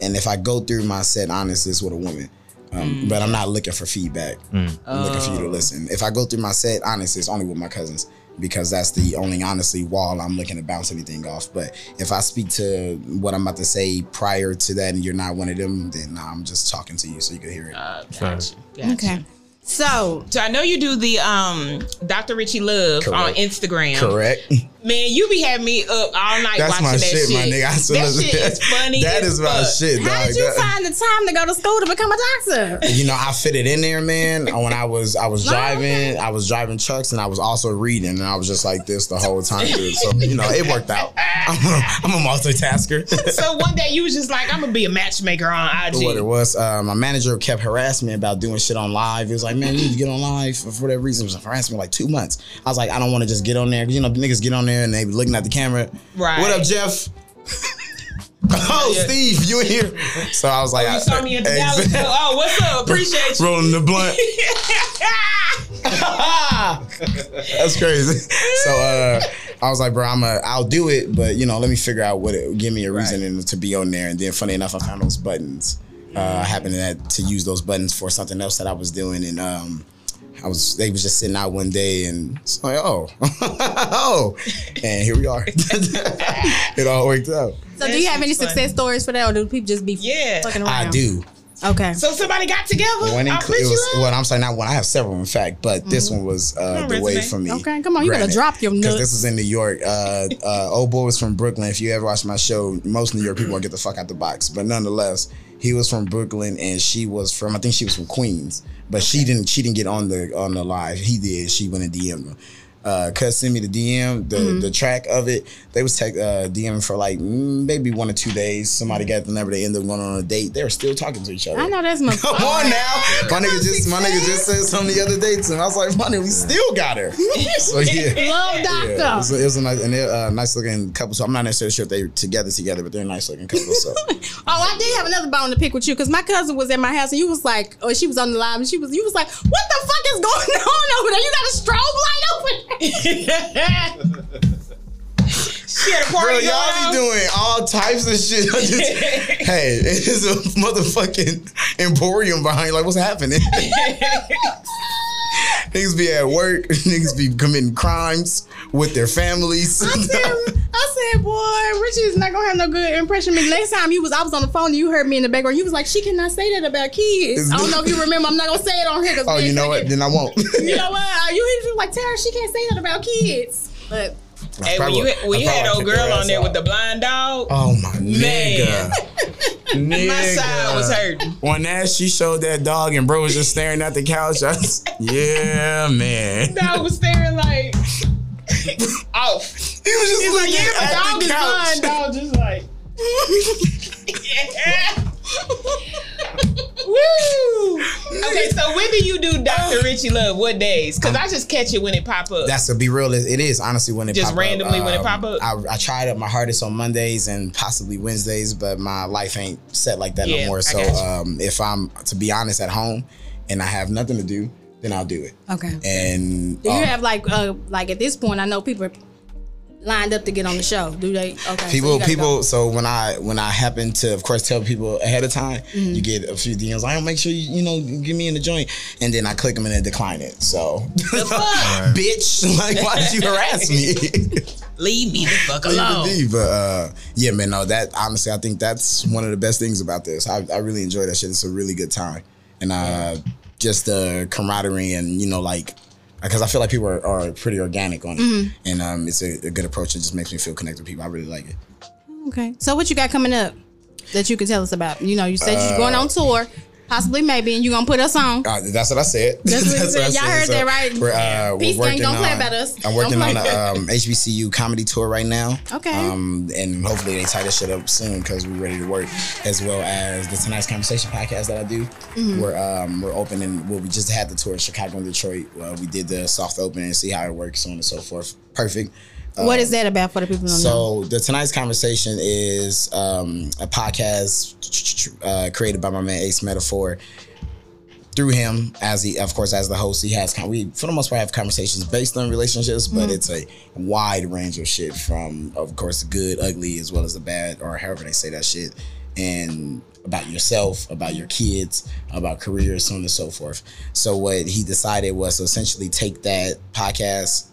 Speaker 2: and if I go through my set, honestly, it's with a woman. Um, But I'm not looking for feedback. I'm looking for you to listen. If I go through my set, honestly, it's only with my cousins because that's the only honestly wall I'm looking to bounce anything off. But if I speak to what I'm about to say prior to that, and you're not one of them, then nah, I'm just talking to you so you can hear it.
Speaker 4: Facts.
Speaker 3: Gotcha.
Speaker 1: Okay. So
Speaker 3: So I know you do the um Dr. Richie Love on
Speaker 2: Correct.
Speaker 3: Instagram.
Speaker 2: Correct.
Speaker 3: Man, you be having me up all night
Speaker 2: That's
Speaker 3: watching
Speaker 2: my
Speaker 3: that
Speaker 2: shit,
Speaker 3: shit.
Speaker 2: my nigga. I still
Speaker 3: that
Speaker 2: listen
Speaker 3: shit
Speaker 2: to
Speaker 3: is funny.
Speaker 2: That
Speaker 3: as
Speaker 2: is my
Speaker 3: fuck.
Speaker 2: shit.
Speaker 1: how
Speaker 2: dog.
Speaker 1: did you
Speaker 2: That-
Speaker 1: find the time to go to school to become a doctor?
Speaker 2: you know, I fit it in there,
Speaker 3: <laughs>
Speaker 2: man. When I was I was
Speaker 1: No,
Speaker 2: driving,
Speaker 1: okay.
Speaker 2: I was driving trucks, and I was also reading, and I was just like this the whole time through. So you know, it worked out. I'm a, I'm a
Speaker 3: <laughs>
Speaker 2: multitasker.
Speaker 3: So one day you was just like, I'm gonna be a matchmaker on IG.
Speaker 2: what it was, uh, my manager kept harassing me about doing shit on live. He was like, "Man, you need to get on live for for whatever reason." He was harassing me like two months. I was like, "I don't want to just get on there. 'Cause, You know, niggas get on there and they be looking at the camera.
Speaker 3: Right.
Speaker 2: What up, Jeff? <laughs> oh,
Speaker 3: Yeah. Oh,
Speaker 2: Steve, you in here? So I was like,
Speaker 3: You saw me at the
Speaker 2: Exactly.
Speaker 3: Dallas. Oh,
Speaker 2: <laughs>
Speaker 3: what's up? Appreciate you. Ah!
Speaker 2: rolling the blunt." That's crazy. <laughs> So uh, I was like, bro, I'm a, I'll do it, but you know, let me figure out what it. Give me a reason and to be on there. And then, funny enough, I found those buttons. Uh, I happened to, that, to use those buttons for something else that I was doing, and um, I was they was just sitting out one day, and it's like, oh, <laughs> oh, and here we are. <laughs> it all worked out.
Speaker 1: So do you
Speaker 3: That
Speaker 1: have any
Speaker 3: shit's funny.
Speaker 1: success stories for that, or do people just be
Speaker 3: Yeah.
Speaker 1: fucking around?
Speaker 2: I do.
Speaker 1: Okay.
Speaker 3: so somebody got together.
Speaker 2: One
Speaker 3: I
Speaker 2: inclu-
Speaker 3: put
Speaker 2: it
Speaker 3: you
Speaker 2: was
Speaker 3: up.
Speaker 2: well, I'm sorry, not one. I have several, in fact, but
Speaker 1: Mm-hmm.
Speaker 2: this one was uh,
Speaker 3: on,
Speaker 2: the way
Speaker 3: resume.
Speaker 2: for me.
Speaker 1: Okay, come on, you better drop your
Speaker 2: Because
Speaker 1: nuts.
Speaker 2: this is in New York. Uh, uh, old boy was from Brooklyn. If you ever watch my show, most New York people will get the fuck out the box. But nonetheless, he was from Brooklyn, and she was from I think she was from Queens, but she didn't she didn't get on the on the live. He did. She went and DM'd him. Uh, Cuz sent me the DM, the,
Speaker 1: Mm-hmm.
Speaker 2: the track of it. They was tech, uh, DMing for like mm, maybe one or two days. Somebody got the number. They ended up going on a date. They were still talking to each other.
Speaker 1: Mm-hmm. I know that's my.
Speaker 2: <laughs> Come on now. My nigga just my nigga just said something the other day to him. I was like, my nigga, we still got
Speaker 3: <laughs>
Speaker 2: her. So yeah.
Speaker 1: Love doctor.
Speaker 2: Yeah, it was, a, it was a nice and they're uh, nice looking couple. So I'm not necessarily sure if they're together together, but they're a nice looking couple.
Speaker 3: <laughs>
Speaker 2: So
Speaker 1: Oh, I did have another bone to pick with you because my cousin was at my house and you was like, or she was on the live and she was, you was like, what the fuck is going <laughs> on over there? You got a strobe light over there.
Speaker 2: <laughs>
Speaker 3: she had a party.
Speaker 2: Bro, y'all
Speaker 3: going
Speaker 2: be
Speaker 3: on.
Speaker 2: doing all types of shit. I just,
Speaker 3: <laughs>
Speaker 2: hey, it's a motherfucking emporium behind you. Like, what's
Speaker 3: <laughs>
Speaker 2: happening? niggas be at work, niggas be committing crimes with their families. <laughs>
Speaker 1: I said, I said, boy, Richie's not gonna have no good impression of me. Next time you was, I was on the phone and you heard me in the background. You was like, she cannot say that about kids. I don't know if you remember. I'm not gonna say it on here. 'cause
Speaker 2: <laughs> oh,
Speaker 1: we
Speaker 2: you
Speaker 1: ain't
Speaker 2: know
Speaker 1: gonna
Speaker 2: what?
Speaker 1: get-
Speaker 2: Then I won't.
Speaker 1: <laughs> You know what? Uh, You even like, Tara, she can't say that about kids. But
Speaker 3: Hey, when you when you had old girl on there with the blind dog,
Speaker 2: Oh my nigga.
Speaker 3: Man.
Speaker 2: nigga.
Speaker 3: <laughs> my side was hurting.
Speaker 2: When that she showed that dog and bro was just staring at the couch, I was, yeah, man.
Speaker 3: Dog was staring like <laughs> off.
Speaker 2: He was just
Speaker 3: He's like,
Speaker 2: looking
Speaker 3: yeah, my
Speaker 2: at
Speaker 3: dog
Speaker 2: the
Speaker 3: is
Speaker 2: couch.
Speaker 3: <laughs> blind. Dog just like. Woo! Okay, so when do you do Dr. Richie Love? What days? Because I just catch it when it pop up.
Speaker 2: That's to be real. It it is honestly when it
Speaker 3: Just
Speaker 2: pop
Speaker 3: randomly
Speaker 2: up. Um,
Speaker 3: when it pop up?
Speaker 2: I, I tried up my hardest on Mondays and possibly Wednesdays, but my life ain't set like that
Speaker 3: Yeah,
Speaker 2: no more.
Speaker 3: I
Speaker 2: So
Speaker 3: got you.
Speaker 2: um, if I'm to be honest at home and I have nothing to do, then I'll do it.
Speaker 1: Okay.
Speaker 2: And
Speaker 1: Do you
Speaker 2: um,
Speaker 1: have like uh like at this point I know people are lined up to get on the show. Do they? Okay. so you
Speaker 2: people
Speaker 1: gotta
Speaker 2: people
Speaker 1: go.
Speaker 2: so when i when i happen to of course tell people ahead of time
Speaker 1: Mm-hmm.
Speaker 2: you get a few dms i don't make sure you you know give me in the joint and then i click them and they decline it so <laughs> bitch like why
Speaker 1: <laughs>
Speaker 2: did you harass me <laughs>
Speaker 3: Leave me the fuck
Speaker 2: Indeed, but uh yeah man no that honestly i think that's one of the best things about this i, I really enjoy that shit it's a really good time and uh just the camaraderie and you know like because I feel like people are, are pretty organic on it,
Speaker 1: Mm-hmm.
Speaker 2: and um, it's a, a good approach. It just makes me feel connected with people. I really like it.
Speaker 1: Okay. So what you got coming up that you can tell us about? You know, you said you're going on tour, possibly maybe, and you're gonna put us on.
Speaker 2: Uh, <laughs> that's what I said.
Speaker 1: That's what you said.
Speaker 2: I
Speaker 1: Y'all heard that, right?
Speaker 2: We're, uh,
Speaker 1: Peace
Speaker 2: we're
Speaker 1: gang,
Speaker 2: working
Speaker 1: don't play
Speaker 2: on-
Speaker 1: about us.
Speaker 2: I'm working
Speaker 1: Don't
Speaker 2: on a
Speaker 1: play.
Speaker 2: um, HBCU comedy tour right now.
Speaker 1: Okay.
Speaker 2: Um, and hopefully they tie this shit up soon because we're ready to work, as well as the Tonight's Conversation podcast that I do.
Speaker 1: Mm-hmm.
Speaker 2: We're um, we're opening. Well, we just had the tour in Chicago and Detroit. Uh, we did the soft opening and see how it works, so on and so forth. Perfect.
Speaker 1: what is that about for the people who don't know?
Speaker 2: So the tonight's conversation is um, a podcast uh, created by my man Ace Metaphor. Through him, as he, of course, as the host, he has con- we for the most part have conversations based on relationships, but it's a wide range of shit from, of course, the good, ugly, as well as the bad, or however they say that shit, and about yourself, about your kids, about careers, so on and so forth. So what he decided was to essentially take that podcast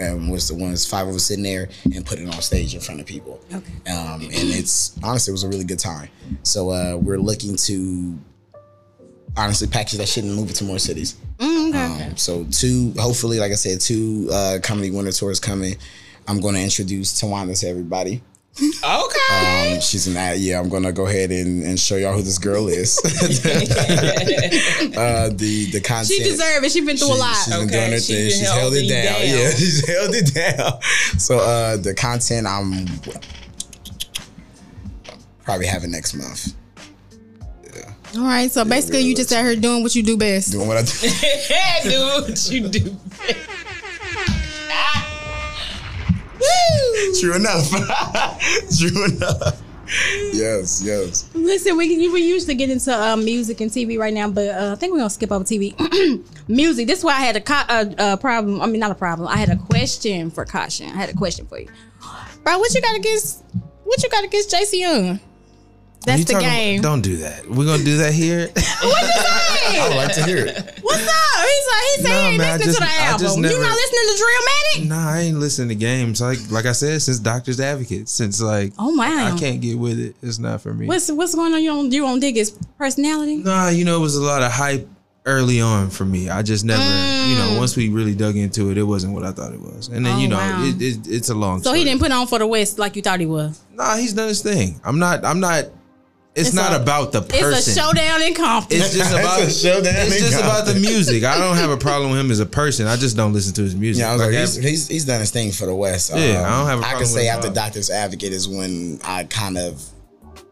Speaker 2: um, was the ones five of us sitting there and put it on stage in front of people. Okay. Um, and it's honestly, it was a really good time. So uh, we're looking to honestly package that shit and move it to more cities.
Speaker 1: Mm, uh,
Speaker 2: Um, so two, hopefully, like I said, two uh, comedy winter tours coming. I'm going to introduce Tawanda to everybody.
Speaker 3: Okay.
Speaker 2: Um, she's an ad. Yeah, I'm gonna go ahead and, and show y'all who this girl is. <laughs> uh, the the content.
Speaker 1: She deserve it. She's been through a lot.
Speaker 2: She's been
Speaker 3: Okay,
Speaker 2: doing her
Speaker 3: she's
Speaker 2: thing.
Speaker 3: been
Speaker 2: She's held it
Speaker 3: holding
Speaker 2: down.
Speaker 3: down.
Speaker 2: Yeah, <laughs> she's held it down. So uh the content I'm probably having next month.
Speaker 1: All right. So basically, you just at her doing what you do best.
Speaker 2: Doing what I do. <laughs>
Speaker 3: Yeah, do what <laughs> you do.
Speaker 2: True enough. <laughs> True enough. Yes, yes.
Speaker 1: Listen, we can, we usually get into um, music and TV right now, but uh, I think we're gonna skip over TV. <clears throat> music. This is why I had a, co- a, a problem. I mean, not a problem. I had a question for caution. I had a question for you, bro. What you got against? What you got against JC Young? That's
Speaker 4: You
Speaker 1: the
Speaker 4: talking-
Speaker 1: game.
Speaker 4: don't do that. We're gonna do that here.
Speaker 2: I would like to hear it.
Speaker 1: What's up? He's like, he said
Speaker 4: Nah,
Speaker 1: he ain't
Speaker 4: man, I
Speaker 1: listening
Speaker 4: just-
Speaker 1: to the
Speaker 4: I just
Speaker 1: album. you
Speaker 4: never-
Speaker 1: not listening to Drillmatic?
Speaker 4: <laughs> nah, I ain't listening to games. Like like I said, since Doctors Advocate, since like
Speaker 1: Oh wow.
Speaker 4: I can't get with it. It's not for me.
Speaker 1: What's what's going on? You don't you don't dig his personality?
Speaker 4: Nah, you know, it was a lot of hype early on for me. I just never, you know, once we really dug into it, it wasn't what I thought it was. And then,
Speaker 1: Mm. Oh,
Speaker 4: you know,
Speaker 1: wow.
Speaker 4: it, it, it's a long
Speaker 1: So he didn't put on for the West like you thought he was.
Speaker 4: Nah, he's done his thing. I'm not, I'm not, it's,
Speaker 1: It's
Speaker 4: not
Speaker 1: a-
Speaker 4: about the person.
Speaker 1: It's a showdown in Compton.
Speaker 4: It's just about
Speaker 2: That's a showdown
Speaker 4: It's
Speaker 2: in
Speaker 4: just
Speaker 2: Compton.
Speaker 4: about the music. I don't have a problem with him as a person. I just don't listen to his music.
Speaker 2: Yeah, I was like, he's,
Speaker 4: I-
Speaker 2: he's, he's done his thing for the West. Um,
Speaker 4: Yeah, I don't have
Speaker 2: I
Speaker 4: a problem
Speaker 2: can say
Speaker 4: with
Speaker 2: after
Speaker 4: that.
Speaker 2: Doctor's Advocate is when I kind of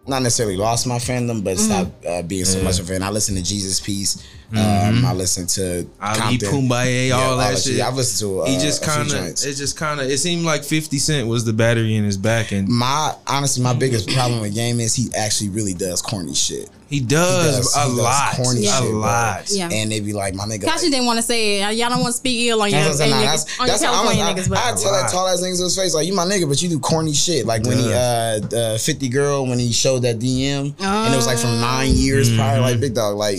Speaker 2: not necessarily lost my fandom, but stopped uh, being so much of a fan. I listened to Jesus Piece. Um, I listened to
Speaker 4: Mm-hmm. Ali Pumbaya, all that shit.
Speaker 2: I've listened to. Uh,
Speaker 4: he just kind of, it
Speaker 2: of.
Speaker 4: just kind of, it seemed like 50 Cent was the battery in his back, and
Speaker 2: My honestly, my biggest problem with Game is he actually really does corny shit,
Speaker 4: he does,
Speaker 2: does-
Speaker 4: a
Speaker 2: he does
Speaker 4: lot,
Speaker 2: corny
Speaker 4: a
Speaker 2: shit, bro.
Speaker 4: lot.
Speaker 1: Yeah.
Speaker 2: and they be like, "My nigga."
Speaker 1: Kasha
Speaker 2: like,
Speaker 1: didn't want to say it. Y'all don't want to speak ill on your,
Speaker 2: that's what I'm saying.
Speaker 1: on
Speaker 2: Nah,
Speaker 1: your,
Speaker 2: that's-
Speaker 1: on your
Speaker 2: that's what I'm
Speaker 1: California
Speaker 2: like,
Speaker 1: niggas.
Speaker 2: I I
Speaker 1: But
Speaker 2: tell that tall ass nigga to his face like you my nigga, but you do corny shit. Like when he uh, uh fifty girl when he showed that DM and it was like from
Speaker 1: Oh.
Speaker 2: nine years prior.
Speaker 4: Mm-hmm.
Speaker 2: Like big dog, like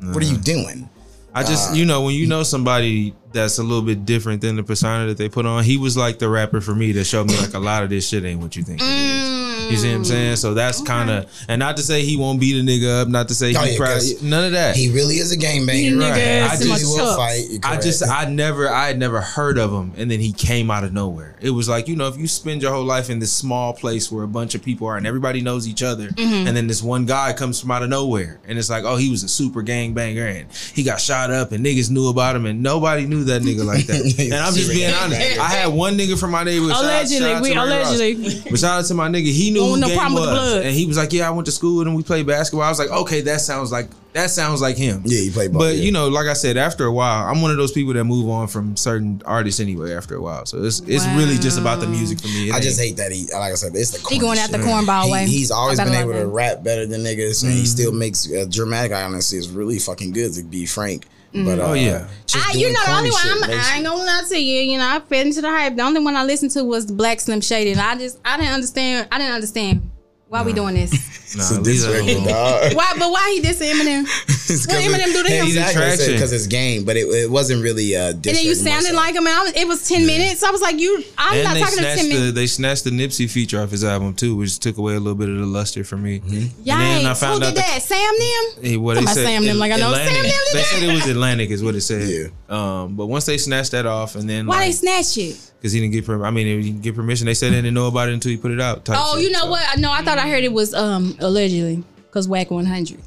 Speaker 2: what are you doing?
Speaker 4: I just, you know, when you know somebody that's a little bit different than the persona that they put on, he was like the rapper for me that showed me like a lot of this shit ain't what you think it is. You see what I'm saying? So that's kind of, and not to say he won't beat a nigga up, not to say
Speaker 2: Oh,
Speaker 4: he
Speaker 2: yeah,
Speaker 4: probably
Speaker 2: 'cause
Speaker 4: none of that.
Speaker 2: He really is a game banger.
Speaker 4: nigga Right. I is
Speaker 2: I
Speaker 4: just-
Speaker 2: just
Speaker 1: much
Speaker 2: will
Speaker 1: up.
Speaker 2: fight. You're
Speaker 4: I
Speaker 2: correct.
Speaker 4: just I never I had never heard of him and then he came out of nowhere. It was like, you know, if you spend your whole life in this small place where a bunch of people are and everybody knows each other
Speaker 1: Mm-hmm.
Speaker 4: and then this one guy comes from out of nowhere and it's like, oh, he was a super gangbanger and he got shot up and niggas knew about him and nobody knew that nigga
Speaker 1: <laughs>
Speaker 4: like that. and I'm just being honest. I had one nigga from my neighborhood. shout out- shout
Speaker 1: Allegedly,
Speaker 4: out to
Speaker 1: we
Speaker 4: Ray Ross.
Speaker 1: allegedly.
Speaker 4: But shout out to my nigga. He knew
Speaker 1: Oh,
Speaker 4: who
Speaker 1: no
Speaker 4: Game
Speaker 1: problem with
Speaker 4: was,
Speaker 1: the blood.
Speaker 4: and he was like, "Yeah, I went to school with him. We played basketball." I was like, "Okay, that sounds like That sounds like him.
Speaker 2: Yeah, he played ball.
Speaker 4: But
Speaker 2: yeah.
Speaker 4: you know, like I said, after a while, I'm one of those people that move on from certain artists anyway. After a while, so it's it's really just about the music for me. It
Speaker 2: I just
Speaker 4: ain't-
Speaker 2: hate that he, like I said, it's the
Speaker 1: He
Speaker 2: corny
Speaker 1: going
Speaker 2: shit.
Speaker 1: at the cornball
Speaker 2: He-
Speaker 1: way.
Speaker 2: He's always
Speaker 1: I
Speaker 2: been
Speaker 1: better
Speaker 2: able
Speaker 1: like
Speaker 2: to
Speaker 1: that.
Speaker 2: rap better than niggas, and
Speaker 4: Mm-hmm.
Speaker 2: he still makes uh, dramatic. I honestly is really fucking good to be frank. But uh,
Speaker 4: Oh, yeah.
Speaker 2: just
Speaker 1: I, Mm-hmm. Ah, you
Speaker 2: doing
Speaker 1: know, the
Speaker 2: corny
Speaker 1: only one
Speaker 2: shit
Speaker 1: I'm,
Speaker 2: makes
Speaker 1: I ain't gonna lie to you. You know, I fed into the hype. The only one I listened to was Black Slim Shady, and I just I didn't understand. I didn't understand why we doing this.
Speaker 4: nah,
Speaker 2: it's a
Speaker 4: leave that
Speaker 2: disrespect,
Speaker 4: alone.
Speaker 2: dog.
Speaker 4: <laughs>
Speaker 1: why, but why he dissing Eminem?
Speaker 2: It's
Speaker 1: What
Speaker 2: 'cause
Speaker 1: Eminem
Speaker 2: it-
Speaker 1: do to him?
Speaker 4: He's attraction.
Speaker 2: because it's game, but it, it wasn't really. Uh,
Speaker 1: And then you sounded like him, and I was, it was ten minutes. I was like, you, I'm
Speaker 4: and
Speaker 1: not
Speaker 4: they
Speaker 1: talking to
Speaker 4: snatched
Speaker 1: ten
Speaker 4: the
Speaker 1: minutes.
Speaker 4: they snatched the Nipsey feature off his album too, which took away a little bit of the luster for me.
Speaker 2: Mm-hmm.
Speaker 4: And then I
Speaker 1: Yikes! Who
Speaker 4: found
Speaker 1: did
Speaker 4: out that
Speaker 1: that? Sam them?
Speaker 4: Hey, what they
Speaker 1: Talking about
Speaker 4: said,
Speaker 1: Sam them like I know.
Speaker 4: Atlantic.
Speaker 1: Sam them did
Speaker 4: They
Speaker 1: that?
Speaker 4: said it was Atlantic, is what it said.
Speaker 2: Yeah.
Speaker 4: Um, but once they snatched that off, and then
Speaker 1: Why they
Speaker 4: like,
Speaker 1: snatch it?
Speaker 4: because he didn't get permission. I mean, he didn't get permission. They said they didn't know about it until he put it out. type
Speaker 1: Oh,
Speaker 4: shit,
Speaker 1: you know
Speaker 4: so.
Speaker 1: what? No, I thought I heard it was um allegedly because Whack 100.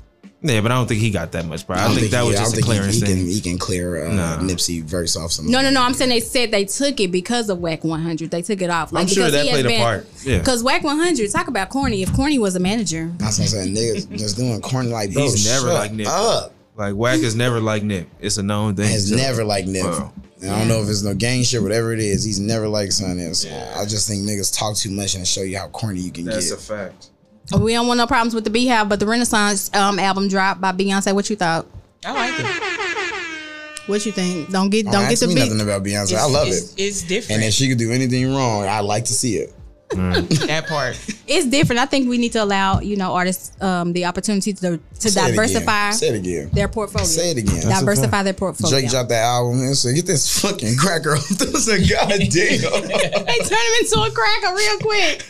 Speaker 4: Yeah, but I don't think he got that much. Bro, I, think, that was just a clearance
Speaker 2: he, he
Speaker 4: thing.
Speaker 2: Can, he can clear uh, Nipsey verse off some.
Speaker 1: No, no, no. I'm saying they said they took it because of Whack 100. They took it off.
Speaker 4: I'm sure that played a part. Yeah.
Speaker 1: Because Whack 100, talk about corny. If corny was a manager,
Speaker 2: That's what I'm saying. Niggas just doing corny like bro.
Speaker 4: He's never
Speaker 2: shut
Speaker 4: like Nip.
Speaker 2: Up.
Speaker 4: Like Wack is never like Nip. It's a known thing.
Speaker 2: Has
Speaker 4: so.
Speaker 2: never like Nip.
Speaker 4: Wow.
Speaker 2: And I don't know if it's no gang shit, whatever it is. He's never like something else. I just think niggas talk too much and show you how corny you can
Speaker 4: That's a
Speaker 2: get.
Speaker 4: fact.
Speaker 1: we don't want no problems with the Beehive, but the Renaissance um, album dropped by Beyonce. What you thought?
Speaker 3: I like it.
Speaker 1: What you think? Don't get,
Speaker 2: Don't
Speaker 1: don't get
Speaker 2: ask
Speaker 1: the
Speaker 2: me nothing
Speaker 1: beat.
Speaker 2: about Beyonce. I love
Speaker 3: it's,
Speaker 2: it.
Speaker 3: It's different.
Speaker 2: And if she could do anything wrong, I like to see it.
Speaker 3: that part.
Speaker 1: It's different. I think we need to allow you know artists um, the opportunity to to
Speaker 2: Say it again.
Speaker 1: diversify
Speaker 2: Say it again.
Speaker 1: their portfolio.
Speaker 2: Say it again.
Speaker 1: Diversify their portfolio.
Speaker 2: Drake dropped that album and said, "Get this fucking cracker off." <laughs> Those
Speaker 1: <laughs>
Speaker 2: are goddamn
Speaker 1: They turn him into a cracker real
Speaker 2: <laughs>
Speaker 1: quick.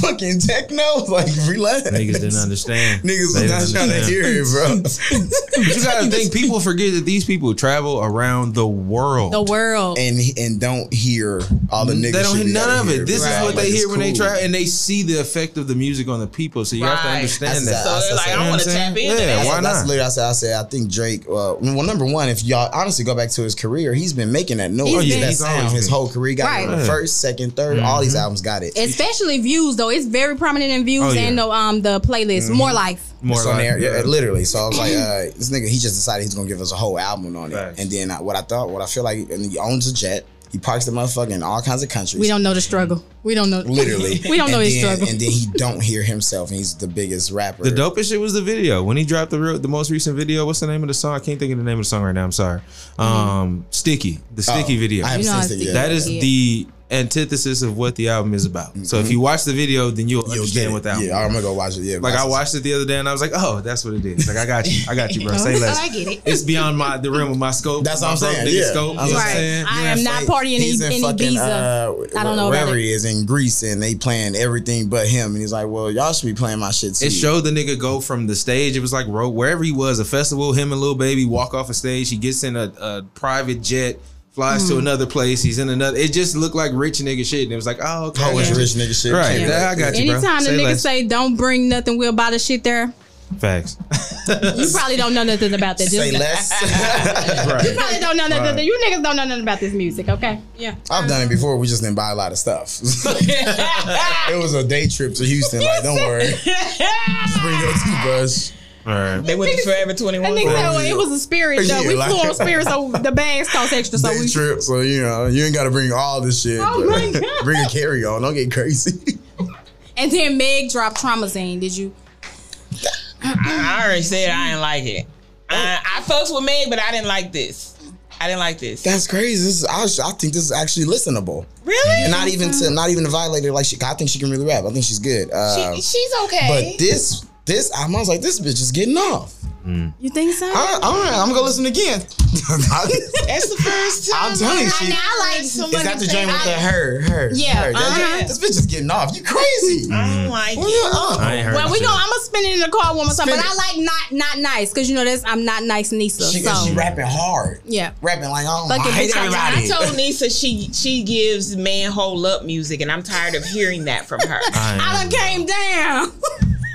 Speaker 2: fucking techno. Like relax.
Speaker 4: <laughs> Niggas didn't understand.
Speaker 2: Niggas
Speaker 4: They
Speaker 2: was not
Speaker 4: didn't
Speaker 2: trying to
Speaker 4: understand.
Speaker 2: hear it,
Speaker 4: <laughs>
Speaker 2: bro.
Speaker 4: You gotta think people forget that these people travel around the world.
Speaker 1: The world.
Speaker 2: and and don't hear all the niggas.
Speaker 4: they don't
Speaker 2: shit
Speaker 4: hear
Speaker 2: we gotta
Speaker 4: none of
Speaker 2: hear,
Speaker 4: it. This
Speaker 2: bro.
Speaker 4: is what
Speaker 2: Like,
Speaker 4: they
Speaker 2: it's
Speaker 4: hear when they
Speaker 2: cool.
Speaker 4: travel, and they see the effect of the music on the people. So you have to
Speaker 3: Right.
Speaker 4: understand
Speaker 2: That's
Speaker 4: that.
Speaker 2: a-
Speaker 3: So they're like,
Speaker 4: You know
Speaker 3: I
Speaker 4: what
Speaker 3: want
Speaker 4: I'm
Speaker 3: to
Speaker 4: saying?
Speaker 3: tap in.
Speaker 4: Yeah,
Speaker 3: Yeah,
Speaker 2: That's,
Speaker 4: why
Speaker 2: that's
Speaker 4: not?
Speaker 2: literally I said. I said I think Drake. Uh, well, number one, if y'all honestly go back to his career, he's been making that noise.
Speaker 1: He's been-
Speaker 2: that
Speaker 4: He's
Speaker 2: sound
Speaker 4: always
Speaker 2: his
Speaker 4: been.
Speaker 2: whole career. He got it
Speaker 1: Right.
Speaker 2: on the
Speaker 4: Yeah.
Speaker 2: first, second, third, All
Speaker 4: Mm-hmm.
Speaker 2: these albums got it.
Speaker 1: Especially views though. It's very prominent in views
Speaker 4: Oh, yeah. Mm-hmm.
Speaker 1: and the um the playlist. More life.
Speaker 4: More
Speaker 2: It's on
Speaker 4: like-
Speaker 2: there, yeah,
Speaker 4: yeah.
Speaker 2: literally. So I was like,
Speaker 1: Mm-hmm.
Speaker 2: uh, this nigga, he just decided he's gonna give us a whole album on it.
Speaker 4: Facts.
Speaker 2: And then I, what I thought, what I feel like, and he owns a jet. He parks the motherfucker in all kinds of countries.
Speaker 1: We don't know the struggle. We don't know.
Speaker 2: literally.
Speaker 1: <laughs> we don't know
Speaker 2: and
Speaker 1: his
Speaker 2: then,
Speaker 1: struggle.
Speaker 2: And then he don't hear himself. And he's the biggest rapper.
Speaker 4: The dopest shit was the video when he dropped the real, the most recent video. What's the name of the song? I can't think of the name of the song right now. I'm sorry. Um, Sticky, the
Speaker 2: Mm-hmm. Oh,
Speaker 4: Sticky video.
Speaker 2: I haven't
Speaker 1: You know
Speaker 2: seen it
Speaker 1: I
Speaker 2: yet.
Speaker 4: That is
Speaker 1: Yeah.
Speaker 4: the antithesis of what the album is about. So if you watch the video, then you'll,
Speaker 2: You'll get
Speaker 4: understand
Speaker 2: it.
Speaker 4: what the album.
Speaker 2: Yeah, I'm gonna go watch it. Yeah,
Speaker 4: Like I
Speaker 2: watch it.
Speaker 4: watched it the other day and I was like, oh, that's what it is. Like I got you, I got
Speaker 1: <laughs>
Speaker 4: you, bro. Say less.
Speaker 1: I get it.
Speaker 4: It's beyond my the realm of my scope.
Speaker 2: That's
Speaker 4: my
Speaker 2: what I'm
Speaker 4: broke
Speaker 2: saying,
Speaker 4: nigga
Speaker 2: yeah.
Speaker 4: Scope, you know
Speaker 2: That's
Speaker 4: what
Speaker 2: what
Speaker 4: I'm
Speaker 1: Right.
Speaker 4: saying?
Speaker 1: I am not partying
Speaker 2: He's
Speaker 1: in, in Ibiza.
Speaker 2: uh,
Speaker 1: I don't know about
Speaker 2: wherever
Speaker 1: it.
Speaker 2: he is in Greece, and they playing everything but him. And he's like, "Well, y'all should be playing my shit too."
Speaker 4: It showed the nigga go from the stage. It was like road wherever he was, a festival. Him and Lil Baby walk off a stage. He gets in a, a private jet, flies
Speaker 1: Mm.
Speaker 4: to another place. He's in another. It just looked like rich nigga shit, and it was like, oh, okay, I
Speaker 2: Always
Speaker 4: got you.
Speaker 2: rich nigga shit.
Speaker 4: Right,
Speaker 2: Can't
Speaker 4: that- I
Speaker 2: relate.
Speaker 4: got you, bro.
Speaker 1: Anytime the
Speaker 4: Say
Speaker 1: niggas
Speaker 4: less.
Speaker 1: say don't bring nothing, we'll buy the shit there.
Speaker 4: facts.
Speaker 1: You probably don't know nothing about that.
Speaker 2: <laughs> Say
Speaker 1: Just- <laughs>
Speaker 2: less.
Speaker 1: You
Speaker 4: right.
Speaker 1: probably don't know nothing.
Speaker 4: Right.
Speaker 1: You niggas don't know nothing about this music, okay? Yeah.
Speaker 2: I've done it before. We just didn't buy a lot of stuff. <laughs> it was a day trip to Houston. Like,
Speaker 1: <laughs>
Speaker 2: don't worry, just bring your toothbrush.
Speaker 4: All right.
Speaker 3: They went to Forever 21.
Speaker 1: That nigga
Speaker 3: for
Speaker 1: said
Speaker 3: it.
Speaker 1: well, it was a spirit though.
Speaker 2: Yeah,
Speaker 1: we
Speaker 2: like-
Speaker 1: flew on spirit, so the bags
Speaker 2: <laughs>
Speaker 1: cost extra. So
Speaker 2: Day
Speaker 1: we
Speaker 2: trip, so you know you ain't got to bring all this shit.
Speaker 1: Oh
Speaker 2: but
Speaker 1: my God.
Speaker 2: <laughs> Bring a carry on. Don't get crazy.
Speaker 1: and then Meg dropped Trauma Zane. Did you?
Speaker 3: I already said I didn't like it. I, I fucks with Meg, but I didn't like this. I didn't like this.
Speaker 2: That's crazy. This is, I, I think this is actually listenable.
Speaker 3: Really? Uh-huh.
Speaker 2: And not even to not even to violate her. Like she, I think she can really rap. I think she's good. Uh,
Speaker 3: she's okay.
Speaker 2: but this this album, I was like, this bitch is getting off.
Speaker 1: You think so?
Speaker 2: All right, all right I'm gonna go listen again. <laughs>
Speaker 3: That's the first time.
Speaker 2: I'm telling you,
Speaker 1: I
Speaker 2: she,
Speaker 1: know,
Speaker 2: is
Speaker 1: I like
Speaker 3: somebody
Speaker 2: that the
Speaker 3: say
Speaker 2: joint with the
Speaker 3: I-
Speaker 2: her, her,
Speaker 1: Yeah,
Speaker 2: her. That-
Speaker 1: uh-huh.
Speaker 2: This bitch is getting off. You crazy?
Speaker 3: <laughs> I don't like
Speaker 2: Well,
Speaker 3: it.
Speaker 2: yeah, uh,
Speaker 4: I ain't heard.
Speaker 1: Well,
Speaker 4: the
Speaker 1: we
Speaker 4: shit.
Speaker 1: gonna. I'm gonna spin it in the car one more time,
Speaker 2: Spin
Speaker 1: but
Speaker 2: it.
Speaker 1: I like not not nice because you know this. I'm not nice, Nisa.
Speaker 2: She,
Speaker 1: so
Speaker 2: she rapping hard,
Speaker 1: yeah,
Speaker 2: rapping like I, don't, I
Speaker 1: Fucking
Speaker 2: hate
Speaker 1: bitch, I-
Speaker 2: everybody.
Speaker 3: I told Nisa she she gives man hole up music, and I'm tired of hearing that from her.
Speaker 4: I,
Speaker 1: I
Speaker 4: am-
Speaker 1: done came down. <laughs>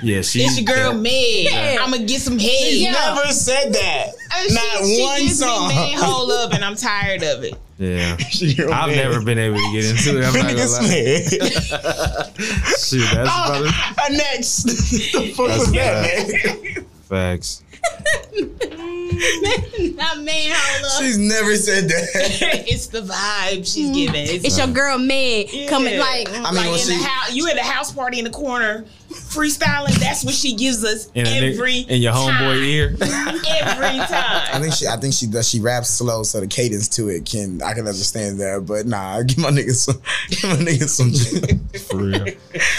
Speaker 4: Yeah, she.
Speaker 3: It's your girl Meg. I'm gonna get some head.
Speaker 1: Yeah.
Speaker 2: Never said that.
Speaker 3: And she-
Speaker 2: Not
Speaker 3: she
Speaker 2: one
Speaker 3: gives
Speaker 2: song. <laughs>
Speaker 3: Me man hole up, and I'm tired of it.
Speaker 4: Yeah,
Speaker 2: She-
Speaker 4: I've never been able to get into it. I'm not gonna
Speaker 2: Nigga
Speaker 4: lie.
Speaker 2: Smith.
Speaker 4: Shoot, that's about it.
Speaker 2: Next. the fuck was
Speaker 4: That's <laughs>
Speaker 2: that, man?
Speaker 4: Facts.
Speaker 1: Not man, hold up.
Speaker 2: She's never said that.
Speaker 3: <laughs> it's the vibe she's
Speaker 2: Mm-hmm.
Speaker 3: giving. It's,
Speaker 1: It's your girl Meg coming
Speaker 3: Yeah.
Speaker 1: like
Speaker 2: I mean,
Speaker 3: like
Speaker 2: well,
Speaker 3: in
Speaker 2: see,
Speaker 3: the house, you in the house party in the corner, freestyling. That's what she gives us
Speaker 4: in, a nigga-
Speaker 3: every
Speaker 4: in your homeboy
Speaker 3: time.
Speaker 4: ear.
Speaker 1: <laughs>
Speaker 3: <laughs> every
Speaker 2: I
Speaker 3: time.
Speaker 2: think she, I think she does. She raps slow, so the cadence to it can, I can understand that. But nah, <laughs> give my niggas some, give my niggas some.
Speaker 4: <laughs>
Speaker 6: For real.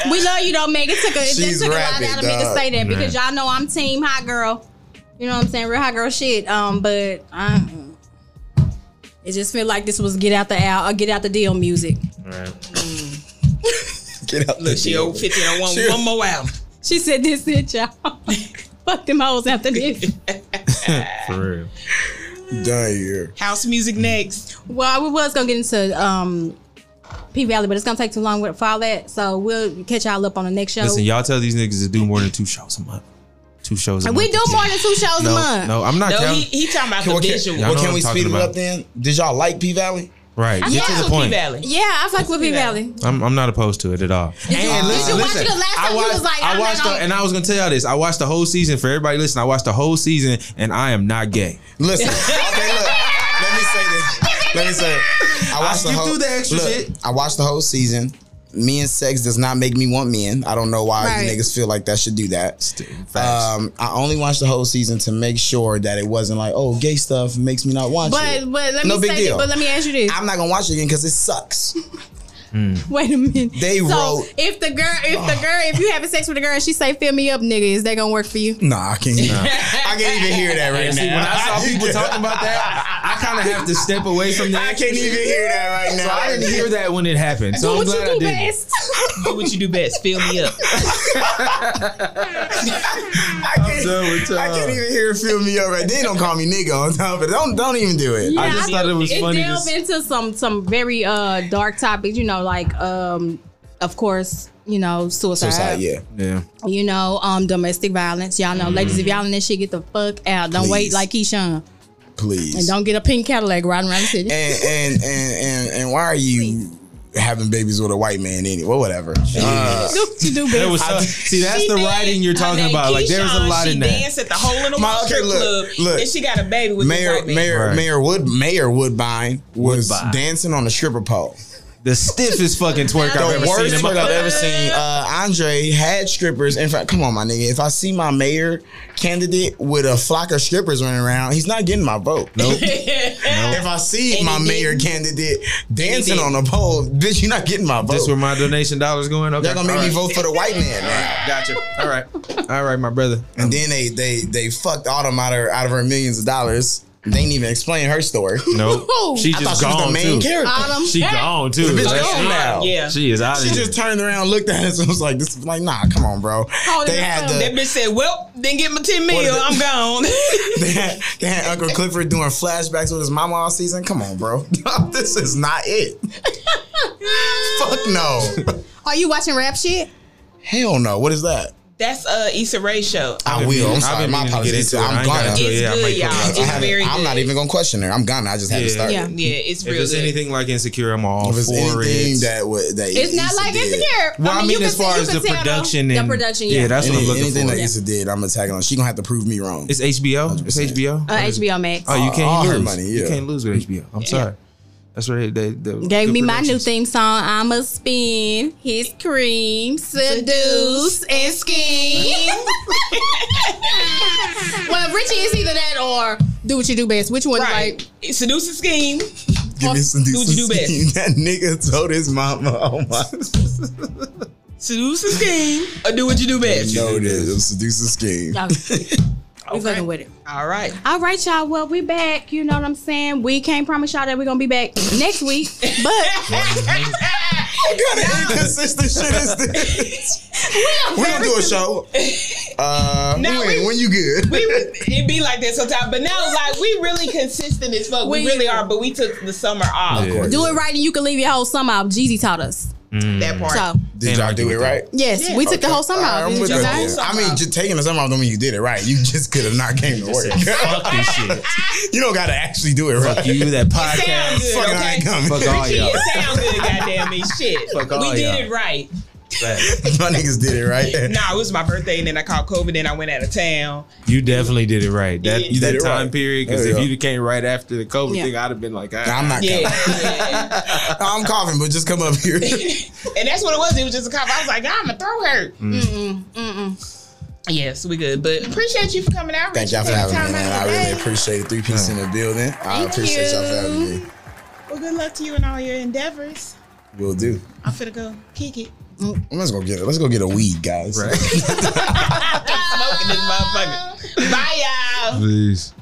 Speaker 1: we love you though, Meg. It took a it
Speaker 2: She's
Speaker 1: just took
Speaker 2: rapping,
Speaker 1: a lot out of me to
Speaker 2: dog.
Speaker 1: say that because
Speaker 4: Nah.
Speaker 1: y'all know I'm team hot girl. You know what I'm saying? Real hot girl shit. Um, but I, it just feel like this was get out the out or get out the deal music.
Speaker 2: Get out.
Speaker 3: Look,
Speaker 2: the
Speaker 3: she
Speaker 2: deal.
Speaker 3: owe 50 on one,
Speaker 2: She-
Speaker 3: one more album.
Speaker 1: She said this it, y'all. <laughs> Fuck them hoes after this.
Speaker 4: For real.
Speaker 2: done here.
Speaker 3: House music next.
Speaker 1: Well, we was gonna get into um P Valley, but it's gonna take too long with- for all that. So we'll catch y'all up on the next show.
Speaker 4: Listen, y'all tell these niggas to do more than two shows a month. Two shows a
Speaker 1: we
Speaker 4: month.
Speaker 1: do more than two shows a
Speaker 4: no,
Speaker 1: month.
Speaker 4: no, I'm not
Speaker 3: No,
Speaker 4: counting.
Speaker 3: he, he talking about the
Speaker 2: Well, can,
Speaker 3: visual.
Speaker 4: Y'all
Speaker 2: well,
Speaker 4: know what
Speaker 2: can
Speaker 4: I'm
Speaker 2: we
Speaker 4: talking
Speaker 2: speed it up
Speaker 4: about.
Speaker 2: then? Did y'all like P Valley?
Speaker 4: right. Get
Speaker 1: yeah.
Speaker 4: to
Speaker 3: That's
Speaker 4: the
Speaker 3: what
Speaker 4: point.
Speaker 3: P-Valley.
Speaker 1: Yeah, I fuck with P Valley.
Speaker 4: I'm, I'm not opposed to it at all.
Speaker 1: you- did
Speaker 4: And
Speaker 1: you
Speaker 4: listen,
Speaker 1: watch it
Speaker 4: listen,
Speaker 1: the last time
Speaker 4: I
Speaker 1: you
Speaker 4: watched,
Speaker 1: was like,
Speaker 4: I
Speaker 1: I'm
Speaker 4: watched,
Speaker 1: not
Speaker 4: the,
Speaker 1: on-
Speaker 4: and I was gonna tell y'all this. I watched the whole season for everybody. Listen, I watched the whole season, and I am not gay. <laughs>
Speaker 2: Listen, okay, look. Let me say this. Let me say. It. I watched the
Speaker 4: skipped
Speaker 2: whole.
Speaker 4: through the extra
Speaker 2: look,
Speaker 4: shit.
Speaker 2: I watched the whole season. Me and sex does not make me want men. I don't know why
Speaker 1: Right.
Speaker 2: you niggas feel like that should do that.
Speaker 4: Facts.
Speaker 2: Um, I only watched the whole season to make sure that it wasn't like, oh, gay stuff makes me not watch
Speaker 1: But
Speaker 2: it.
Speaker 1: but let
Speaker 2: No
Speaker 1: me
Speaker 2: big
Speaker 1: say
Speaker 2: deal.
Speaker 1: but let me ask you this.
Speaker 2: I'm not gonna watch it again because it sucks.
Speaker 1: <laughs> Wait a minute.
Speaker 2: They
Speaker 1: so
Speaker 2: wrote-
Speaker 1: if the girl if the girl if
Speaker 4: <sighs>
Speaker 1: you having sex with a girl and she say fill me up nigga, is that gonna work for you?
Speaker 2: Nah, I can't. <laughs> I can't even hear that right
Speaker 4: And see, when
Speaker 2: now. <laughs>
Speaker 4: I saw people talking about that, I kind of have to step away from that.
Speaker 2: I can't even hear that right now.
Speaker 4: So I
Speaker 2: <laughs>
Speaker 4: didn't hear that when it happened. So I'm
Speaker 1: what
Speaker 4: glad
Speaker 1: you
Speaker 4: I
Speaker 1: do
Speaker 4: didn't.
Speaker 1: best?
Speaker 3: Do what you do best. Fill
Speaker 4: <laughs>
Speaker 3: me up.
Speaker 2: I can't,
Speaker 4: done with
Speaker 2: I
Speaker 4: y'all.
Speaker 2: can't even hear it fill me up right. They don't call me nigga on time, but don't don't even do it.
Speaker 4: I just thought it was
Speaker 1: it
Speaker 4: funny to
Speaker 1: delved
Speaker 4: s-
Speaker 1: into some some very uh dark topics, you know, like um of course, you know, suicide.
Speaker 2: Suicide, yeah.
Speaker 4: Yeah. Mm-hmm.
Speaker 1: You know, um domestic violence. Y'all know, ladies, if y'all in that shit, get the fuck out. Don't wait
Speaker 2: Please.
Speaker 1: like Keyshawn.
Speaker 2: Please.
Speaker 1: And don't get a pink Cadillac riding around the city. <laughs>
Speaker 2: and and and and, and why are you having babies with a white man anyway? Well, whatever. Uh,
Speaker 1: do what you do best.
Speaker 4: There was some- see, that's
Speaker 3: She
Speaker 4: the
Speaker 3: did-
Speaker 4: writing you're
Speaker 3: her
Speaker 4: talking
Speaker 3: name
Speaker 4: about. Like there's a
Speaker 3: Keyshawn,
Speaker 4: lot
Speaker 3: she
Speaker 4: in that.
Speaker 3: danced at the hole
Speaker 4: <laughs>
Speaker 3: in the
Speaker 2: My-
Speaker 3: Wall
Speaker 2: okay,
Speaker 3: Street
Speaker 2: look,
Speaker 3: club.
Speaker 2: look.
Speaker 3: And she got a baby with this
Speaker 2: Mayor
Speaker 3: white man.
Speaker 2: Mayor
Speaker 4: Right.
Speaker 2: Mayor Wood Mayor Woodbine was
Speaker 4: Woodbine.
Speaker 2: dancing on a stripper pole.
Speaker 4: The stiffest fucking twerk I've ever
Speaker 2: the
Speaker 4: seen.
Speaker 2: worst
Speaker 4: in
Speaker 2: trick
Speaker 4: my-
Speaker 2: I've ever seen. Uh, Andre had strippers in front. Come on, my nigga. If I see my mayor candidate with a flock of strippers running around, he's not getting my vote. <laughs> Nope. If I see
Speaker 3: And
Speaker 2: my
Speaker 3: he
Speaker 2: mayor candidate dancing on a pole, bitch, you're not getting my vote.
Speaker 4: This where my donation dollars going? Okay.
Speaker 2: They're gonna make me vote for the white man now.
Speaker 4: Gotcha. All right. All right, my brother.
Speaker 2: <laughs> And then they they they fucked Autumn out of her, out of her millions of dollars. They ain't even explain her story.
Speaker 4: Nope. She
Speaker 2: I thought
Speaker 4: just
Speaker 2: she was
Speaker 4: gone
Speaker 2: the main
Speaker 4: too.
Speaker 2: character.
Speaker 1: Autumn.
Speaker 4: She gone too.
Speaker 2: The bitch
Speaker 4: Like,
Speaker 2: gone now.
Speaker 3: Yeah.
Speaker 4: She is out of
Speaker 2: She
Speaker 4: here.
Speaker 2: just turned around, looked at us, <laughs> and was like, "This is like, nah, come on, bro."
Speaker 1: Hold
Speaker 2: they
Speaker 1: it
Speaker 2: had
Speaker 1: up.
Speaker 2: the
Speaker 3: that bitch said, Well, then get my 10
Speaker 2: What is
Speaker 3: mil.
Speaker 2: it?
Speaker 4: <laughs>
Speaker 3: I'm gone.
Speaker 2: they had, they had Uncle Clifford doing flashbacks with his mama all season. Come on, bro. <laughs> this is not it. Fuck no.
Speaker 1: Are you watching rap shit?
Speaker 2: Hell no. What is that?
Speaker 3: That's uh Issa Rae show.
Speaker 2: I
Speaker 4: I've
Speaker 2: will. I'm
Speaker 4: been
Speaker 2: sorry.
Speaker 4: meaning
Speaker 2: My
Speaker 4: to get
Speaker 2: apologies.
Speaker 4: into it. I
Speaker 2: I'm
Speaker 4: ain't got into
Speaker 2: gonna.
Speaker 4: it
Speaker 3: It's
Speaker 4: yet. I
Speaker 3: good,
Speaker 4: might put it
Speaker 3: y'all.
Speaker 4: out.
Speaker 3: It's
Speaker 2: I haven't-
Speaker 3: very
Speaker 2: I'm
Speaker 3: good.
Speaker 2: not even gonna question her. I'm gonna. I just had to
Speaker 4: Yeah.
Speaker 2: start.
Speaker 1: Yeah.
Speaker 3: Yeah, it's
Speaker 4: If
Speaker 3: real.
Speaker 4: it's
Speaker 3: good.
Speaker 4: anything like insecure, I'm all
Speaker 2: If it's
Speaker 4: for
Speaker 2: anything
Speaker 4: it.
Speaker 2: that would that
Speaker 1: It's not
Speaker 2: Issa
Speaker 1: like
Speaker 2: did,
Speaker 1: insecure.
Speaker 4: well, I mean,
Speaker 1: you
Speaker 4: as
Speaker 1: can
Speaker 4: far
Speaker 1: see-
Speaker 4: as
Speaker 1: you
Speaker 4: the
Speaker 1: can tell, though.
Speaker 4: production and
Speaker 1: the production, yeah,
Speaker 4: yeah, that's what
Speaker 2: Any,
Speaker 4: I'm looking
Speaker 2: anything
Speaker 4: for.
Speaker 2: that Issa did, I'm gonna tag on. She gonna have to prove me wrong.
Speaker 4: It's HBO. It's HBO.
Speaker 1: uh, HBO Max.
Speaker 4: Oh, you
Speaker 2: All-
Speaker 4: can't
Speaker 2: all her
Speaker 4: lose.
Speaker 2: money, yeah. Mm-hmm.
Speaker 4: You can't lose with HBO. I'm sorry. That's right. They, they,
Speaker 1: Gave me my new
Speaker 4: productions.
Speaker 1: theme song. I'ma spin his cream, seduce and scheme. well, Richie is either that or do what you do best. Which one?
Speaker 3: Right.
Speaker 1: Like,
Speaker 3: Seduce a scheme.
Speaker 2: Give me some
Speaker 3: Do what you do
Speaker 2: decent skin.
Speaker 4: <laughs>
Speaker 2: That nigga told his mama. Oh my.
Speaker 3: Seduce a <laughs> scheme. Or Uh, do what you do
Speaker 2: <laughs>
Speaker 3: best.
Speaker 2: No, this is seducing scheme.
Speaker 1: <laughs> y'all, we fucking with it.
Speaker 3: All right.
Speaker 1: All right, y'all. Well, we back. You know what I'm saying. We can't promise y'all that we're gonna be back next week, but
Speaker 3: <laughs>
Speaker 2: What kind of inconsistent shit is this? we don't do a show. Uh,
Speaker 3: No,
Speaker 2: when,
Speaker 3: we-
Speaker 2: when you good?
Speaker 3: we it be like that sometimes, but now like we really consistent as fuck. We,
Speaker 1: We-
Speaker 3: really are, but we took the summer off.
Speaker 4: Yeah.
Speaker 1: do it right and you can leave your whole summer out. Jeezy taught us.
Speaker 4: Mm.
Speaker 3: That part.
Speaker 1: So
Speaker 2: Did y'all do it right?
Speaker 1: yes, we took the whole summer
Speaker 2: Alright,
Speaker 1: out.
Speaker 2: I'm
Speaker 1: Did
Speaker 2: with
Speaker 1: you
Speaker 2: that.
Speaker 1: not?
Speaker 3: Summer
Speaker 2: I mean,
Speaker 3: off.
Speaker 2: just taking the summer off don't mean you did it right. You just could have not came to work.
Speaker 4: Fuck this shit.
Speaker 2: <laughs> you don't got to actually do it right.
Speaker 4: Fuck you,
Speaker 1: <laughs>
Speaker 4: that
Speaker 3: It sound
Speaker 4: podcast.
Speaker 3: good,
Speaker 2: Fucking I
Speaker 3: okay?
Speaker 2: ain't coming.
Speaker 4: Fuck all y'all.
Speaker 3: It sound good, goddamn me. Shit.
Speaker 4: Fuck all
Speaker 3: we did
Speaker 4: y'all.
Speaker 3: it right.
Speaker 2: <laughs> My niggas did it right.
Speaker 6: Nah, it was my birthday, and then I caught COVID, and I went out of town.
Speaker 4: You definitely did it right. That
Speaker 6: Yeah. You
Speaker 4: that
Speaker 2: did it
Speaker 4: time
Speaker 2: right.
Speaker 4: period, because
Speaker 2: Hell
Speaker 4: if
Speaker 2: yeah.
Speaker 4: you came right after the COVID
Speaker 1: Yeah.
Speaker 4: thing, I'd have been like, ah.
Speaker 2: Nah, I'm not.
Speaker 6: Yeah,
Speaker 2: coughing.
Speaker 6: yeah.
Speaker 2: I'm coughing, but just come up
Speaker 6: <laughs>
Speaker 2: here.
Speaker 6: and that's what it was. It was just a cop. I was like, I'm a throat hurt.
Speaker 2: Mm.
Speaker 6: Yes, we good. But appreciate you for coming out.
Speaker 2: Thank y'all for
Speaker 6: Richard,
Speaker 2: having
Speaker 6: taking
Speaker 2: me,
Speaker 6: time
Speaker 2: man. I
Speaker 6: out of your
Speaker 2: really
Speaker 6: day.
Speaker 2: appreciate it. Three piece in the building. I
Speaker 1: Thank
Speaker 2: appreciate y'all for having me.
Speaker 6: Well, good luck to you in all your endeavors.
Speaker 2: Will do.
Speaker 6: I'm finna go kick it.
Speaker 2: Let's go get it. Let's go get a weed, guys.
Speaker 4: <laughs> Right.
Speaker 6: Smoking this motherfucker. Bye, y'all.
Speaker 7: Please.